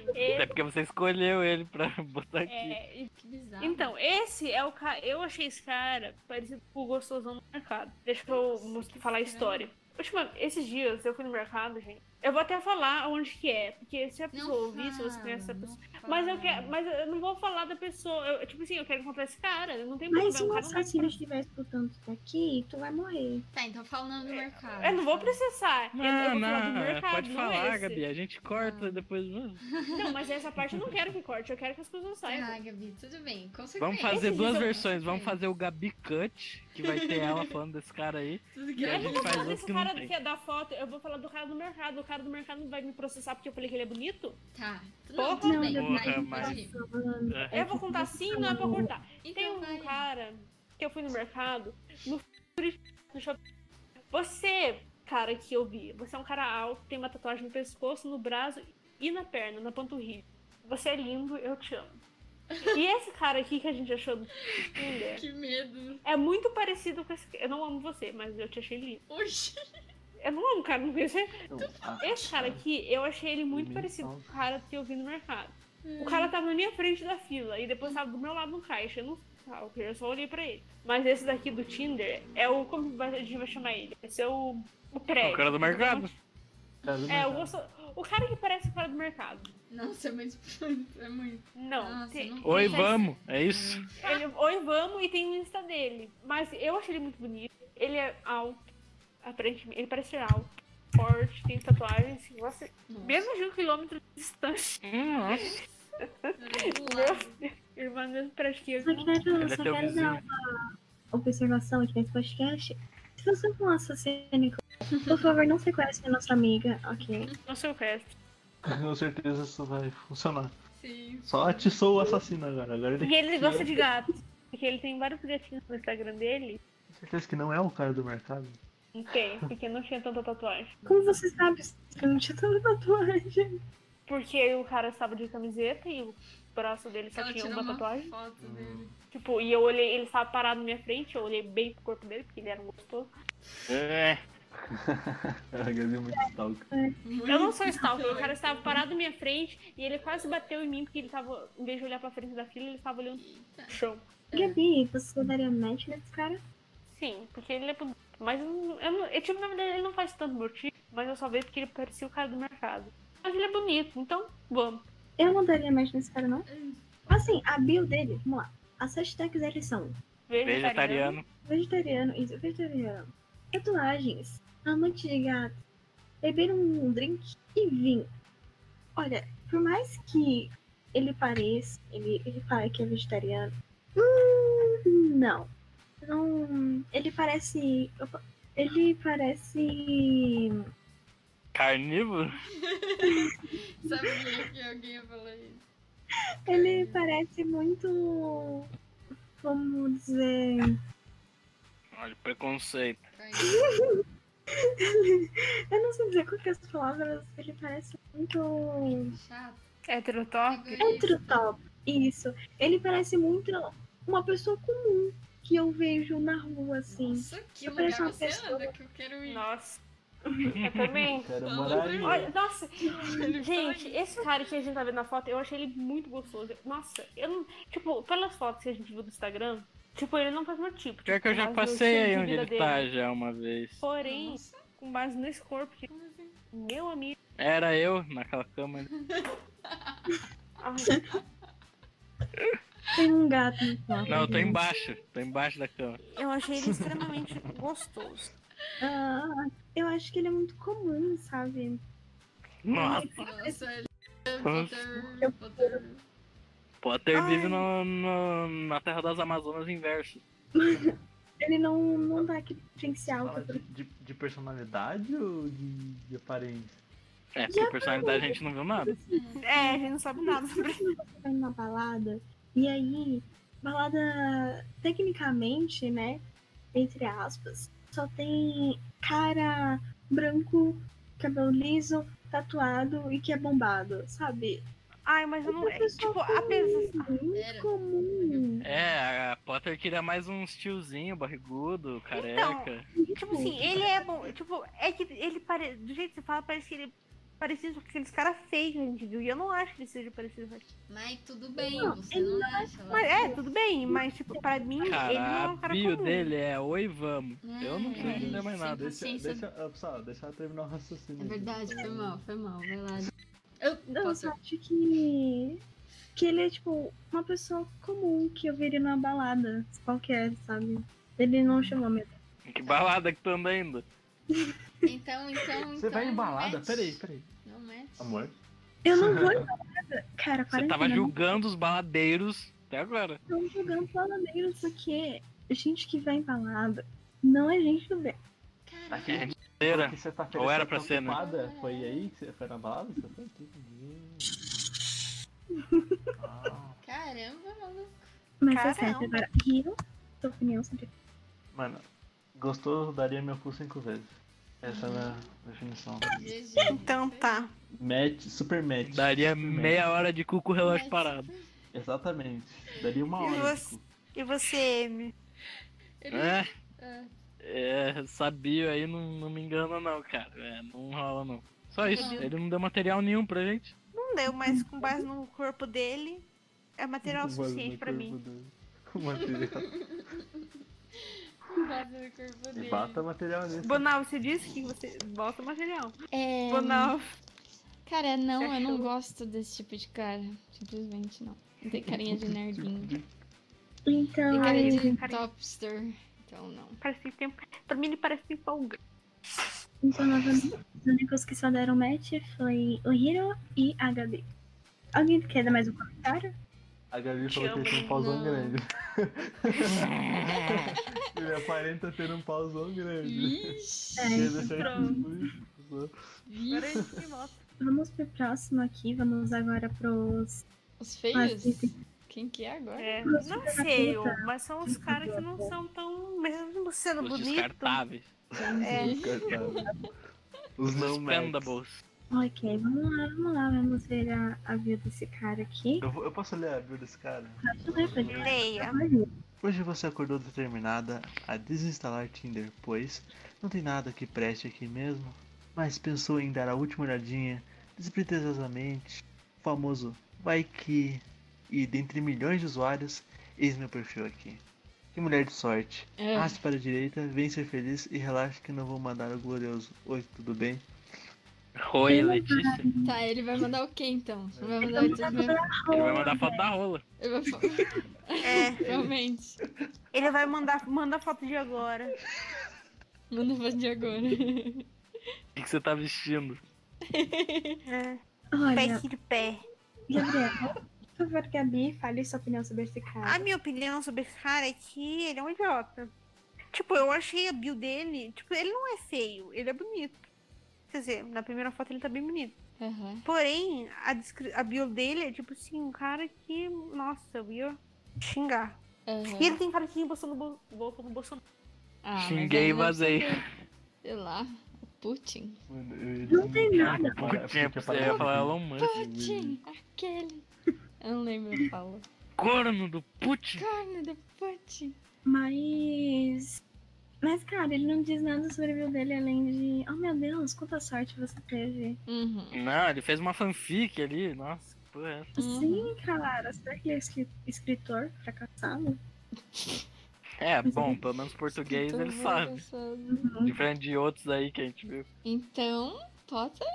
Speaker 3: Até
Speaker 2: Ele,
Speaker 3: porque você escolheu ele pra botar é aqui.
Speaker 2: é, e-
Speaker 1: Que bizarro.
Speaker 2: então, esse é o cara. Eu achei esse cara parecido com o gostosão do mercado. Deixa eu mos- falar a história. Última, esses dias eu fui no mercado, gente. Eu vou até falar onde que é, porque se a
Speaker 1: não
Speaker 2: pessoa ouvir, se você
Speaker 1: fala,
Speaker 2: conhece a
Speaker 1: não
Speaker 2: pessoa.
Speaker 1: fala.
Speaker 2: Mas eu quero, mas eu não vou falar da pessoa. Eu- tipo assim, eu quero encontrar esse cara. eu Não tem
Speaker 4: Mas se
Speaker 2: problema.
Speaker 4: um
Speaker 2: o cara não vai
Speaker 4: assassino estiver escutando isso daqui, tu vai morrer.
Speaker 1: Tá, então fala o nome do mercado.
Speaker 2: É, Eu não vou processar. eu- eu
Speaker 3: Não,
Speaker 2: vou falar do
Speaker 3: não, é
Speaker 2: mercado,
Speaker 3: pode
Speaker 2: não
Speaker 3: falar,
Speaker 2: esse.
Speaker 3: Gabi. A gente corta depois. Mano.
Speaker 2: Não, mas essa parte eu não quero que corte, eu quero que as pessoas
Speaker 1: Ah,
Speaker 2: saibam.
Speaker 1: Gabi, tudo bem.
Speaker 3: Vamos
Speaker 1: Consequência.
Speaker 3: fazer duas
Speaker 2: eu-
Speaker 3: versões. Vamos fazer o Gabi Cut, que vai ter ela falando desse cara aí.
Speaker 1: Tudo
Speaker 3: E
Speaker 1: que
Speaker 3: a
Speaker 2: Eu
Speaker 1: eu
Speaker 3: gente
Speaker 2: não vou
Speaker 1: vou
Speaker 2: falar
Speaker 3: faz
Speaker 1: falar.
Speaker 3: outro
Speaker 2: desse
Speaker 3: que não
Speaker 2: cara
Speaker 3: tem.
Speaker 2: que é da foto, eu vou falar do cara do mercado. O cara do mercado não vai me processar porque eu falei que ele é bonito.
Speaker 1: Tá. Não,
Speaker 2: Porra,
Speaker 1: tudo bem.
Speaker 4: não,
Speaker 1: Vai,
Speaker 3: Gabi.
Speaker 1: pode ir.
Speaker 3: É
Speaker 2: eu vou contar sim, não é pra cortar. Tem
Speaker 1: Então
Speaker 2: um
Speaker 1: vai.
Speaker 2: cara que eu fui no mercado, no, no shopping. Você, cara que eu vi, você é um cara alto, tem uma tatuagem no pescoço, no braço e na perna, na panturrilha. Você é lindo, eu te amo. E esse cara aqui que a gente achou do Tinder
Speaker 1: Que medo.
Speaker 2: é muito parecido com esse. Eu não amo você, mas eu te achei lindo.
Speaker 1: Oxi.
Speaker 2: Eu não amo o É cara, não conheço.
Speaker 5: Então, ah,
Speaker 2: Esse cara aqui, eu achei ele muito
Speaker 5: Ele
Speaker 2: parecido com
Speaker 5: salva.
Speaker 2: o cara que eu vi no mercado. O cara tava na minha frente da fila e depois tava do meu lado no caixa. Eu não sei, porque eu só olhei pra ele. Mas esse daqui do Tinder é o. Como a gente vai chamar ele? Esse é o. O
Speaker 3: É
Speaker 2: pré.
Speaker 3: o cara do mercado.
Speaker 5: cara do
Speaker 2: É, o,
Speaker 5: mercado.
Speaker 2: gosto... o cara que parece o cara do mercado.
Speaker 1: Nossa, mas é muito.
Speaker 2: Não.
Speaker 1: Nossa,
Speaker 2: tem-
Speaker 1: não
Speaker 3: Oi,
Speaker 1: tem-
Speaker 3: vamos. É isso.
Speaker 2: Ele... Oi, vamos, e tem o Insta dele. Mas eu achei ele muito bonito. Ele é alto. Aparentemente, ele parece ser alto. Forte, tem tatuagens. assim, Nossa,
Speaker 1: Nossa.
Speaker 2: mesmo de um quilômetro de distância.
Speaker 3: Hum, Nossa.
Speaker 1: Era do
Speaker 2: assim?
Speaker 1: lado.
Speaker 2: Irmã mesmo pra esquerda.
Speaker 4: Só quero,
Speaker 3: Ele é
Speaker 4: só quero
Speaker 3: teu
Speaker 4: dar
Speaker 3: vizinho.
Speaker 4: uma né? observação aqui nesse podcast. Se você for um assassino, por favor, não sequestre a nossa amiga, ok?
Speaker 2: Não sei o resto.
Speaker 5: Com certeza isso vai funcionar.
Speaker 1: Sim.
Speaker 5: Só atiçou o assassino agora. Agora ele
Speaker 2: E ele gosta de gatos. Porque ele tem vários gatinhos no Instagram dele.
Speaker 5: tem certeza que não é o cara do mercado.
Speaker 2: Não tem, porque não tinha tanta tatuagem.
Speaker 4: Como você sabe, eu não tinha tanta tatuagem.
Speaker 2: Porque o cara estava de camiseta e o braço dele só
Speaker 1: Ela
Speaker 2: tinha
Speaker 1: tirou
Speaker 2: uma,
Speaker 1: uma
Speaker 2: tatuagem.
Speaker 1: foto dele.
Speaker 2: Tipo, e eu olhei, ele estava parado na minha frente, eu olhei bem pro corpo dele, porque ele era um gostoso.
Speaker 3: É.
Speaker 5: A Gabi é muito stalker.
Speaker 2: Eu não sou stalker, o cara estava parado na minha frente e ele quase bateu em mim, porque ele estava, em vez de olhar pra frente da fila, ele estava olhando pro chão.
Speaker 4: Gabi, você daria match nesse cara?
Speaker 2: Sim, porque ele é bonito. Mas eu não, eu não, eu, tipo, na verdade, ele não faz tanto meu tipo, mas eu só vejo porque ele parecia o cara do mercado. Mas ele é bonito, então vamos.
Speaker 4: Eu não daria match nesse cara, não.
Speaker 3: Hum.
Speaker 4: Assim, a bio dele, vamos lá. As hashtags eles são
Speaker 3: Vegetariano.
Speaker 4: vegetariano, isso, vegetariano, tatuagens, amante de gato, beber um drink e vinho. Olha, por mais que ele pareça, ele, ele fala que é vegetariano, hum, não. Não, ele parece, opa, ele parece
Speaker 3: Carnívoro.
Speaker 1: Sabe o que- que alguém ia falar isso?
Speaker 4: Ele parece muito. Vamos dizer.
Speaker 3: Olha, preconceito.
Speaker 1: Carnívoro.
Speaker 4: Eu não sei dizer qual que é as palavras, ele parece muito.
Speaker 1: Chato.
Speaker 2: Heterotop.
Speaker 4: Heterotop. Isso. Ele parece muito uma pessoa comum que eu vejo na rua, assim.
Speaker 1: Nossa, que
Speaker 4: Eu
Speaker 1: lugar
Speaker 4: pareço uma
Speaker 1: você
Speaker 4: pessoa.
Speaker 1: anda que eu quero ir.
Speaker 2: Nossa. Eu também.
Speaker 5: Quero
Speaker 1: Não,
Speaker 5: morar
Speaker 1: não,
Speaker 5: aí.
Speaker 2: Olha, nossa,
Speaker 1: Ele tá
Speaker 2: gente,
Speaker 1: fala
Speaker 2: esse cara que a gente tá vendo na foto, eu achei ele muito gostoso. Nossa, eu não. Tipo, pelas fotos que a gente viu do Instagram, tipo, ele não faz meu tipo.
Speaker 3: Pior
Speaker 2: tipo,
Speaker 3: que eu
Speaker 2: com
Speaker 3: já
Speaker 2: base no
Speaker 3: passei
Speaker 2: estilo
Speaker 3: aí
Speaker 2: de
Speaker 3: onde
Speaker 2: vida
Speaker 3: ele
Speaker 2: dele.
Speaker 3: tá já uma vez.
Speaker 2: Porém,
Speaker 1: Nossa,
Speaker 2: com base nesse corpo, que,
Speaker 1: como assim?
Speaker 2: meu amigo.
Speaker 3: Era eu naquela cama ali.
Speaker 2: Ai,
Speaker 4: Tem um gato no quarto.
Speaker 3: Não, eu tô
Speaker 4: gente.
Speaker 3: embaixo. Tô embaixo da cama.
Speaker 6: Eu achei ele extremamente gostoso.
Speaker 4: Ah, eu acho que ele é muito comum, sabe?
Speaker 3: Nossa,
Speaker 1: Nossa, ele...
Speaker 3: Nossa.
Speaker 1: Potter, Potter.
Speaker 3: Potter
Speaker 6: Ai.
Speaker 3: vive no, no- na terra das Amazonas inverso.
Speaker 4: Ele não, não dá aquele potencial.
Speaker 5: Fala de, de- de personalidade ou de, de aparência?
Speaker 3: É, porque personalidade a gente não viu nada.
Speaker 6: É, a gente não sabe nada sobre ele.
Speaker 4: vai numa balada, e aí, balada, tecnicamente, né, entre aspas, só tem cara branco, cabelo liso, tatuado e que é bombado, sabe?
Speaker 6: Ai, mas eu não.
Speaker 4: Outra
Speaker 6: É,
Speaker 4: pessoa
Speaker 6: tipo, apesar.
Speaker 4: comum,
Speaker 1: Pera.
Speaker 4: comum.
Speaker 3: É, a Potter queria mais uns tiozinho, barrigudo,
Speaker 6: Então,
Speaker 3: careca.
Speaker 6: Tipo assim, ele é bom. Tipo, é que ele parece. Do jeito que você fala, parece que ele é parecido com aqueles caras feios que a gente viu. E eu não acho que ele seja parecido com aqueles.
Speaker 1: Mas tudo bem,
Speaker 4: Não,
Speaker 1: você não acha.
Speaker 6: Mas
Speaker 1: ela-
Speaker 6: é, tudo bem. Mas, tipo, pra mim, ele não é
Speaker 3: Cara,
Speaker 6: um
Speaker 3: a
Speaker 6: cara
Speaker 3: bio
Speaker 6: comum.
Speaker 3: dele é Oi, vamos. Eu não sei
Speaker 1: É,
Speaker 3: entender mais
Speaker 1: sem
Speaker 3: nada.
Speaker 5: Deixa,
Speaker 1: paciência.
Speaker 5: deixa, ah, pessoal, deixa ela terminar o raciocínio.
Speaker 1: É verdade, foi mal, foi mal. Vai lá. Eu,
Speaker 4: Não,
Speaker 1: Potter,
Speaker 4: só acho que. Que ele é, tipo, uma pessoa comum que eu veria numa balada qualquer, sabe? Ele não chamou minha
Speaker 3: Que balada que tu anda ainda.
Speaker 1: Então, então,
Speaker 5: Você
Speaker 1: então,
Speaker 5: vai
Speaker 1: não
Speaker 5: em balada?
Speaker 1: mete.
Speaker 5: Peraí, peraí.
Speaker 1: Não mete.
Speaker 5: Amor?
Speaker 4: Eu não vou em balada. Cara,
Speaker 3: Você tava
Speaker 4: quarentena.
Speaker 3: julgando os baladeiros até agora.
Speaker 4: Estão jogando baladeiros porque gente que vai em balada não é gente do bem.
Speaker 5: Tá
Speaker 1: Caraca,
Speaker 3: É, mentira.
Speaker 5: Porque você tá
Speaker 3: Ou era
Speaker 5: você
Speaker 3: pra
Speaker 5: tá
Speaker 3: ser, né?
Speaker 5: ocupada? Foi aí que você foi na balada? Você foi aqui comigo. Ah,
Speaker 1: caramba, maluco.
Speaker 4: Mas é
Speaker 6: Caramba.
Speaker 4: certo, agora Rio, sua opinião sobre
Speaker 5: mano, gostoso daria meu cu cinco vezes. Essa é a minha definição.
Speaker 1: GG.
Speaker 6: Então tá.
Speaker 5: Match, super match.
Speaker 3: Daria
Speaker 5: Super match.
Speaker 3: meia hora de cu com o relógio
Speaker 1: Mas-
Speaker 3: parado.
Speaker 5: Exatamente. Daria uma
Speaker 6: E
Speaker 5: hora.
Speaker 6: você?
Speaker 5: de cu.
Speaker 6: E você, M?
Speaker 1: Ele-
Speaker 3: É,
Speaker 1: Ah,
Speaker 3: é sabia aí, não, não me engana não, cara. É, não rola não. Só isso,
Speaker 1: Não.
Speaker 3: ele não deu material nenhum pra gente.
Speaker 6: Não deu, mas com base no corpo dele, é material
Speaker 5: Mano,
Speaker 6: suficiente
Speaker 5: no
Speaker 6: pra mim.
Speaker 5: corpo do- com material.
Speaker 1: bota no corpo
Speaker 5: E
Speaker 1: dele.
Speaker 5: bata material nisso.
Speaker 6: Bonal, você disse que você bota material.
Speaker 1: É,
Speaker 6: Bonal.
Speaker 1: Cara, não, eu não
Speaker 6: Cachorro.
Speaker 1: gosto desse tipo de cara. Simplesmente não. Não tem carinha de nerdinho. Tem
Speaker 4: Então,
Speaker 1: cara
Speaker 6: Ai,
Speaker 1: de
Speaker 6: carinha.
Speaker 1: topster. Então não.
Speaker 6: Parece que tem... Pra mim ele parece que tem folga.
Speaker 4: então novamente, os únicos que só deram match foi o Hiro e a Gabi. Alguém quer dar mais um comentário?
Speaker 5: A Gabi
Speaker 2: Te
Speaker 5: falou que
Speaker 2: amo,
Speaker 5: ele tem um pauzão
Speaker 1: não.
Speaker 5: grande. ele aparenta ter um pauzão grande.
Speaker 1: Ixi,
Speaker 5: Ele é certo.
Speaker 2: pronto. Agora
Speaker 1: ixi.
Speaker 2: ele se mostra.
Speaker 4: Vamos pro próximo aqui, vamos agora pros.
Speaker 1: Os
Speaker 4: Ah,
Speaker 1: feios?
Speaker 4: sim, sim.
Speaker 1: Quem que é agora?
Speaker 6: É, não sei, mas são os caras que não são tão. Mesmo
Speaker 2: Tá
Speaker 6: sendo
Speaker 3: Os
Speaker 6: bonito.
Speaker 3: descartáveis.
Speaker 6: É,
Speaker 5: Os não match.
Speaker 3: Expendables.
Speaker 4: Ok, vamos lá, vamos lá, vamos ver a, a vida desse cara aqui.
Speaker 5: Eu, vou- eu posso ler a bio desse cara?
Speaker 4: Deixa eu ler pra
Speaker 3: né?
Speaker 4: ele.
Speaker 6: leia.
Speaker 5: Hoje você acordou determinada a desinstalar Tinder, pois não tem nada que preste aqui mesmo. Mas pensou em dar a última olhadinha despretensiosamente, o famoso vai que. E dentre milhões de usuários, eis meu perfil aqui. Que mulher de sorte.
Speaker 1: É.
Speaker 5: Arraste para a direita, vem ser feliz e relaxa que não vou mandar o glorioso. Oi, tudo bem?
Speaker 3: Oi, Letícia.
Speaker 1: Tá, ele vai mandar o quê então? Vai mandar o
Speaker 4: Vamos
Speaker 1: Instagram?
Speaker 4: agora.
Speaker 3: Ele vai mandar foto da rola.
Speaker 1: Ele vai falar.
Speaker 6: É,
Speaker 1: Realmente.
Speaker 6: ele vai mandar, mandar foto de agora.
Speaker 1: Manda foto de agora.
Speaker 3: O que, que você tá vestindo?
Speaker 6: É,
Speaker 4: Olha,
Speaker 6: pé de pé.
Speaker 4: Gabriela, por favor, Gabi, fale sua opinião sobre esse cara.
Speaker 6: A
Speaker 2: Ah.
Speaker 6: minha opinião sobre esse cara é que ele é um idiota. Tipo, eu achei a bio dele. Tipo, ele não é feio, ele é bonito. Quer dizer, na primeira foto ele tá bem bonito.
Speaker 1: Aham.
Speaker 6: Porém, a, descri- a bio dele é tipo assim, um cara que, nossa, eu ia xingar.
Speaker 1: aham.
Speaker 6: E ele tem cara que votou no, Bo- votou no Bolsonaro.
Speaker 1: Ah, mas
Speaker 3: Xinguei e
Speaker 1: aí não
Speaker 3: vazei.
Speaker 1: sei. Sei lá, Putin.
Speaker 5: Mano, eu ia
Speaker 4: Não tem
Speaker 5: desmontar
Speaker 4: nada.
Speaker 5: essa parada,
Speaker 3: Putin,
Speaker 5: porque a
Speaker 3: você ia
Speaker 5: parada-
Speaker 3: falar Elon Musk.
Speaker 1: Putin, aquele. Eu não lembro a fala.
Speaker 3: Corno do Putin.
Speaker 1: Corno do Putin.
Speaker 4: Mas. Mas, cara, ele não diz nada sobre a vida dele além de. Oh meu Deus, quanta sorte você teve.
Speaker 1: Uhum.
Speaker 3: Não, ele fez uma fanfic ali, nossa, que porra é essa?
Speaker 1: Uhum.
Speaker 4: Sim, cara, será que ele é escri- escritor fracassado?
Speaker 3: É, bom, pelo menos português
Speaker 1: Então,
Speaker 3: ele
Speaker 1: vamos
Speaker 3: sabe.
Speaker 1: passando.
Speaker 3: Diferente de outros aí que a gente viu.
Speaker 1: Então, Potter,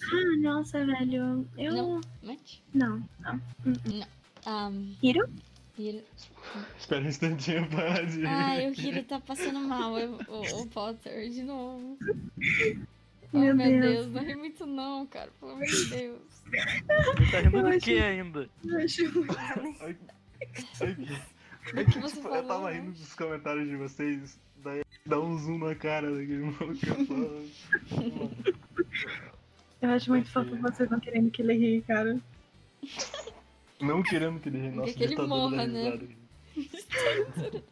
Speaker 4: Ah, nossa, velho. Eu.
Speaker 1: Não.
Speaker 4: Não.
Speaker 1: mate.
Speaker 4: não.
Speaker 1: Um,
Speaker 4: Hiro?
Speaker 1: Hiro.
Speaker 5: Espera um instantinho
Speaker 4: Ah,
Speaker 5: para de.
Speaker 1: Ai, o Hiro tá passando mal, eu- o, o Potter, de novo.
Speaker 4: Meu
Speaker 1: oh, meu
Speaker 4: Deus.
Speaker 1: Deus, não ri muito não, cara, pelo amor de Deus.
Speaker 3: Ele tá rindo
Speaker 4: Eu
Speaker 3: do
Speaker 4: achei-
Speaker 3: que ainda?
Speaker 4: Eu acho-
Speaker 6: né?
Speaker 5: Ai, ai,
Speaker 1: O que você
Speaker 5: tipo,
Speaker 1: falou? né?
Speaker 5: eu tava rindo dos comentários de vocês, daí dá um zoom na cara daquele maluco que eu falo.
Speaker 4: Eu acho muito fofo vocês não querendo que ele ri, cara.
Speaker 5: Não querendo que ele ri, nossa,
Speaker 1: que ele
Speaker 5: ditador
Speaker 1: morra,
Speaker 5: da
Speaker 1: né?
Speaker 5: risada.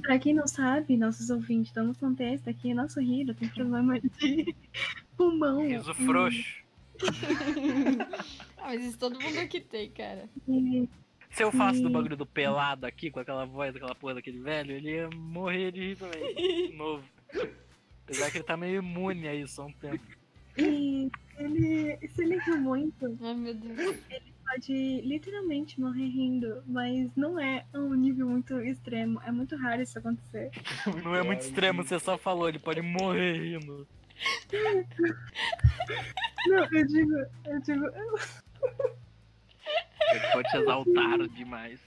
Speaker 4: Pra quem não sabe, nossos ouvintes, então dando contexto aqui, é nosso Hiro tem problema de pulmão.
Speaker 3: Riso frouxo.
Speaker 1: Ah, mas isso todo mundo aqui tem, cara.
Speaker 4: E-
Speaker 3: Se eu faço do
Speaker 4: Sim.
Speaker 3: bagulho do pelado aqui, com aquela voz, aquela porra daquele velho, ele ia morrer de rir também. De novo. Apesar que ele tá meio imune a isso há um tempo.
Speaker 4: E ele, se ele riu muito,
Speaker 1: Ai, Ah, meu Deus.
Speaker 4: pode literalmente morrer rindo, mas não é um nível muito extremo. É muito raro isso acontecer.
Speaker 3: Não é muito extremo, você só falou, ele pode morrer rindo.
Speaker 4: Não, eu digo, eu digo,
Speaker 3: Ele pode te exaltar demais.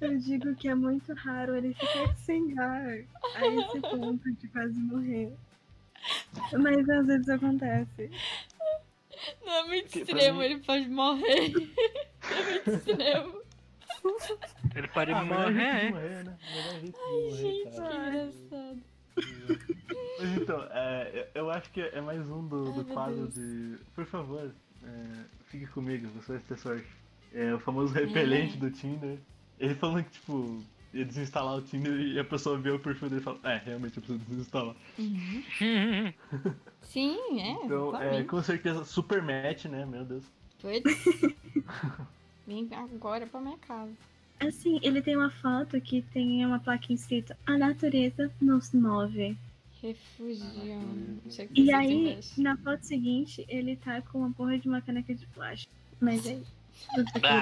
Speaker 4: eu digo que é muito raro ele ficar sem ar a esse ponto de quase morrer. Mas às vezes acontece.
Speaker 1: Não é muito
Speaker 5: Que pra
Speaker 1: extremo,
Speaker 5: mim-
Speaker 1: ele pode morrer. É muito extremo.
Speaker 3: Ele é? pode
Speaker 5: Ah, melhor jeito de
Speaker 3: morrer.
Speaker 5: morrer, né? Melhor jeito de
Speaker 1: Ai,
Speaker 5: morrer,
Speaker 1: gente, que
Speaker 5: cara.
Speaker 1: engraçado.
Speaker 5: Mas então, é, eu eu acho que é mais um do,
Speaker 1: Ai,
Speaker 5: do
Speaker 1: meu
Speaker 5: quadro
Speaker 1: Deus.
Speaker 5: de. Por favor, é, fique comigo, você vai ter sorte. É o famoso repelente do Tinder. Ele falando que, tipo, ia desinstalar o Tinder e a pessoa vê o perfil dele e fala: É, realmente eu preciso desinstalar.
Speaker 1: Uhum. Sim, é.
Speaker 5: então,
Speaker 1: pra
Speaker 5: é,
Speaker 1: mim.
Speaker 5: com certeza, super match, né? Meu Deus.
Speaker 1: Putz. Vem agora pra minha casa.
Speaker 4: Assim, ele tem uma foto que tem uma placa escrita A natureza nos move.
Speaker 1: Refugio. Não sei o que
Speaker 4: E
Speaker 1: você tem
Speaker 4: aí,
Speaker 1: mais.
Speaker 4: na foto seguinte, ele tá com uma porra de uma caneca de plástico. Mas é aí.
Speaker 3: Ah,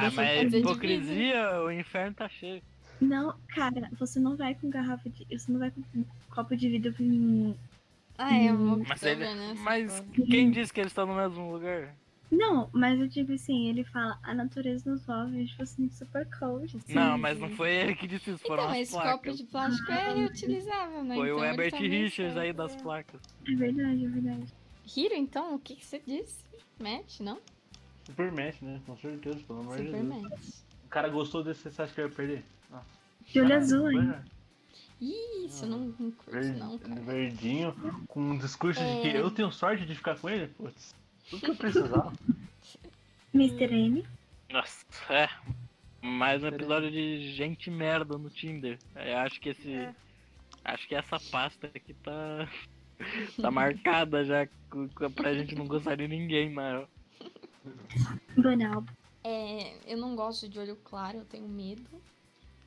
Speaker 1: Pode ser
Speaker 3: mas
Speaker 1: de
Speaker 3: hipocrisia, o inferno tá cheio.
Speaker 4: Não, cara, você não vai com garrafa de. Você não vai com copo de vidro em.
Speaker 1: Ah, é uma
Speaker 3: Mas
Speaker 1: octóvia,
Speaker 3: ele-
Speaker 1: né, essa
Speaker 3: Mas
Speaker 1: porra.
Speaker 3: quem disse que eles estão no mesmo lugar?
Speaker 4: Não, mas eu digo assim, ele fala, a natureza nos move, tipo assim, super assim. coach.
Speaker 3: Não, mas não foi ele que disse isso, foram
Speaker 1: Então,
Speaker 3: as
Speaker 1: esse copo
Speaker 3: placas.
Speaker 1: de plástico é reutilizável, né?
Speaker 3: Foi o
Speaker 1: então, ele
Speaker 3: Herbert
Speaker 1: também
Speaker 3: Richards
Speaker 1: serve
Speaker 3: aí das
Speaker 1: pra-
Speaker 3: placas.
Speaker 4: É verdade, é verdade.
Speaker 1: Hiro, então, o que, que você disse? Match, não?
Speaker 5: Super match, né? Com certeza, pelo amor de
Speaker 1: Super
Speaker 5: Deus.
Speaker 1: match.
Speaker 5: O cara gostou desse, você acha que vai perder? Ah,
Speaker 4: De olho
Speaker 5: cara,
Speaker 4: azul, hein?
Speaker 5: olha,
Speaker 1: Ih, Isso, eu não, não curto,
Speaker 5: verde-
Speaker 1: não, cara.
Speaker 5: verdinho, com um discurso de que
Speaker 1: É.
Speaker 5: eu tenho sorte de ficar com ele? Putz, tudo que eu precisava.
Speaker 4: Mr. M.
Speaker 3: Nossa, é. Mais um episódio de gente merda no Tinder. Eu acho que esse.
Speaker 2: É.
Speaker 3: Acho que essa pasta aqui tá. tá marcada já com- com- pra gente não gostar de ninguém, mas.
Speaker 4: Banal.
Speaker 1: É, eu não gosto de olho claro, eu tenho medo.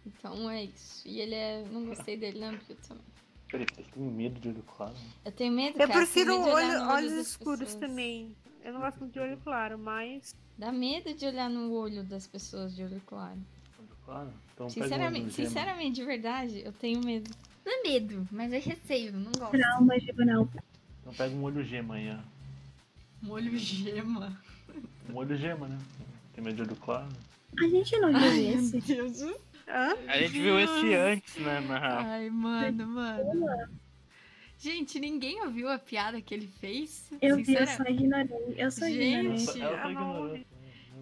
Speaker 1: Então é isso. E ele é. Não gostei dele na bio também.
Speaker 5: Peraí, eu tenho medo de olho claro. né?
Speaker 1: Eu tenho medo
Speaker 6: Eu
Speaker 1: cara,
Speaker 6: prefiro
Speaker 3: assim,
Speaker 1: tenho medo né, de olhar
Speaker 6: olho-
Speaker 1: no olho
Speaker 6: olhos
Speaker 1: das
Speaker 6: escuros
Speaker 1: pessoas.
Speaker 6: também. Eu não gosto muito de olho claro, mas.
Speaker 1: Dá medo de olhar no olho das pessoas de olho claro.
Speaker 5: Olho claro? Então
Speaker 3: um
Speaker 5: pega uma
Speaker 1: Sinceramente,
Speaker 5: algema.
Speaker 1: sinceramente, de verdade, eu tenho medo. Não é medo, mas é receio, não gosto.
Speaker 4: Traumas de banal.
Speaker 5: Então pega um olho gema aí, ó.
Speaker 1: Molho gema.
Speaker 5: Um olho gema, né? Tem medo de olho claro?
Speaker 4: A gente não viu É esse.
Speaker 1: Deus do
Speaker 6: Hã?
Speaker 3: A gente viu esse antes, né? Na...
Speaker 1: Ai, mano, mano. Gente, ninguém ouviu a piada que ele fez?
Speaker 4: Eu vi, eu
Speaker 1: Sincera-
Speaker 4: só ignorei. Eu só
Speaker 1: Gente.
Speaker 5: Ela
Speaker 4: ignorei.
Speaker 5: só- ela só
Speaker 6: Ah, não,
Speaker 5: ignorou.
Speaker 6: gente.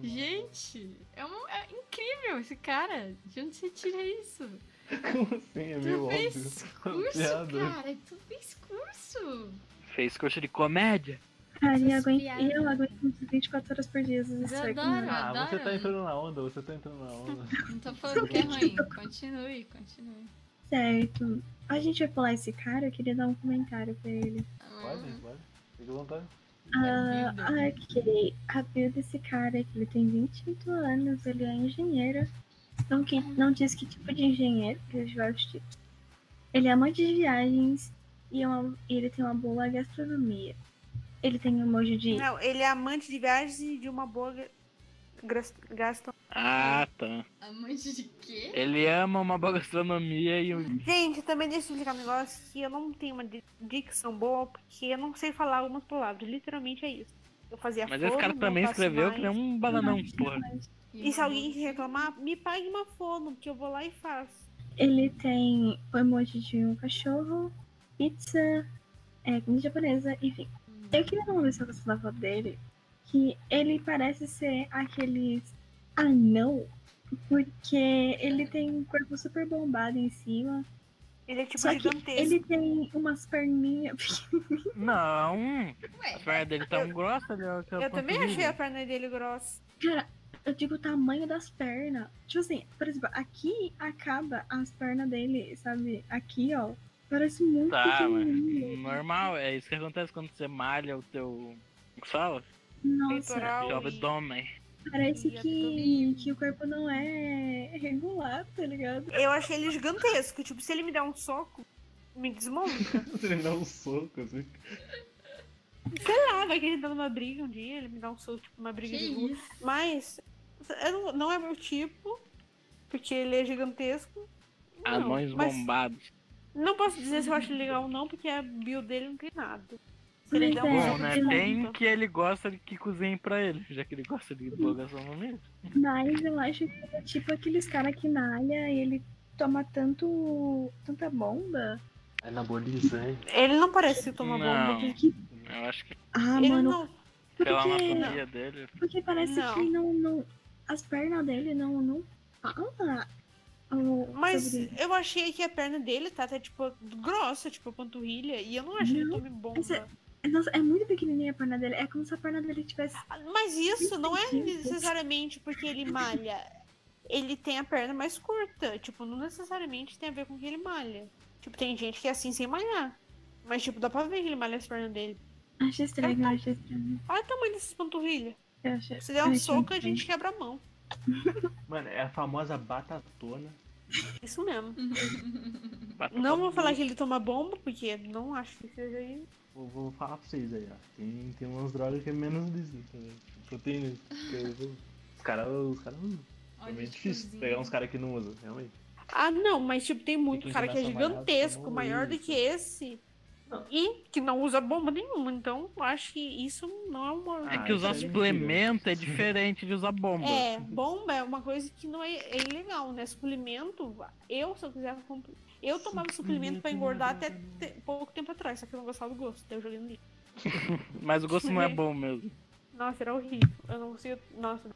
Speaker 1: Gente, é, um- é incrível esse cara. De onde você tira isso?
Speaker 5: Como assim? É meio
Speaker 1: Tu
Speaker 5: óbvio.
Speaker 1: fez curso,
Speaker 5: Piada.
Speaker 1: cara. Tu fez curso.
Speaker 3: Fez curso de comédia.
Speaker 4: Cara, e eu
Speaker 1: Essas
Speaker 4: aguento,
Speaker 1: piadas.
Speaker 4: e eu aguento uns 24 horas por dia. às vezes
Speaker 1: Eu
Speaker 4: só
Speaker 1: adoro.
Speaker 4: ignorei.
Speaker 5: Ah, você
Speaker 1: adoro.
Speaker 5: tá entrando na onda, você tá entrando na onda.
Speaker 1: Não tô falando que é ruim. Continue, continue.
Speaker 4: Certo. A gente vai pular esse cara, eu queria dar um comentário pra ele.
Speaker 5: Pode, pode. Fica à vontade.
Speaker 1: É
Speaker 4: Ah, ok. A bio desse cara é que ele tem 28 anos, ele é engenheiro. Não, que, não diz que tipo de engenheiro, que eu já acho tipo. Ele é amante de viagens e é uma- e ele tem uma boa gastronomia. Ele tem um emoji de.
Speaker 2: Não, ele é amante de viagens e de uma boa gastão.
Speaker 3: Ah, tá.
Speaker 1: Amante de quê?
Speaker 3: Ele ama uma boa gastronomia e um.
Speaker 2: Gente, também deixa eu explicar um negócio que eu não tenho uma di- dicção boa, porque eu não sei falar algumas palavras. Literalmente é isso. Eu fazia
Speaker 3: Mas
Speaker 2: fono,
Speaker 3: esse cara
Speaker 2: não
Speaker 3: também
Speaker 2: faço
Speaker 3: escreveu
Speaker 2: mais.
Speaker 3: que nem um bananão,
Speaker 4: Não,
Speaker 3: porra.
Speaker 2: E se alguém
Speaker 1: Hum.
Speaker 2: reclamar, me pague uma fono, que eu vou lá e faço.
Speaker 4: Ele tem o emoji de um cachorro, pizza, é, comida japonesa, enfim. Eu queria dar uma versão dessa da foto dele, que ele parece ser aqueles anão, porque ele tem um corpo super bombado em cima,
Speaker 2: Ele é tipo
Speaker 4: Só que
Speaker 2: gigantesco.
Speaker 4: ele tem umas perninhas
Speaker 3: Não, a
Speaker 1: Ué,
Speaker 3: perna dele tá um grossa. Ele é o que
Speaker 2: Eu
Speaker 3: aponto
Speaker 2: também
Speaker 3: de-
Speaker 2: achei a perna dele grossa.
Speaker 4: Cara, eu digo o tamanho das pernas. Tipo assim, por exemplo, aqui acaba as pernas dele, sabe? Aqui, ó. Parece muito
Speaker 3: Tá,
Speaker 4: pequenininho.
Speaker 3: mas normal, é isso que acontece quando você malha o teu. Como que fala?
Speaker 4: Nossa,
Speaker 2: Peitoral.
Speaker 3: Teu
Speaker 2: e-
Speaker 3: abdômen.
Speaker 4: parece
Speaker 2: e
Speaker 4: que, que o corpo não é regular, tá ligado?
Speaker 2: Eu achei ele gigantesco. Tipo, se ele me der um soco, me desmonta.
Speaker 5: Se ele me dá um soco, assim.
Speaker 2: ah, vai que ele dá uma briga um dia, ele me dá um soco, tipo, uma
Speaker 1: que
Speaker 2: briga de rua.
Speaker 1: isso?
Speaker 2: Mas eu não, não é meu tipo, porque ele é gigantesco. Não,
Speaker 3: Anões
Speaker 2: mas
Speaker 3: bombados.
Speaker 2: Não posso dizer se eu acho ele legal ou não, porque a bio dele não tem nada. Se
Speaker 4: Mas
Speaker 2: ele der um
Speaker 4: é,
Speaker 3: Bom,
Speaker 2: soco,
Speaker 3: né?
Speaker 2: ele
Speaker 3: Tem
Speaker 2: desmonta.
Speaker 3: que ele gosta de que cozinhe pra ele, já que ele gosta de boa gastronomia.
Speaker 4: Mas eu acho que é tipo aqueles caras que malha e ele toma tanto. tanta bomba.
Speaker 5: Anabolizante.
Speaker 2: Ele não parece tomar
Speaker 3: Não.
Speaker 2: bomba. porque
Speaker 3: Eu acho que
Speaker 4: Ah,
Speaker 2: ele
Speaker 4: mano,
Speaker 2: não.
Speaker 4: porque,
Speaker 3: pela anatomia dele.
Speaker 4: porque parece
Speaker 2: Não.
Speaker 4: que não, não. As pernas dele não, não fala. o-
Speaker 2: Mas
Speaker 4: sobre-
Speaker 2: eu achei que a perna dele tá até, tipo, grossa, tipo, a panturrilha. E eu não acho que ele
Speaker 4: Não,
Speaker 2: tome bomba.
Speaker 4: mas é- Nossa, é muito pequenininha a perna dele. É como se a perna dele tivesse.
Speaker 2: Mas isso não é
Speaker 4: Entendi.
Speaker 2: necessariamente porque ele malha. Ele tem a perna mais curta. Tipo, não necessariamente tem a ver com que ele malha. Tipo, tem gente que é assim sem malhar. Mas, tipo, dá pra ver que ele malha as pernas dele.
Speaker 4: Achei estranho, eu achei estranho.
Speaker 2: Olha o tamanho dessas panturrilhas.
Speaker 4: Eu achei...
Speaker 2: Se der um
Speaker 4: Ai,
Speaker 2: soco, a
Speaker 4: gente.
Speaker 2: gente quebra a mão.
Speaker 5: Mano, é a famosa batatona.
Speaker 2: Isso mesmo.
Speaker 3: Batata
Speaker 2: Não vou falar que ele toma bomba, porque não acho que seja isso.
Speaker 5: Vou, vou falar pra vocês aí, ó. Tem, tem umas drogas que é menos disso. Tem proteína. que eu- Os caras. Os caras.
Speaker 1: Olha,
Speaker 5: Também é
Speaker 1: de
Speaker 5: difícil
Speaker 1: cozinha.
Speaker 5: pegar uns caras que não usam, realmente.
Speaker 2: Ah, não, mas, tipo, tem muito
Speaker 5: que
Speaker 2: cara que é
Speaker 5: começa a malhar,
Speaker 2: gigantesco,
Speaker 5: toma
Speaker 2: maior do
Speaker 5: isso.
Speaker 2: que esse. E que não usa bomba nenhuma. Então, acho que isso não é uma.
Speaker 3: É
Speaker 5: Ah,
Speaker 3: que
Speaker 5: isso
Speaker 3: usar
Speaker 5: é
Speaker 3: suplemento é diferente de usar bomba.
Speaker 2: É, bomba é uma coisa que não é, é ilegal, né? Suplemento, eu, se eu quiser, comp- eu tomava suplemento pra engordar até te- pouco tempo atrás, só que eu não gostava do gosto, daí eu joguei no lixo.
Speaker 3: Mas o gosto não é bom mesmo.
Speaker 2: Nossa, era horrível. Eu não conseguia. Nossa,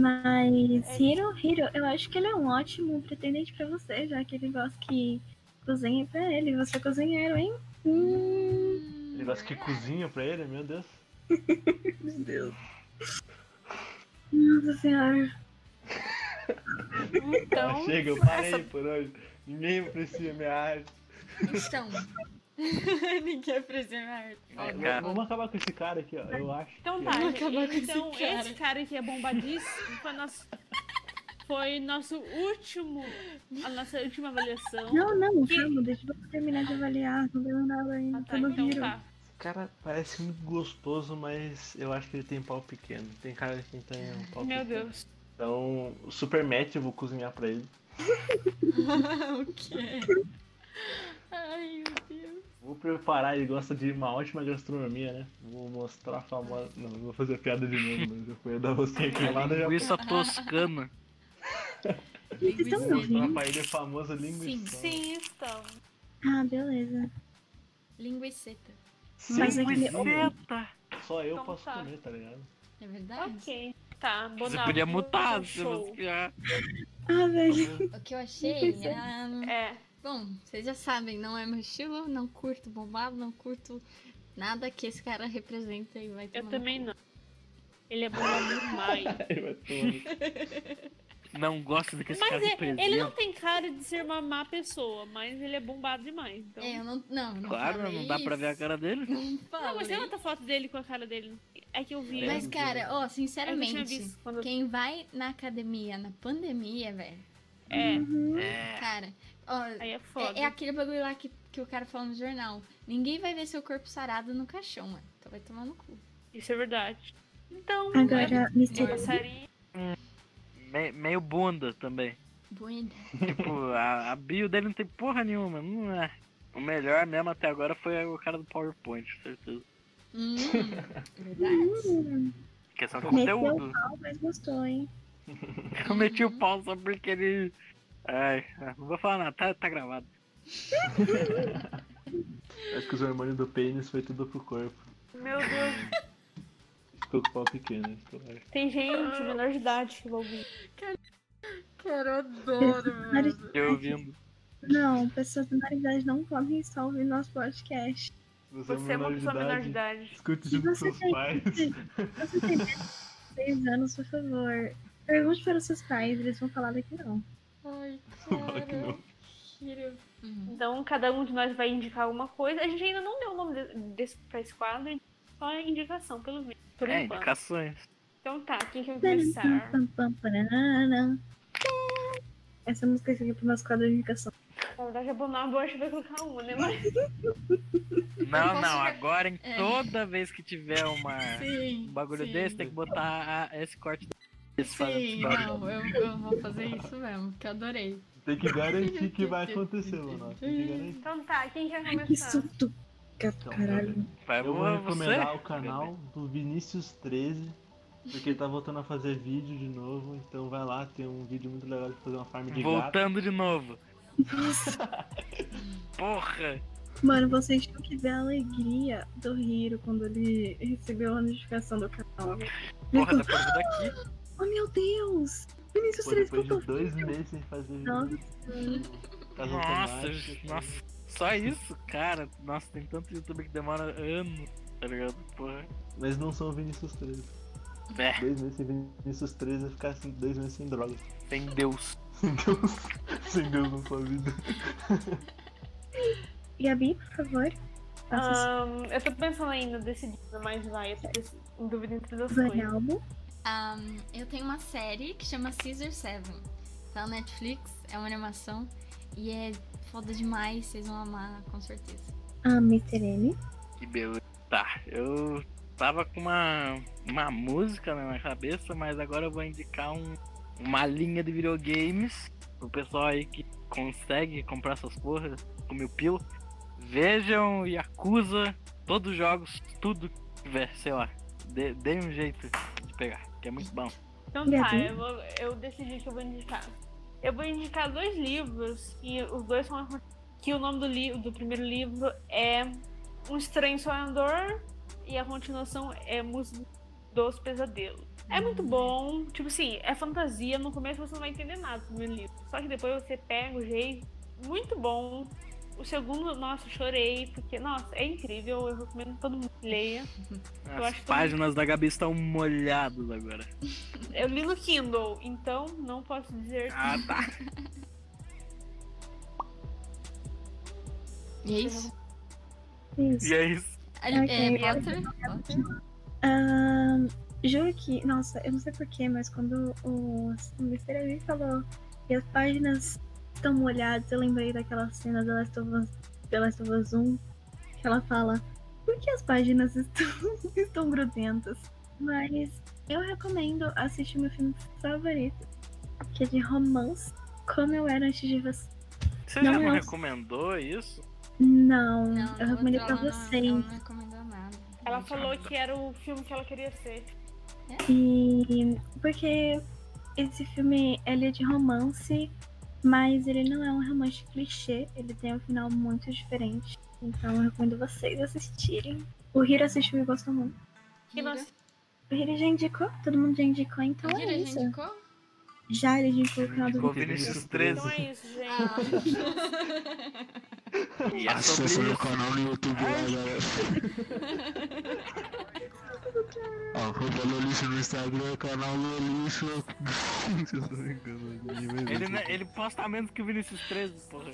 Speaker 4: Mas Hiro, Hiro, eu acho que ele é um ótimo pretendente pra você, já que ele gosta que cozinhe pra ele. Você é cozinheiro, hein? Hum,
Speaker 5: Ele gosta que cozinha pra ele, meu Deus.
Speaker 4: meu Deus. Nossa senhora.
Speaker 5: Ah,
Speaker 2: então.
Speaker 5: chega, eu parei por hoje. Ninguém aprecia minha arte.
Speaker 1: Então. Ninguém aprecia minha arte.
Speaker 3: Vai,
Speaker 1: Foda.
Speaker 3: cara.
Speaker 5: Vamos acabar com esse cara aqui, ó. Eu acho.
Speaker 2: Então
Speaker 5: que
Speaker 2: tá,
Speaker 1: Vamos acabar com esse
Speaker 2: então
Speaker 1: cara.
Speaker 2: esse cara que é bombadíssimo foi nosso, foi nosso último, a nossa última avaliação.
Speaker 4: Não, não, calma, deixa eu terminar de avaliar. Não deu nada ainda.
Speaker 2: Ah,
Speaker 4: Tô
Speaker 2: tá,
Speaker 4: no
Speaker 2: então
Speaker 4: Hiro.
Speaker 2: tá.
Speaker 5: Esse cara parece muito gostoso, mas eu acho que ele tem pau pequeno. Tem cara que tem um pau
Speaker 2: Meu
Speaker 5: pequeno.
Speaker 2: Deus.
Speaker 5: Então, o Super Match eu vou cozinhar pra ele.
Speaker 1: o quê? Ai, meu Deus.
Speaker 5: Vou preparar, ele gosta de uma ótima gastronomia, né? Vou mostrar a famosa. Não, não vou fazer a piada de novo, mas eu fui dar você aqui lá já.
Speaker 3: Linguiça toscana.
Speaker 4: Vocês estão me
Speaker 5: Mostrar
Speaker 4: ouvindo?
Speaker 5: pra ele a famosa linguiça.
Speaker 2: Sim, então.
Speaker 4: Ah, beleza.
Speaker 1: Linguiceta.
Speaker 4: Mas é que-
Speaker 3: Linguiceta.
Speaker 5: Só eu
Speaker 2: Então
Speaker 5: posso
Speaker 2: tá.
Speaker 5: comer, tá ligado?
Speaker 1: É verdade?
Speaker 2: Ok. Tá, boa
Speaker 3: Você podia mutar se você
Speaker 2: show.
Speaker 3: quiser.
Speaker 4: Ah, velho.
Speaker 1: O que eu achei.
Speaker 4: Linguiceta.
Speaker 1: ah,
Speaker 2: É.
Speaker 1: Bom, vocês já sabem, não é meu estilo, não curto bombado, não curto nada que esse cara representa e vai
Speaker 2: Eu
Speaker 1: tomar. no
Speaker 2: também
Speaker 1: cu.
Speaker 2: não. Ele é bom demais.
Speaker 5: Aí vai tomando.
Speaker 3: Não gosto do que esse
Speaker 2: Mas
Speaker 3: cara
Speaker 2: é-
Speaker 3: representa.
Speaker 2: ele não tem cara de ser uma má pessoa, mas ele é bombado demais. Então.
Speaker 1: É, eu não. Não, não
Speaker 3: Claro,
Speaker 1: falei
Speaker 3: não dá pra ver a
Speaker 1: isso.
Speaker 3: cara dele.
Speaker 1: Não
Speaker 2: Não, mas
Speaker 1: falei.
Speaker 2: tem outra foto dele com a cara dele. É que eu vi.
Speaker 3: É.
Speaker 1: Mas, cara,
Speaker 2: eu
Speaker 1: ó,
Speaker 2: não tinha
Speaker 1: sinceramente,
Speaker 2: visto quando...
Speaker 1: quem vai na academia na pandemia, velho,
Speaker 2: É,
Speaker 3: É.
Speaker 1: cara, ó,
Speaker 2: aí é foda.
Speaker 1: é, é aquele bagulho lá que, que o cara fala no jornal. Ninguém vai ver seu corpo sarado no caixão, mano. Então vai tomar no cu.
Speaker 2: Isso é verdade. Então, é,
Speaker 4: Agora,
Speaker 2: eu
Speaker 4: Mr.
Speaker 2: passaria.
Speaker 3: Me- meio bunda também.
Speaker 1: Bueno.
Speaker 3: Tipo, a, a bio dele não tem porra nenhuma. Não é. O melhor mesmo até agora foi o cara do PowerPoint, com certeza.
Speaker 1: Hum, verdade.
Speaker 3: Questão de
Speaker 4: Meteu
Speaker 3: conteúdo.
Speaker 4: Paulo, mas gostou, hein?
Speaker 3: Eu meti o pau só porque ele. Ai, não vou falar nada, tá, tá gravado.
Speaker 5: Acho que os hormônios do pênis foi tudo pro corpo.
Speaker 2: Meu Deus,
Speaker 5: Ficou com o pau pequeno, claro.
Speaker 2: tem gente menor de idade que vai ouvir.
Speaker 1: Cara, eu adoro, velho.
Speaker 3: Eu ouvindo.
Speaker 4: Não, pessoas de menor idade não podem só ouvir nosso podcast.
Speaker 2: Você é uma pessoa menor de idade.
Speaker 5: Escute
Speaker 4: Se
Speaker 5: junto com
Speaker 4: você
Speaker 5: seus
Speaker 4: tem,
Speaker 5: pais.
Speaker 4: se você tem menos de seis anos, por favor, pergunte para os seus pais, eles vão falar daqui não.
Speaker 1: Ai,
Speaker 5: Claro que
Speaker 1: cara.
Speaker 5: não.
Speaker 1: Tiro. Hum.
Speaker 2: Então, cada um de nós vai indicar alguma coisa. A gente ainda não deu o nome de- desse, pra esse quadro, só a indicação, pelo menos. Por
Speaker 3: É,
Speaker 2: enquanto.
Speaker 3: indicações.
Speaker 2: Então tá, quem quer começar?
Speaker 4: Pam, pam, paranana. Essa música fica para o nosso quadro de indicação.
Speaker 2: Na verdade, a Bonabo acho que vai colocar uma, né? Mas
Speaker 3: Não,
Speaker 1: posso
Speaker 3: não,
Speaker 1: ver-
Speaker 3: agora em
Speaker 1: É.
Speaker 3: toda vez que tiver uma,
Speaker 1: Sim.
Speaker 3: um bagulho
Speaker 1: sim.
Speaker 3: desse, tem que botar a- esse corte desse
Speaker 1: Sim, não, eu, eu vou fazer isso mesmo, porque eu adorei.
Speaker 5: Tem que garantir que vai acontecer, mano. Tem que garantir.
Speaker 2: então tá, quem quer
Speaker 4: Ai, que
Speaker 2: começar?
Speaker 4: susto! Ca-
Speaker 5: Então,
Speaker 4: Caralho.
Speaker 3: Vai,
Speaker 5: Eu vou
Speaker 3: você?
Speaker 5: recomendar o canal do Vinícius13, porque ele tá voltando a fazer vídeo de novo. Então vai lá, tem um vídeo muito legal de fazer uma farm um de gato.
Speaker 3: Voltando de novo. Porra!
Speaker 4: Mano, vocês tinham que ver a alegria do Hiro quando ele recebeu a notificação do canal. Ele
Speaker 3: Porra,
Speaker 4: ficou,
Speaker 3: tá fazendo daqui.
Speaker 4: oh meu Deus! Vinícius
Speaker 5: Pô,
Speaker 4: 3
Speaker 5: depois de
Speaker 4: voltou.
Speaker 5: dois meses sem fazer vídeo. Casa
Speaker 3: Nossa,
Speaker 5: automática,
Speaker 3: nossa. Só isso, cara. Nossa, tem tanto youtuber que demora anos, tá ligado? Porra.
Speaker 5: Mas não são o Vinícius 13.
Speaker 3: É,
Speaker 5: Dois meses sem Vinícius 13 vai ficar assim, dois meses sem drogas.
Speaker 3: tem Deus.
Speaker 5: Sem Deus. sem Deus na sua vida.
Speaker 4: Gabi, por favor. Faça
Speaker 2: Ahn, eu tô pensando ainda, decidindo, mas vai, eu tô pens- em dúvida entre duas
Speaker 4: o seu
Speaker 2: coisas.
Speaker 4: álbum.
Speaker 1: Ahn, eu tenho uma série que chama Caesar Seven. Tá na Netflix, é uma animação e é foda demais, vocês vão amar, com certeza.
Speaker 4: Ah, Mr. M.
Speaker 3: Que beleza. Tá, eu tava com uma, uma música na minha cabeça, mas agora eu vou indicar um- uma linha de videogames pro pessoal aí que consegue comprar essas porras com meu pilo. Vejam Yakuza, todos os jogos, tudo que tiver, sei lá. Dê, dê um jeito de pegar, que é muito bom.
Speaker 2: Então
Speaker 4: Gabi?
Speaker 2: tá, eu, vou- eu decidi que eu vou indicar. Eu vou indicar dois livros, e os dois são. Que o nome do, livro, do primeiro livro é Um Estranho Sonhador, e a continuação é Música dos Pesadelos. É muito bom, tipo assim, é fantasia. No começo você não vai entender nada do meu livro. Só que depois você pega o jeito. Muito bom. O segundo, nossa, chorei, porque, nossa, é incrível. Eu recomendo que todo mundo leia.
Speaker 3: As
Speaker 2: acho que-
Speaker 3: páginas da Gabi estão molhadas agora.
Speaker 2: Eu li no Kindle, então não posso dizer que
Speaker 3: Ah, tá.
Speaker 1: E é isso?
Speaker 4: Isso.
Speaker 3: E é isso.
Speaker 1: Ali- É,
Speaker 4: Ok.
Speaker 1: Potter?
Speaker 4: Ah, juro que, nossa, eu não sei porquê, mas quando o, o Mr. M falou que as páginas estão molhadas, eu lembrei daquela cena da Last of Us, The Last of Us 1, que ela fala, por que as páginas estão, estão grudentas? Mas eu recomendo assistir meu filme favorito, que é de romance, Como Eu Era Antes de Você.
Speaker 3: Você
Speaker 4: Não,
Speaker 3: já não
Speaker 4: eu-
Speaker 3: recomendou isso?
Speaker 4: Não,
Speaker 1: Não,
Speaker 4: eu recomendo
Speaker 1: ela
Speaker 4: pra
Speaker 1: não-
Speaker 4: vocês.
Speaker 1: Ela não recomendou nada.
Speaker 2: ela falou que era o filme que ela queria ser.
Speaker 4: E porque esse filme ele é de romance, mas ele não é um romance clichê, ele tem um final muito diferente. Então eu recomendo vocês assistirem. O Hiro assistiu e gostou muito.
Speaker 2: Que
Speaker 1: Gira,
Speaker 2: nós-
Speaker 4: O Hiro já indicou, todo mundo já indicou, então
Speaker 1: Gira,
Speaker 4: é
Speaker 1: a
Speaker 4: isso.
Speaker 1: gente indicou?
Speaker 4: Já ele indicou o final do
Speaker 3: Indicou
Speaker 5: Vinícius
Speaker 3: Vinícius 13.
Speaker 2: Então é isso, gente.
Speaker 3: E é sobre isso.
Speaker 7: canal no YouTube lá, galera.
Speaker 5: canal Roupa Lolixo no Instagram, canal Lolixo. Vocês estão brincando, ninguém vai ver
Speaker 3: Ele,
Speaker 5: isso.
Speaker 3: né, ele posta menos que o Vinícius 13, porra.